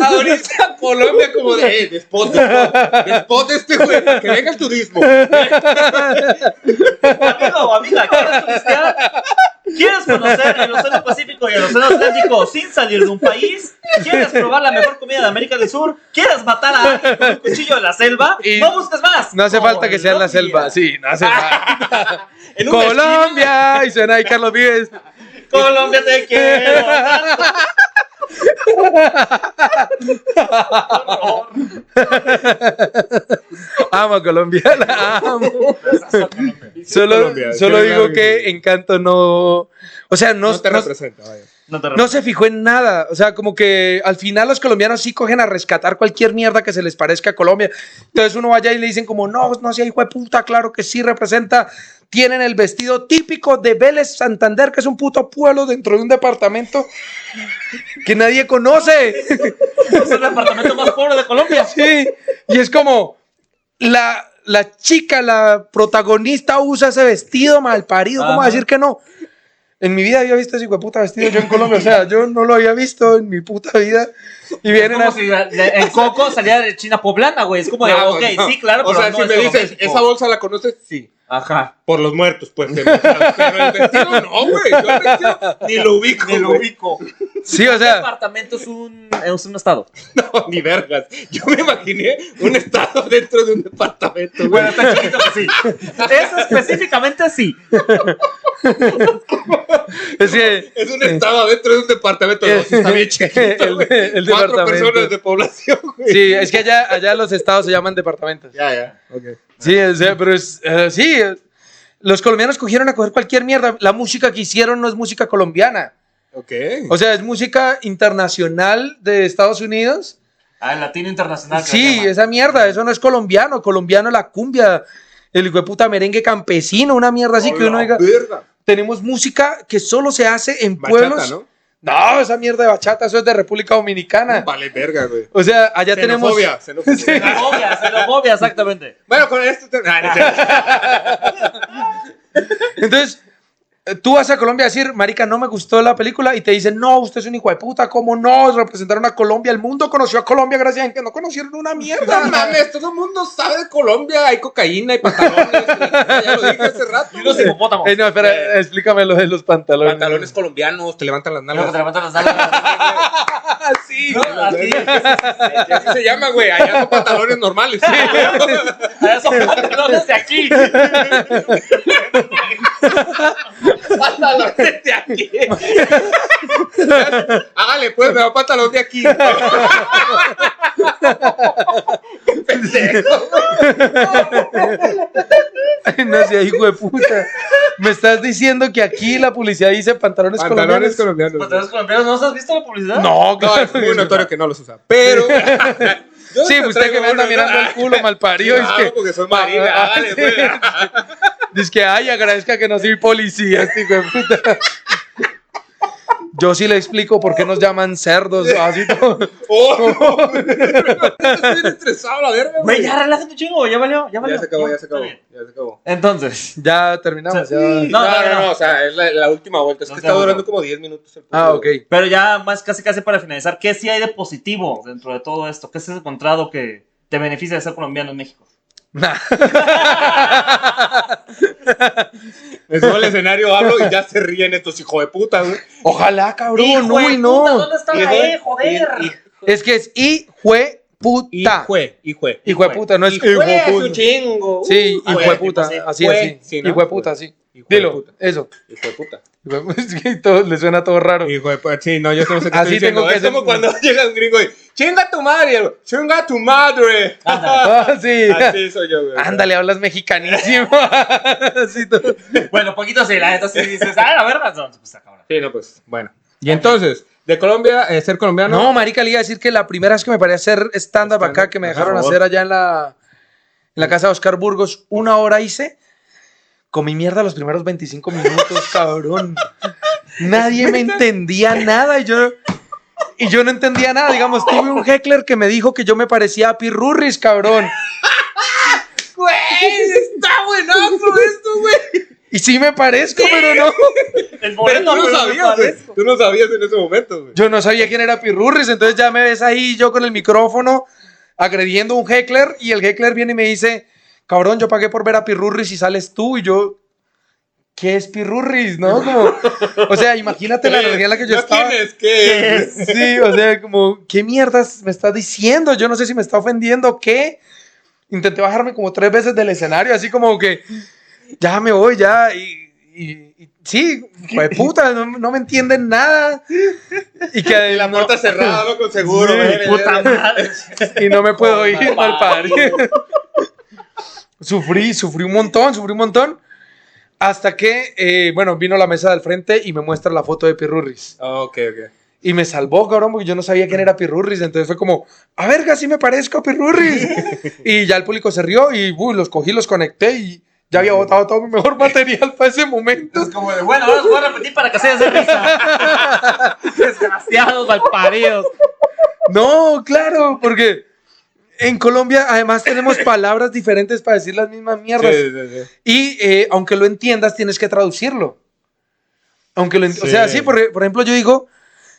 [SPEAKER 3] ahorita Colombia como de, eh, despot, despot, despot este, güey. Que venga el turismo.
[SPEAKER 2] Amigo o amiga, ¿quieres turistear? ¿Quieres conocer el Océano Pacífico y el Océano Atlántico sin salir de un país? ¿Quieres probar la mejor comida de América del Sur? ¿Quieres matar a alguien con un cuchillo en la selva?
[SPEAKER 1] Y
[SPEAKER 2] no busques más.
[SPEAKER 1] no hace falta que sea en la selva.
[SPEAKER 2] Colombia.
[SPEAKER 1] Sí, no hace falta.
[SPEAKER 2] En un
[SPEAKER 1] Colombia. Y suena ahí Carlos Vives.
[SPEAKER 2] esquí- Colombia te quiero.
[SPEAKER 1] Amo a Colombia. La amo. Solo,
[SPEAKER 3] Colombia,
[SPEAKER 1] solo
[SPEAKER 3] qué
[SPEAKER 1] digo
[SPEAKER 3] largo.
[SPEAKER 1] que Encanto no. O sea, no,
[SPEAKER 3] No te
[SPEAKER 1] no-
[SPEAKER 3] representa, vaya.
[SPEAKER 2] No te
[SPEAKER 1] no se fijó en nada. O sea, como que al final los colombianos sí cogen a rescatar cualquier mierda que se les parezca a Colombia. Entonces uno vaya y le dicen como, no, no sea hijo de puta, claro que sí representa. Tienen el vestido típico de Vélez Santander, que es un puto pueblo dentro de un departamento que nadie conoce.
[SPEAKER 2] Es el departamento más pobre de Colombia.
[SPEAKER 1] Sí. Y es como, la, la chica, la protagonista usa ese vestido mal parido. ¿Cómo va a
[SPEAKER 2] Ajá.
[SPEAKER 1] decir que no? En mi vida había visto ese hijo de puta vestido yo en Colombia. O sea, yo no lo había visto en mi puta vida. Y vienen
[SPEAKER 2] Como
[SPEAKER 1] a...
[SPEAKER 2] si la- la- el coco salía de China poblana, güey. Es como de,
[SPEAKER 3] No,
[SPEAKER 2] ok,
[SPEAKER 3] Ah, no.
[SPEAKER 2] sí, claro,
[SPEAKER 3] O
[SPEAKER 2] pero
[SPEAKER 3] sea,
[SPEAKER 2] no
[SPEAKER 3] si
[SPEAKER 2] es
[SPEAKER 3] me
[SPEAKER 2] como
[SPEAKER 3] dices,
[SPEAKER 2] México.
[SPEAKER 3] ¿esa bolsa la conoces? Sí.
[SPEAKER 2] Ajá.
[SPEAKER 3] Por los muertos, pues. te- Pero el vestido no, güey. Yo el vestido ni lo ubico,
[SPEAKER 2] Ni lo
[SPEAKER 3] güey.
[SPEAKER 2] ubico.
[SPEAKER 1] Sí, o
[SPEAKER 2] El
[SPEAKER 1] sea,
[SPEAKER 2] departamento es un, es un estado.
[SPEAKER 3] No, ni vergas. Yo me imaginé un estado dentro de un departamento, güey.
[SPEAKER 2] Bueno, está chiquito que sí. Eso específicamente sí.
[SPEAKER 1] Es que
[SPEAKER 3] Es un estado adentro de un departamento. No, sí está bien chiquito,
[SPEAKER 1] El-
[SPEAKER 3] güey.
[SPEAKER 1] el
[SPEAKER 3] Cuatro
[SPEAKER 1] departamento.
[SPEAKER 3] personas de población, güey.
[SPEAKER 1] sí, es que allá, allá los estados se llaman departamentos.
[SPEAKER 2] Ya, ya.
[SPEAKER 1] Sí, o sea, pero es, eh, sí, eh, los colombianos cogieron a coger cualquier mierda. La música que hicieron no es música colombiana.
[SPEAKER 3] Ok.
[SPEAKER 1] O sea, es música internacional de Estados Unidos.
[SPEAKER 2] Ah, el latino internacional. que
[SPEAKER 1] Sí,
[SPEAKER 2] se llama.
[SPEAKER 1] esa mierda, eso no es colombiano. Colombiano es la cumbia, el hijo de puta merengue campesino, una mierda así que uno diga.
[SPEAKER 3] Verga.
[SPEAKER 1] Tenemos música que solo se hace en
[SPEAKER 3] Bachata,
[SPEAKER 1] pueblos.
[SPEAKER 3] ¿no?
[SPEAKER 1] ¿no? esa mierda de bachata, eso es de República Dominicana.
[SPEAKER 3] Vale, verga, güey.
[SPEAKER 1] O sea, allá ah". tenemos.
[SPEAKER 3] Xenofobia, xenofobia.
[SPEAKER 2] Xenofobia, xenofobia, exactamente.
[SPEAKER 3] Bueno, con esto te- Ah, no es cierto.
[SPEAKER 1] Entonces, eh, tú vas a Colombia a decir, Marica, no me gustó la película, y te dicen, no, usted es un hijo de puta, ¿cómo no? Representaron a Colombia, el mundo conoció a Colombia gracias a que no conocieron una
[SPEAKER 3] No
[SPEAKER 1] mierda.
[SPEAKER 3] mames, todo el mundo sabe de Colombia, hay cocaína, hay pantalones. güey. ya lo dije hace rato.
[SPEAKER 2] Unos
[SPEAKER 3] güey.
[SPEAKER 2] hipopótamos.
[SPEAKER 1] Eh, no, espera, explícame lo de los pantalones.
[SPEAKER 3] Pantalones colombianos, te levantan las
[SPEAKER 2] Luego te
[SPEAKER 3] nalgas.
[SPEAKER 2] levantan las alas.
[SPEAKER 3] Ah, sí.
[SPEAKER 2] No, así.
[SPEAKER 3] Y así se llama, güey. Allá son pantalones normales.
[SPEAKER 2] Allá son pantalones de aquí.
[SPEAKER 3] pantalones de aquí. Hágale, pues, me va pantalón de aquí. Pendejo.
[SPEAKER 1] no sé, hijo de puta. Me estás diciendo que aquí la policía dice pantalones,
[SPEAKER 3] Pantalones
[SPEAKER 1] colombianos.
[SPEAKER 3] colombianos. güey.
[SPEAKER 2] Pantalones colombianos, Pues, ¿no has visto la publicidad?
[SPEAKER 1] No,
[SPEAKER 3] No,
[SPEAKER 1] claro.
[SPEAKER 3] es muy notorio que no los usa. Pero. Yo
[SPEAKER 1] Sí, pues,
[SPEAKER 3] te
[SPEAKER 1] usted que
[SPEAKER 3] traigo
[SPEAKER 1] me anda
[SPEAKER 3] uno,
[SPEAKER 1] mirando
[SPEAKER 3] ¿no?
[SPEAKER 1] el culo mal parido.
[SPEAKER 3] Claro, porque soy marina.
[SPEAKER 1] Ah,
[SPEAKER 3] hágale, pues.
[SPEAKER 1] Dice que, ay, agradezca que no soy policía, este hijo de puta. Yo sí le explico por qué nos llaman cerdos, así todo.
[SPEAKER 3] Oh, no, güey. Estoy bien estresado, la verga, güey.
[SPEAKER 2] Güey, ya relájate un chingo, ya valió, ya valió.
[SPEAKER 3] Ya se acabó, ya se acabó.
[SPEAKER 2] Está bien.
[SPEAKER 3] Ya se acabó.
[SPEAKER 2] Entonces,
[SPEAKER 1] Ya terminamos, ya.
[SPEAKER 3] No, no, no, o sea, es la, la última vuelta. Es
[SPEAKER 2] No
[SPEAKER 3] que
[SPEAKER 2] te
[SPEAKER 3] está
[SPEAKER 2] apuro.
[SPEAKER 3] durando como 10 minutos el
[SPEAKER 1] Ah, ok.
[SPEAKER 2] pero ya más casi casi para finalizar, ¿qué sí hay de positivo dentro de todo esto? ¿Qué has encontrado que te beneficia de ser colombiano en México?
[SPEAKER 1] Nah.
[SPEAKER 3] Me subo al escenario, hablo y ya se ríen estos hijos de puta, güey.
[SPEAKER 1] Ojalá, cabrón.
[SPEAKER 2] ¡Hijo de
[SPEAKER 1] Uy,
[SPEAKER 2] puta,
[SPEAKER 1] no.
[SPEAKER 2] ¿Dónde está
[SPEAKER 3] Y
[SPEAKER 2] la
[SPEAKER 3] fue-
[SPEAKER 2] E, joder?
[SPEAKER 3] y- y-
[SPEAKER 1] Es que es y jue
[SPEAKER 3] Y
[SPEAKER 1] puta.
[SPEAKER 3] fue, y fue.
[SPEAKER 1] Hijo de puta, no es hijo
[SPEAKER 3] Hijo
[SPEAKER 1] de
[SPEAKER 3] es un
[SPEAKER 1] puta.
[SPEAKER 3] chingo.
[SPEAKER 1] Sí,
[SPEAKER 3] Uh,
[SPEAKER 1] hijo
[SPEAKER 3] fue,
[SPEAKER 1] de puta,
[SPEAKER 3] tipo, sí,
[SPEAKER 1] así,
[SPEAKER 3] fue,
[SPEAKER 1] así.
[SPEAKER 3] sí, ¿no?
[SPEAKER 1] Hijo de puta, sí.
[SPEAKER 3] Hijo de
[SPEAKER 1] Dilo,
[SPEAKER 3] puta.
[SPEAKER 1] eso.
[SPEAKER 3] Hijo de puta.
[SPEAKER 1] Es que todo- le suena todo raro.
[SPEAKER 3] Hijo de puta. Sí, no, yo no sé qué
[SPEAKER 1] Así
[SPEAKER 3] estoy diciendo.
[SPEAKER 1] tengo que
[SPEAKER 3] Es como
[SPEAKER 1] ser-
[SPEAKER 3] cuando llega un gringo y chinga tu madre, y el güey, chinga tu madre.
[SPEAKER 2] Ándale.
[SPEAKER 1] Ah, sí.
[SPEAKER 3] Así soy yo, güey.
[SPEAKER 1] Ándale, hablas mexicanísimo. Así todo.
[SPEAKER 2] Bueno, poquito sí, la neta sí dices, ah, la verdad, no, pues está cabrón.
[SPEAKER 3] Sí, no, pues, bueno. Y entonces, de Colombia, eh, ser colombiano.
[SPEAKER 1] No, marica, le iba a decir que la primera vez que me paré a hacer stand-up acá,
[SPEAKER 3] Stand-up,
[SPEAKER 1] que me
[SPEAKER 3] ajá,
[SPEAKER 1] dejaron
[SPEAKER 3] por favor.
[SPEAKER 1] hacer allá en la, en la casa de Oscar Burgos, una hora hice, comí mierda los primeros 25 minutos, cabrón. Nadie me entendía nada y yo, y yo no entendía nada. Digamos, tuve un heckler que me dijo que yo me parecía a Pirurris, cabrón.
[SPEAKER 3] Güey, está buenazo esto, güey.
[SPEAKER 1] Y sí me parezco, pero no.
[SPEAKER 2] El
[SPEAKER 3] Pero tú
[SPEAKER 2] boleto,
[SPEAKER 3] no
[SPEAKER 2] pero
[SPEAKER 3] sabías, güey.
[SPEAKER 2] parezco.
[SPEAKER 3] Tú no sabías en ese momento, güey.
[SPEAKER 1] Yo no sabía quién era Pirurris, entonces ya me ves ahí yo con el micrófono agrediendo a un heckler y el heckler viene y me dice, cabrón, yo pagué por ver a Pirurris y sales tú y yo, ¿qué es Pirurris? ¿No? Como, o sea, imagínate la energía en la que yo
[SPEAKER 3] ¿No
[SPEAKER 1] estaba.
[SPEAKER 3] ¿Quién es? ¿Qué es?
[SPEAKER 1] Sí, o sea, como, ¿qué mierdas me estás diciendo? Yo no sé si me está ofendiendo o qué. Intenté bajarme como tres veces del escenario, así como que, ya me voy, ya. Y, y- y- sí, hijo de puta, no, no me entienden nada. Y que
[SPEAKER 3] Y la puerta cerrada, ¿no? Con seguro,
[SPEAKER 1] Sí,
[SPEAKER 3] güey.
[SPEAKER 2] Puta madre.
[SPEAKER 1] y no me puedo ir
[SPEAKER 2] Mal
[SPEAKER 1] mal padre. sufrí, sufrí un montón, sufrí un montón. Hasta que, eh, bueno, vino la mesa del frente y me muestra la foto de Pirurris.
[SPEAKER 3] Ah, Ok, ok.
[SPEAKER 1] Y me salvó, cabrón, porque yo no sabía quién era Pirurris. Entonces fue como, a verga, sí me parezco a Pirurris. y ya el público se rió y uy, los cogí, los conecté y ya había botado todo mi mejor material para ese momento.
[SPEAKER 2] Es como de, bueno, ahora los voy a repetir para que se den risa. Desgraciados, malparidos.
[SPEAKER 1] No, claro, porque en Colombia además tenemos palabras diferentes para decir las mismas mierdas.
[SPEAKER 3] Sí, sí, sí.
[SPEAKER 1] Y eh, aunque lo entiendas, tienes que traducirlo. Aunque lo ent- O
[SPEAKER 3] Sí.
[SPEAKER 1] sea, sí, por, por ejemplo, yo digo,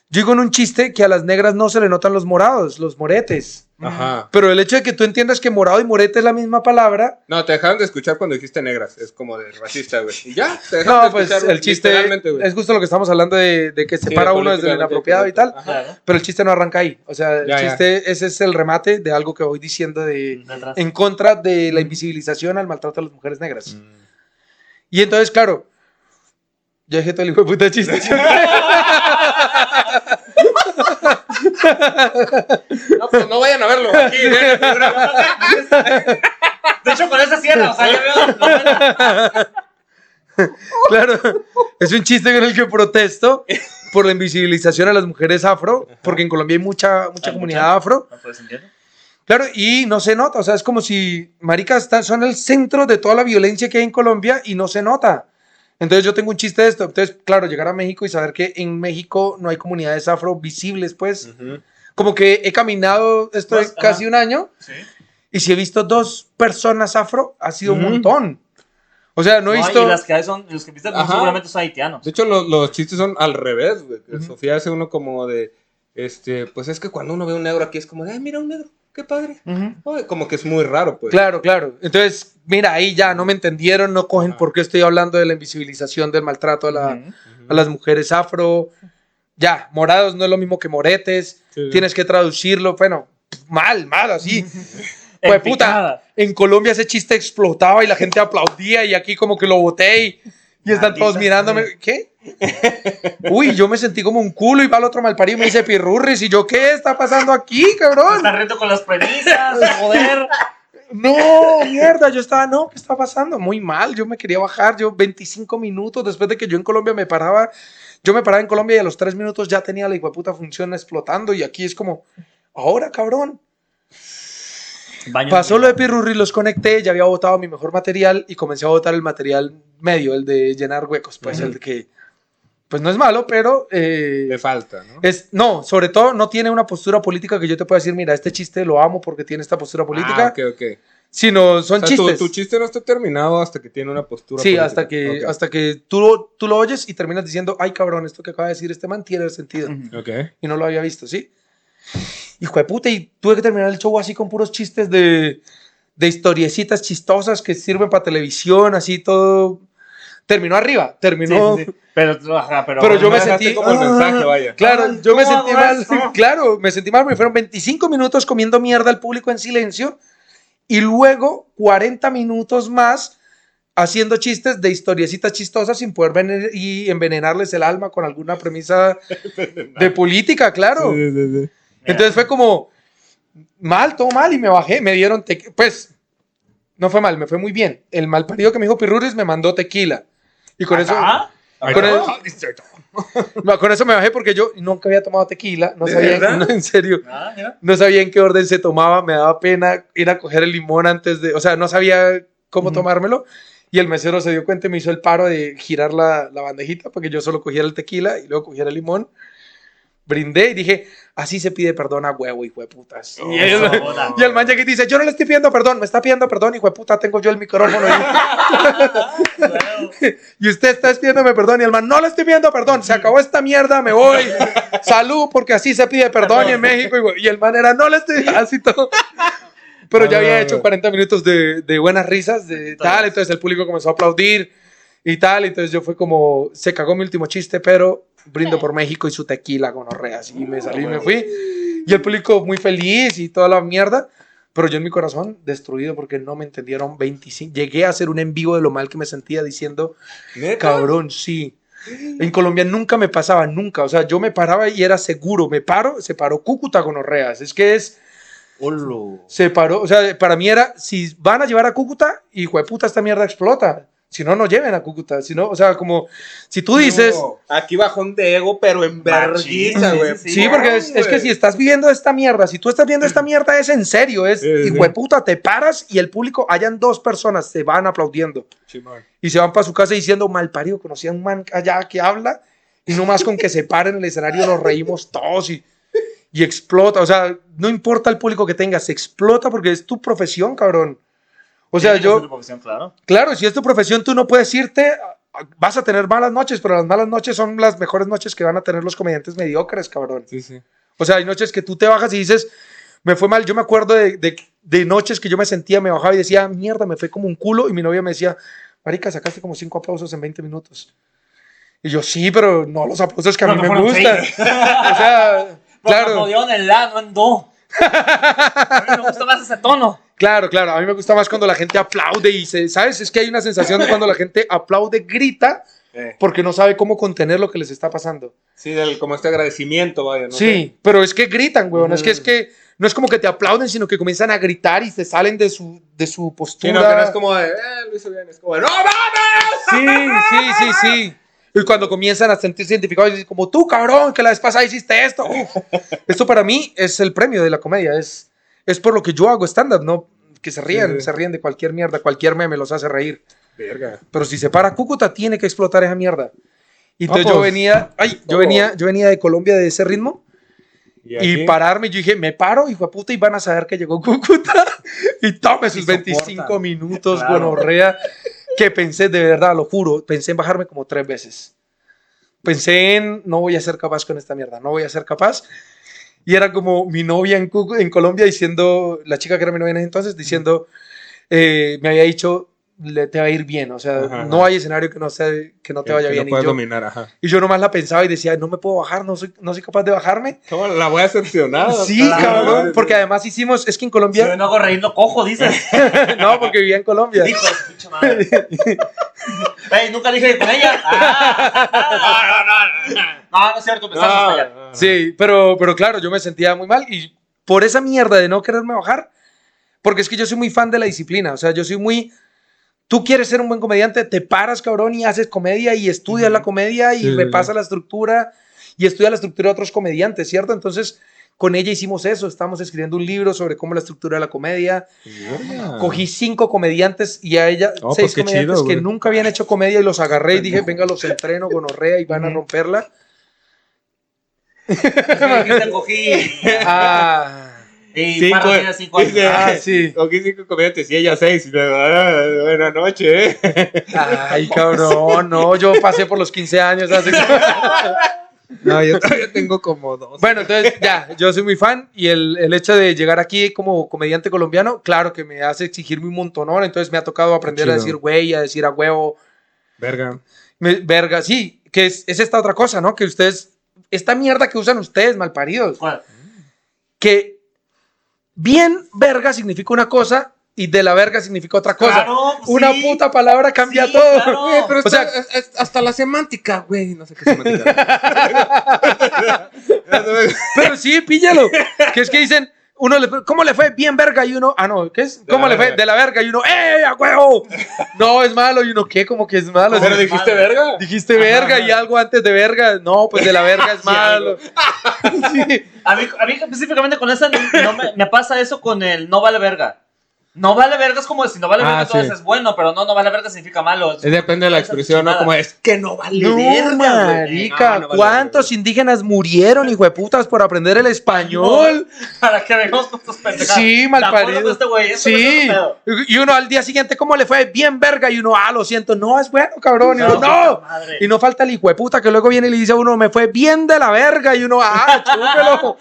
[SPEAKER 1] yo digo en un chiste que a las negras no se le notan los morados, los moretes.
[SPEAKER 3] Ajá.
[SPEAKER 1] Pero el hecho de que tú entiendas que morado y morete es la misma palabra,
[SPEAKER 3] No, te dejaron de escuchar cuando dijiste negras. Es como de racista, güey. Y ya, te dejaron de
[SPEAKER 1] no, pues
[SPEAKER 3] escuchar, güey,
[SPEAKER 1] el chiste
[SPEAKER 3] literalmente, güey.
[SPEAKER 1] es justo lo que estamos hablando de, de que
[SPEAKER 3] Sí,
[SPEAKER 1] separa uno desde lo
[SPEAKER 3] políticamente
[SPEAKER 1] inapropiado y
[SPEAKER 3] correcto.
[SPEAKER 1] tal.
[SPEAKER 3] Ajá.
[SPEAKER 2] Claro.
[SPEAKER 1] Pero el chiste no arranca ahí. O sea, el
[SPEAKER 3] Ya, ya.
[SPEAKER 1] chiste, ese es el remate de algo que voy diciendo de,
[SPEAKER 2] Detrás.
[SPEAKER 1] en contra
[SPEAKER 3] Mm.
[SPEAKER 1] de la invisibilización al maltrato a las mujeres negras. Y entonces, claro, Ya dije todo el hijo de puta chiste.
[SPEAKER 3] No, pues no vayan a verlo aquí. ¿eh?
[SPEAKER 2] De hecho, con esa cierra, o sea, ya veo la novela.
[SPEAKER 1] claro, es un chiste con el que protesto por la invisibilización a las mujeres afro, porque en Colombia hay mucha, mucha
[SPEAKER 2] Hay
[SPEAKER 1] comunidad
[SPEAKER 2] mucha.
[SPEAKER 1] afro.
[SPEAKER 2] ¿No puedes entender?
[SPEAKER 1] Claro, y no se nota, o sea, es como si maricas están- son el centro de toda la violencia que hay en Colombia y no se nota. Entonces yo tengo un chiste de esto, entonces claro, llegar a México y saber que en México no hay comunidades afro visibles, pues, como que he caminado esto
[SPEAKER 2] Pues,
[SPEAKER 1] es casi
[SPEAKER 2] Mm. ajá.
[SPEAKER 1] un año
[SPEAKER 2] Sí.
[SPEAKER 1] y si he visto dos personas afro, ha sido un
[SPEAKER 3] Ujú.
[SPEAKER 1] montón. O sea, no he
[SPEAKER 2] Mm. No,
[SPEAKER 1] visto...
[SPEAKER 2] Y las que hay son, los que viste son-
[SPEAKER 3] Ajá.
[SPEAKER 2] seguramente son haitianos.
[SPEAKER 3] De hecho, lo- los chistes son al revés, güey. que
[SPEAKER 1] Ujú.
[SPEAKER 3] Sofía hace uno como de, este, pues es que cuando uno ve un negro aquí es como de, ay, mira un negro, qué padre.
[SPEAKER 1] Ujú.
[SPEAKER 3] Ay, como que es muy raro, pues.
[SPEAKER 1] Claro, claro. Entonces, mira, ahí ya no me entendieron, no cogen por qué estoy hablando de la invisibilización del maltrato a, la-
[SPEAKER 2] Ujú.
[SPEAKER 1] a las mujeres afro. Ya, morados no es lo mismo que moretes.
[SPEAKER 3] Sí.
[SPEAKER 1] Tienes que traducirlo, bueno, mal, mal, así.
[SPEAKER 2] En
[SPEAKER 1] Pues puta,
[SPEAKER 2] picada.
[SPEAKER 1] en Colombia ese chiste explotaba y la gente aplaudía y aquí como que lo boté y, y están todos
[SPEAKER 2] Maldita
[SPEAKER 1] mirándome. ¿Qué? Uy, yo me sentí como un culo y va el otro mal parido y me dice pirurris y yo, ¿qué está pasando aquí, cabrón?
[SPEAKER 2] Está reto con las premisas, joder.
[SPEAKER 1] No, mierda, yo estaba, no, ¿qué está pasando? Muy mal, yo me quería bajar, yo 25 minutos después de que yo en Colombia me paraba, yo me paraba en Colombia y a los 3 minutos ya tenía la puta función explotando y aquí es como, ahora cabrón.
[SPEAKER 2] Baño
[SPEAKER 1] Pasó
[SPEAKER 2] de-
[SPEAKER 1] lo de Pirurri, los conecté, ya había botado mi mejor material y comencé a botar el material medio, el de llenar huecos, pues
[SPEAKER 3] Ujú.
[SPEAKER 1] el que, pues no es malo, pero... eh,
[SPEAKER 3] Le falta, ¿no?
[SPEAKER 1] es, no, sobre todo no tiene una postura política que yo te pueda decir, mira, este chiste lo amo porque tiene esta postura política,
[SPEAKER 3] Ah, ok, ok.
[SPEAKER 1] sino son
[SPEAKER 3] O sea, tu,
[SPEAKER 1] chistes.
[SPEAKER 3] tu chiste no está terminado hasta que tiene una postura.
[SPEAKER 1] Sí,
[SPEAKER 3] política.
[SPEAKER 1] hasta que,
[SPEAKER 3] Ok,
[SPEAKER 1] hasta que tú, lo- tú lo oyes y terminas diciendo, ay cabrón, esto que acaba de decir este man tiene sentido.
[SPEAKER 2] Ujú.
[SPEAKER 3] ok.
[SPEAKER 1] Y no lo había visto, ¿sí? Hijo de puta, y tuve que terminar el show así con puros chistes de, de historiecitas chistosas que sirven para televisión, así todo. Terminó arriba, terminó.
[SPEAKER 2] Sí, sí, sí. Pero, ajá, pero,
[SPEAKER 1] Pero yo me
[SPEAKER 3] Dejaste
[SPEAKER 1] sentí-
[SPEAKER 3] como el mensaje, vaya.
[SPEAKER 1] Claro,
[SPEAKER 2] Ay,
[SPEAKER 1] yo me
[SPEAKER 2] ¿cómo
[SPEAKER 1] sentí
[SPEAKER 2] hago
[SPEAKER 1] mal.
[SPEAKER 2] esto?
[SPEAKER 1] Claro, me sentí mal. Me fueron 25 minutos comiendo mierda al público en silencio y luego 40 minutos más haciendo chistes de historiecitas chistosas sin poder vener- y envenenarles el alma con alguna premisa de política, claro.
[SPEAKER 3] Sí, sí, sí, sí.
[SPEAKER 2] Mira,
[SPEAKER 1] Entonces fue como mal, todo mal y me bajé. Me dieron, tequi- pues, no fue mal, me fue muy bien. El mal parido que me dijo Pirruris me mandó tequila. Y
[SPEAKER 2] Ah,
[SPEAKER 1] con eso...
[SPEAKER 2] ajá.
[SPEAKER 3] Ay,
[SPEAKER 1] Con
[SPEAKER 3] no. Ah,
[SPEAKER 1] No, con eso me bajé porque yo nunca había tomado tequila, no
[SPEAKER 3] ¿De
[SPEAKER 1] sabía,
[SPEAKER 3] verdad?
[SPEAKER 1] no, en serio,
[SPEAKER 2] Ah, mira.
[SPEAKER 1] no sabía en qué orden se tomaba, me daba pena ir a coger el limón antes de, o sea, no sabía cómo
[SPEAKER 2] Ujú.
[SPEAKER 1] tomármelo y el mesero se dio cuenta y me hizo el paro de girar la, la bandejita porque yo solo cogiera el tequila y luego cogiera el limón, brindé y dije, así se pide perdón a huevo, hijo de putas. y, el,
[SPEAKER 2] Eso, Oh, joda.
[SPEAKER 1] y el man llega y dice, yo no le estoy pidiendo perdón, me está pidiendo perdón, hijo de puta, tengo yo el micrófono. Y,
[SPEAKER 2] Claro.
[SPEAKER 1] y usted está pidiéndome perdón y el man, no le estoy pidiendo perdón, se acabó esta mierda, me voy. Salud, porque así se pide perdón en México. Y, y el man era, no le estoy así todo. Pero ya había
[SPEAKER 3] Ah.
[SPEAKER 1] hecho 40 minutos de, de buenas risas, de tal. Entonces el público comenzó a aplaudir y tal. Entonces yo fue como, se cagó mi último chiste, pero brindo por México y su tequila con Así me salí y me fui. Y el público muy feliz y toda la mierda. Pero yo en mi corazón destruido porque no me entendieron 25. Llegué a hacer un en vivo de lo mal que me sentía diciendo,
[SPEAKER 3] ¿Neta?
[SPEAKER 1] Cabrón, sí. En Colombia nunca me pasaba, nunca. O sea, yo me paraba y era seguro. Me paro, se paró Cúcuta con Orreas. Es que es,
[SPEAKER 3] Olo.
[SPEAKER 1] se paró. O sea, para mí era, si van a llevar a Cúcuta, hijo de puta, esta mierda explota. Si no, no lleven a Cúcuta. Si no, o sea, como, si tú dices,
[SPEAKER 3] No, aquí bajón de ego, pero en
[SPEAKER 2] Machín,
[SPEAKER 3] vergüenza, güey.
[SPEAKER 2] sí,
[SPEAKER 1] sí, porque es, es que si estás viendo esta mierda, si tú estás viendo esta mierda, es en serio. Es,
[SPEAKER 3] Sí, sí,
[SPEAKER 1] hijo de
[SPEAKER 3] sí.
[SPEAKER 1] puta, te paras y el público, hayan dos personas, se van aplaudiendo.
[SPEAKER 3] Chimón.
[SPEAKER 1] y se van para su casa diciendo mal parido, conocí a un man allá que habla y nomás con que se paren en el escenario nos reímos todos y, y explota, o sea, no importa el público que tengas, explota porque es tu profesión, cabrón. O sea,
[SPEAKER 2] Tiene que ser tu
[SPEAKER 1] yo,
[SPEAKER 2] profesión, claro.
[SPEAKER 1] claro, si es tu profesión tú no puedes irte, a- a- vas a tener malas noches, pero las malas noches son las mejores noches que van a tener los comediantes mediocres, cabrón.
[SPEAKER 3] Sí, sí.
[SPEAKER 1] O sea, hay noches que tú te bajas y dices, me fue mal. Yo me acuerdo de, de- de noches que yo me sentía, me bajaba y decía, mierda, me fue como un culo. Y mi novia me decía, Marica, sacaste como cinco aplausos en 20 minutos. Y yo, sí, pero no los aplausos que a
[SPEAKER 2] Pero
[SPEAKER 1] mí
[SPEAKER 2] no
[SPEAKER 1] me
[SPEAKER 2] fueron
[SPEAKER 1] gustan.
[SPEAKER 2] seis.
[SPEAKER 1] o sea,
[SPEAKER 2] Pero
[SPEAKER 1] claro,
[SPEAKER 2] aplaudieron en la, no en do. A mí me gusta más ese tono.
[SPEAKER 1] claro, claro. A mí me gusta más cuando la gente aplaude y se, ¿sabes? Es que hay una sensación de cuando la gente aplaude, grita
[SPEAKER 3] Eh.
[SPEAKER 1] porque no sabe cómo contener lo que les está pasando.
[SPEAKER 3] Sí, del, como este agradecimiento, vaya, ¿no?
[SPEAKER 1] Sí, pero es que gritan, weón. Es que es
[SPEAKER 3] Mm.
[SPEAKER 1] que no es como que te aplauden, sino que comienzan a gritar y se salen de su, de su postura.
[SPEAKER 3] Sí, no, que no es como de, eh, lo hizo bien, es como de, no, mames.
[SPEAKER 1] Sí, sí, sí, sí. Y cuando comienzan a sentirse identificados, dicen como tú, cabrón, que la vez pasada hiciste esto. Uf. Esto para mí es el premio de la comedia. Es, es por lo que yo hago stand-up, ¿no? Que se rían,
[SPEAKER 3] Sí, sí.
[SPEAKER 1] se ríen de cualquier mierda, cualquier meme los hace reír.
[SPEAKER 3] Verga.
[SPEAKER 1] Pero si se para Cúcuta, tiene que explotar esa mierda. Y entonces
[SPEAKER 3] Vamos.
[SPEAKER 1] yo venía, ay, yo
[SPEAKER 3] Vamos.
[SPEAKER 1] venía, yo venía de Colombia de ese ritmo y
[SPEAKER 3] aquí?
[SPEAKER 1] pararme. Yo dije, me paro, hijo de puta, y van a saber que llegó Cúcuta. Y tome sus
[SPEAKER 3] Y
[SPEAKER 1] 25
[SPEAKER 3] soportan.
[SPEAKER 1] minutos,
[SPEAKER 2] Claro.
[SPEAKER 1] gonorrea. Que pensé, de verdad, lo juro, pensé en bajarme como tres veces. Pensé en, no voy a ser capaz con esta mierda, no voy a ser capaz. Y era como mi novia en, Cúcu- en Colombia diciendo, la chica que era mi novia en ese entonces, diciendo, eh, me había dicho, le, te va a ir bien, o sea,
[SPEAKER 3] Ajá,
[SPEAKER 1] no
[SPEAKER 3] ajá. Eh,
[SPEAKER 1] hay escenario que no, sea, que no te vaya
[SPEAKER 3] Que
[SPEAKER 1] bien. Y
[SPEAKER 3] No puedes
[SPEAKER 1] yo,
[SPEAKER 3] dominar, ajá.
[SPEAKER 1] y yo nomás la pensaba y decía, no me puedo bajar, no soy, no soy capaz de bajarme.
[SPEAKER 3] ¿Cómo la voy a decepcionar?
[SPEAKER 1] Sí,
[SPEAKER 2] Claro,
[SPEAKER 1] cabrón,
[SPEAKER 3] sí.
[SPEAKER 1] porque además hicimos, es que en
[SPEAKER 2] Si yo
[SPEAKER 1] Colombia,
[SPEAKER 2] no hago reír, no cojo, dices.
[SPEAKER 1] no, porque vivía en Colombia.
[SPEAKER 2] Hijo de su pinche madre. Ey, nunca dije que con ella. Ah. no, no es cierto,
[SPEAKER 3] No,
[SPEAKER 2] empezamos hasta allá.
[SPEAKER 3] no, no.
[SPEAKER 1] Sí, pero, pero claro, yo me sentía muy mal y por esa mierda de no quererme bajar, porque es que yo soy muy fan de la disciplina, o sea, yo soy muy... Tú quieres ser un buen comediante, te paras, cabrón, y haces comedia y estudias
[SPEAKER 3] Ujú.
[SPEAKER 1] la comedia y
[SPEAKER 3] Sí, sí, sí.
[SPEAKER 1] repasas la estructura y estudias la estructura de otros comediantes, ¿cierto? Entonces, con ella hicimos eso, estamos escribiendo un libro sobre cómo la estructura de la comedia,
[SPEAKER 3] Verga.
[SPEAKER 1] cogí cinco comediantes y a ella
[SPEAKER 3] Ah. Oh,
[SPEAKER 1] seis
[SPEAKER 3] pues qué
[SPEAKER 1] comediantes
[SPEAKER 3] chido,
[SPEAKER 1] que
[SPEAKER 3] güey.
[SPEAKER 1] nunca habían hecho comedia y los agarré y dije, venga, los entreno, gonorrea y van a
[SPEAKER 2] Ujú.
[SPEAKER 1] romperla.
[SPEAKER 2] Yo te cogí.
[SPEAKER 1] Ah,
[SPEAKER 2] Y
[SPEAKER 3] Cinco,
[SPEAKER 2] Parra tiene cinco años.
[SPEAKER 3] dice-
[SPEAKER 1] ah, sí.
[SPEAKER 3] Cogí cinco comediantes y ella seis. Y le- ah, Buena noche, eh.
[SPEAKER 1] Ay, cabrón, no, yo pasé por los 15 años hace...
[SPEAKER 3] No, yo todavía tengo como dos.
[SPEAKER 1] Bueno, entonces ya, yo soy muy fan y el, el hecho de llegar aquí como comediante colombiano, claro que me hace exigirme un montonón, entonces me ha tocado aprender a
[SPEAKER 3] Chido.
[SPEAKER 1] decir güey, a decir a huevo,
[SPEAKER 3] Verga.
[SPEAKER 1] me- verga, sí, que es, es esta otra cosa, ¿no? Que ustedes, esta mierda que usan ustedes, malparidos.
[SPEAKER 2] ¿Cuál?
[SPEAKER 1] que bien verga significa una cosa y de la verga significa otra cosa.
[SPEAKER 2] Claro, pues
[SPEAKER 1] una
[SPEAKER 2] sí.
[SPEAKER 1] puta palabra cambia
[SPEAKER 2] Sí,
[SPEAKER 1] todo.
[SPEAKER 2] claro. No.
[SPEAKER 3] Güey, pero
[SPEAKER 1] O sea-
[SPEAKER 3] está- es- es- hasta la semántica, güey. No sé qué semántica.
[SPEAKER 1] Pero sí, píllalo. que es que dicen, uno le, ¿cómo le fue? Bien verga y uno, ah, no, ¿qué es?
[SPEAKER 3] De
[SPEAKER 1] ¿Cómo
[SPEAKER 3] la
[SPEAKER 1] le fue?
[SPEAKER 3] verga.
[SPEAKER 1] De la verga y uno, ¡eh, a huevo! No, es malo y uno, ¿qué? Como que es malo.
[SPEAKER 3] Pero
[SPEAKER 1] Sí.
[SPEAKER 3] dijiste verga.
[SPEAKER 1] Dijiste verga y algo antes de verga. No, pues de la verga es
[SPEAKER 3] Sí,
[SPEAKER 1] malo.
[SPEAKER 3] algo.
[SPEAKER 1] Sí.
[SPEAKER 2] A mí, a mí específicamente con esa no me, me pasa eso con el no vale verga. No vale verga es como si no vale
[SPEAKER 3] Ah,
[SPEAKER 2] verga entonces
[SPEAKER 3] sí.
[SPEAKER 2] es bueno, pero no, no vale verga significa malo.
[SPEAKER 3] Es depende de la expresión, ¿no? Como es que no vale
[SPEAKER 1] No,
[SPEAKER 3] verga. güey.
[SPEAKER 1] marica,
[SPEAKER 3] No, no vale
[SPEAKER 1] ¿cuántos indígenas murieron, hijo de putas, por aprender el español?
[SPEAKER 2] Para que veamos con tus pendejadas.
[SPEAKER 1] Sí, mal
[SPEAKER 2] ¿Te acuerdas de
[SPEAKER 1] parido.
[SPEAKER 2] Este güey, Este güey es
[SPEAKER 1] sí.
[SPEAKER 2] un pedo.
[SPEAKER 1] Y uno al día siguiente, ¿cómo le fue? Bien verga. Y uno, ah, lo siento. No, es bueno, cabrón. Y uno,
[SPEAKER 2] No,
[SPEAKER 1] no.
[SPEAKER 2] puta madre.
[SPEAKER 1] Y no falta el hijo de puta que luego viene y le dice a uno, me fue bien de la verga. Y uno, ah, chúpelo.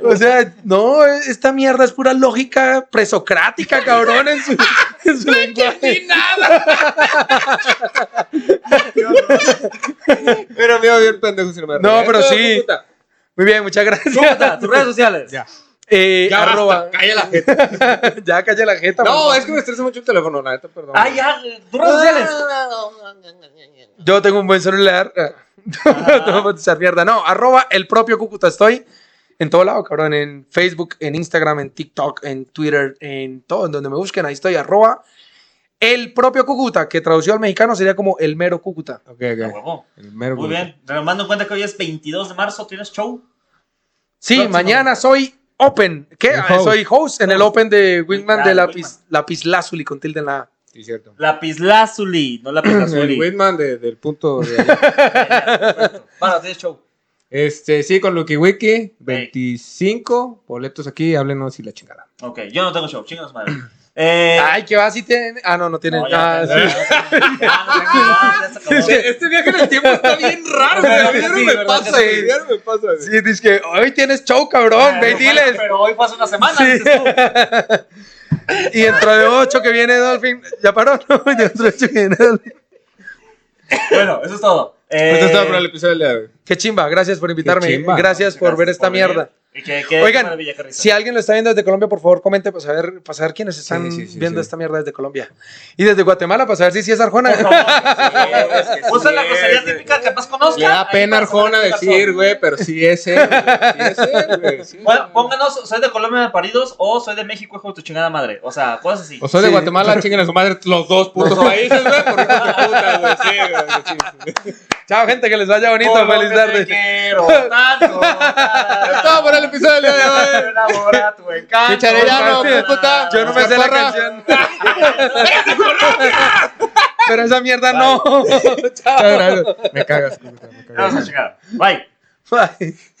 [SPEAKER 1] O sea, no, esta mierda es pura lógica presocrática, cabrón, en su, en su lenguaje.
[SPEAKER 3] verga. Pero me iba bien pendejo si no me
[SPEAKER 1] No,
[SPEAKER 3] reía.
[SPEAKER 1] pero
[SPEAKER 3] Hijo
[SPEAKER 1] sí.
[SPEAKER 3] de puta.
[SPEAKER 1] Muy bien, muchas gracias.
[SPEAKER 2] Chuta, tus redes sociales.
[SPEAKER 3] Ya.
[SPEAKER 1] Eh,
[SPEAKER 3] Ya
[SPEAKER 1] arroba.
[SPEAKER 3] basta, calla la gente.
[SPEAKER 1] ya callé la jeta.
[SPEAKER 3] No,
[SPEAKER 1] mamá.
[SPEAKER 3] es que me estresa mucho el teléfono, la neta, perdón.
[SPEAKER 2] Ah, ya, tus redes sociales.
[SPEAKER 1] Yo tengo un buen celular.
[SPEAKER 3] Ah.
[SPEAKER 1] no vamos a usar mierda. No, arroba el propio Cúcuta estoy. En todo lado, cabrón. En Facebook, en Instagram, en TikTok, en Twitter, en todo. En donde me busquen, ahí estoy. Arroba el propio Cúcuta, que traducido al mexicano sería como el mero Cúcuta.
[SPEAKER 3] Ok,
[SPEAKER 2] A
[SPEAKER 3] ok.
[SPEAKER 2] huevo.
[SPEAKER 3] El mero
[SPEAKER 2] Muy
[SPEAKER 3] gusto.
[SPEAKER 2] bien. Tomando en cuenta que hoy es 22 de marzo, ¿tienes show?
[SPEAKER 1] Sí,
[SPEAKER 2] Próximo.
[SPEAKER 1] mañana soy Open. ¿Qué?
[SPEAKER 3] El
[SPEAKER 1] Ah,
[SPEAKER 3] host.
[SPEAKER 1] Soy host en el Open de Wingman
[SPEAKER 2] Wingman,
[SPEAKER 1] de
[SPEAKER 2] Wingman.
[SPEAKER 1] Lapis, Lapis Lazuli con tilde en la A.
[SPEAKER 3] Sí, cierto.
[SPEAKER 2] Lapislázuli, no
[SPEAKER 3] El
[SPEAKER 2] lapislázuli.
[SPEAKER 3] Whitman de- del punto de allá.
[SPEAKER 2] Bueno, tienes show.
[SPEAKER 3] Este, sí, con Lucky Wiki, 25 boletos aquí, háblenos y la chingada.
[SPEAKER 2] Ok, yo no tengo show, chingados madre. Eh,
[SPEAKER 1] Ay, que va si tienen. Ah, no, no tienen.
[SPEAKER 2] no, ya,
[SPEAKER 1] ah,
[SPEAKER 2] ya,
[SPEAKER 1] sí.
[SPEAKER 2] ya, ya, ya se acabó.
[SPEAKER 3] Este viaje en el tiempo está bien raro, güey. A mí diario
[SPEAKER 2] Sí,
[SPEAKER 3] me
[SPEAKER 2] ¿verdad
[SPEAKER 3] pasa,
[SPEAKER 1] que sí?
[SPEAKER 3] güey, diario me pasa, güey.
[SPEAKER 1] Sí, dices que hoy tienes show,
[SPEAKER 3] Ah,
[SPEAKER 1] cabrón.
[SPEAKER 2] Bueno,
[SPEAKER 1] Ve y
[SPEAKER 2] bueno,
[SPEAKER 1] diles.
[SPEAKER 2] Pero hoy pasa una semana.
[SPEAKER 1] Sí.
[SPEAKER 2] dices tú.
[SPEAKER 1] Y dentro de ocho que viene Dolphin. ¿Ya paró? No, y dentro de ocho que viene Dolphin.
[SPEAKER 2] Bueno, eso es todo. Eh,
[SPEAKER 3] Pues esto está para el episodio del día, güey.
[SPEAKER 1] Qué chimba, gracias por invitarme.
[SPEAKER 3] chimba.
[SPEAKER 1] Gracias por
[SPEAKER 2] Gracias
[SPEAKER 1] ver esta
[SPEAKER 2] por venir.
[SPEAKER 1] mierda.
[SPEAKER 2] Y que, que
[SPEAKER 1] Oigan,
[SPEAKER 2] qué maravilla, qué risa.
[SPEAKER 1] Si alguien lo está viendo desde Colombia, por favor, comente para saber, para saber quiénes están
[SPEAKER 3] Sí, sí, sí,
[SPEAKER 1] viendo
[SPEAKER 3] sí.
[SPEAKER 1] esta mierda desde Colombia. Y desde Guatemala, para saber si sí es Arjona.
[SPEAKER 2] Por favor,
[SPEAKER 3] es que sí
[SPEAKER 2] Usa la
[SPEAKER 3] es,
[SPEAKER 2] grosería
[SPEAKER 3] güey.
[SPEAKER 2] típica que más conozca.
[SPEAKER 3] Le da
[SPEAKER 2] Ahí
[SPEAKER 3] pena
[SPEAKER 2] para saber
[SPEAKER 3] Arjona
[SPEAKER 2] qué razón.
[SPEAKER 3] decir, güey, pero sí es él, güey. Sí es él, güey. sí es
[SPEAKER 2] Bueno,
[SPEAKER 3] él.
[SPEAKER 2] pónganos, soy de Colombia de paridos o soy de México, hijo de tu chingada madre. O sea, cosas así.
[SPEAKER 3] O soy de
[SPEAKER 1] Sí.
[SPEAKER 3] Guatemala, chinguen a su madre los dos putos países, güey, por hijo de puta, güey. Sí, güey. sí, sí.
[SPEAKER 1] Chao, gente, que les vaya bonito.
[SPEAKER 2] Por lo
[SPEAKER 1] Feliz
[SPEAKER 2] que
[SPEAKER 1] tarde.
[SPEAKER 2] Te quiero tanto.
[SPEAKER 3] Es todo por el episodio del día de hoy.
[SPEAKER 2] Enamora tu encanto.
[SPEAKER 1] Yo
[SPEAKER 3] Chicharellano, pues puta.
[SPEAKER 1] Yo no me sé la
[SPEAKER 3] Chaparra.
[SPEAKER 1] canción. Pero esa mierda no.
[SPEAKER 3] Muchas gracias. Me cagas, puta, me cagas.
[SPEAKER 2] Vamos a chingar. Bye.
[SPEAKER 1] Bye.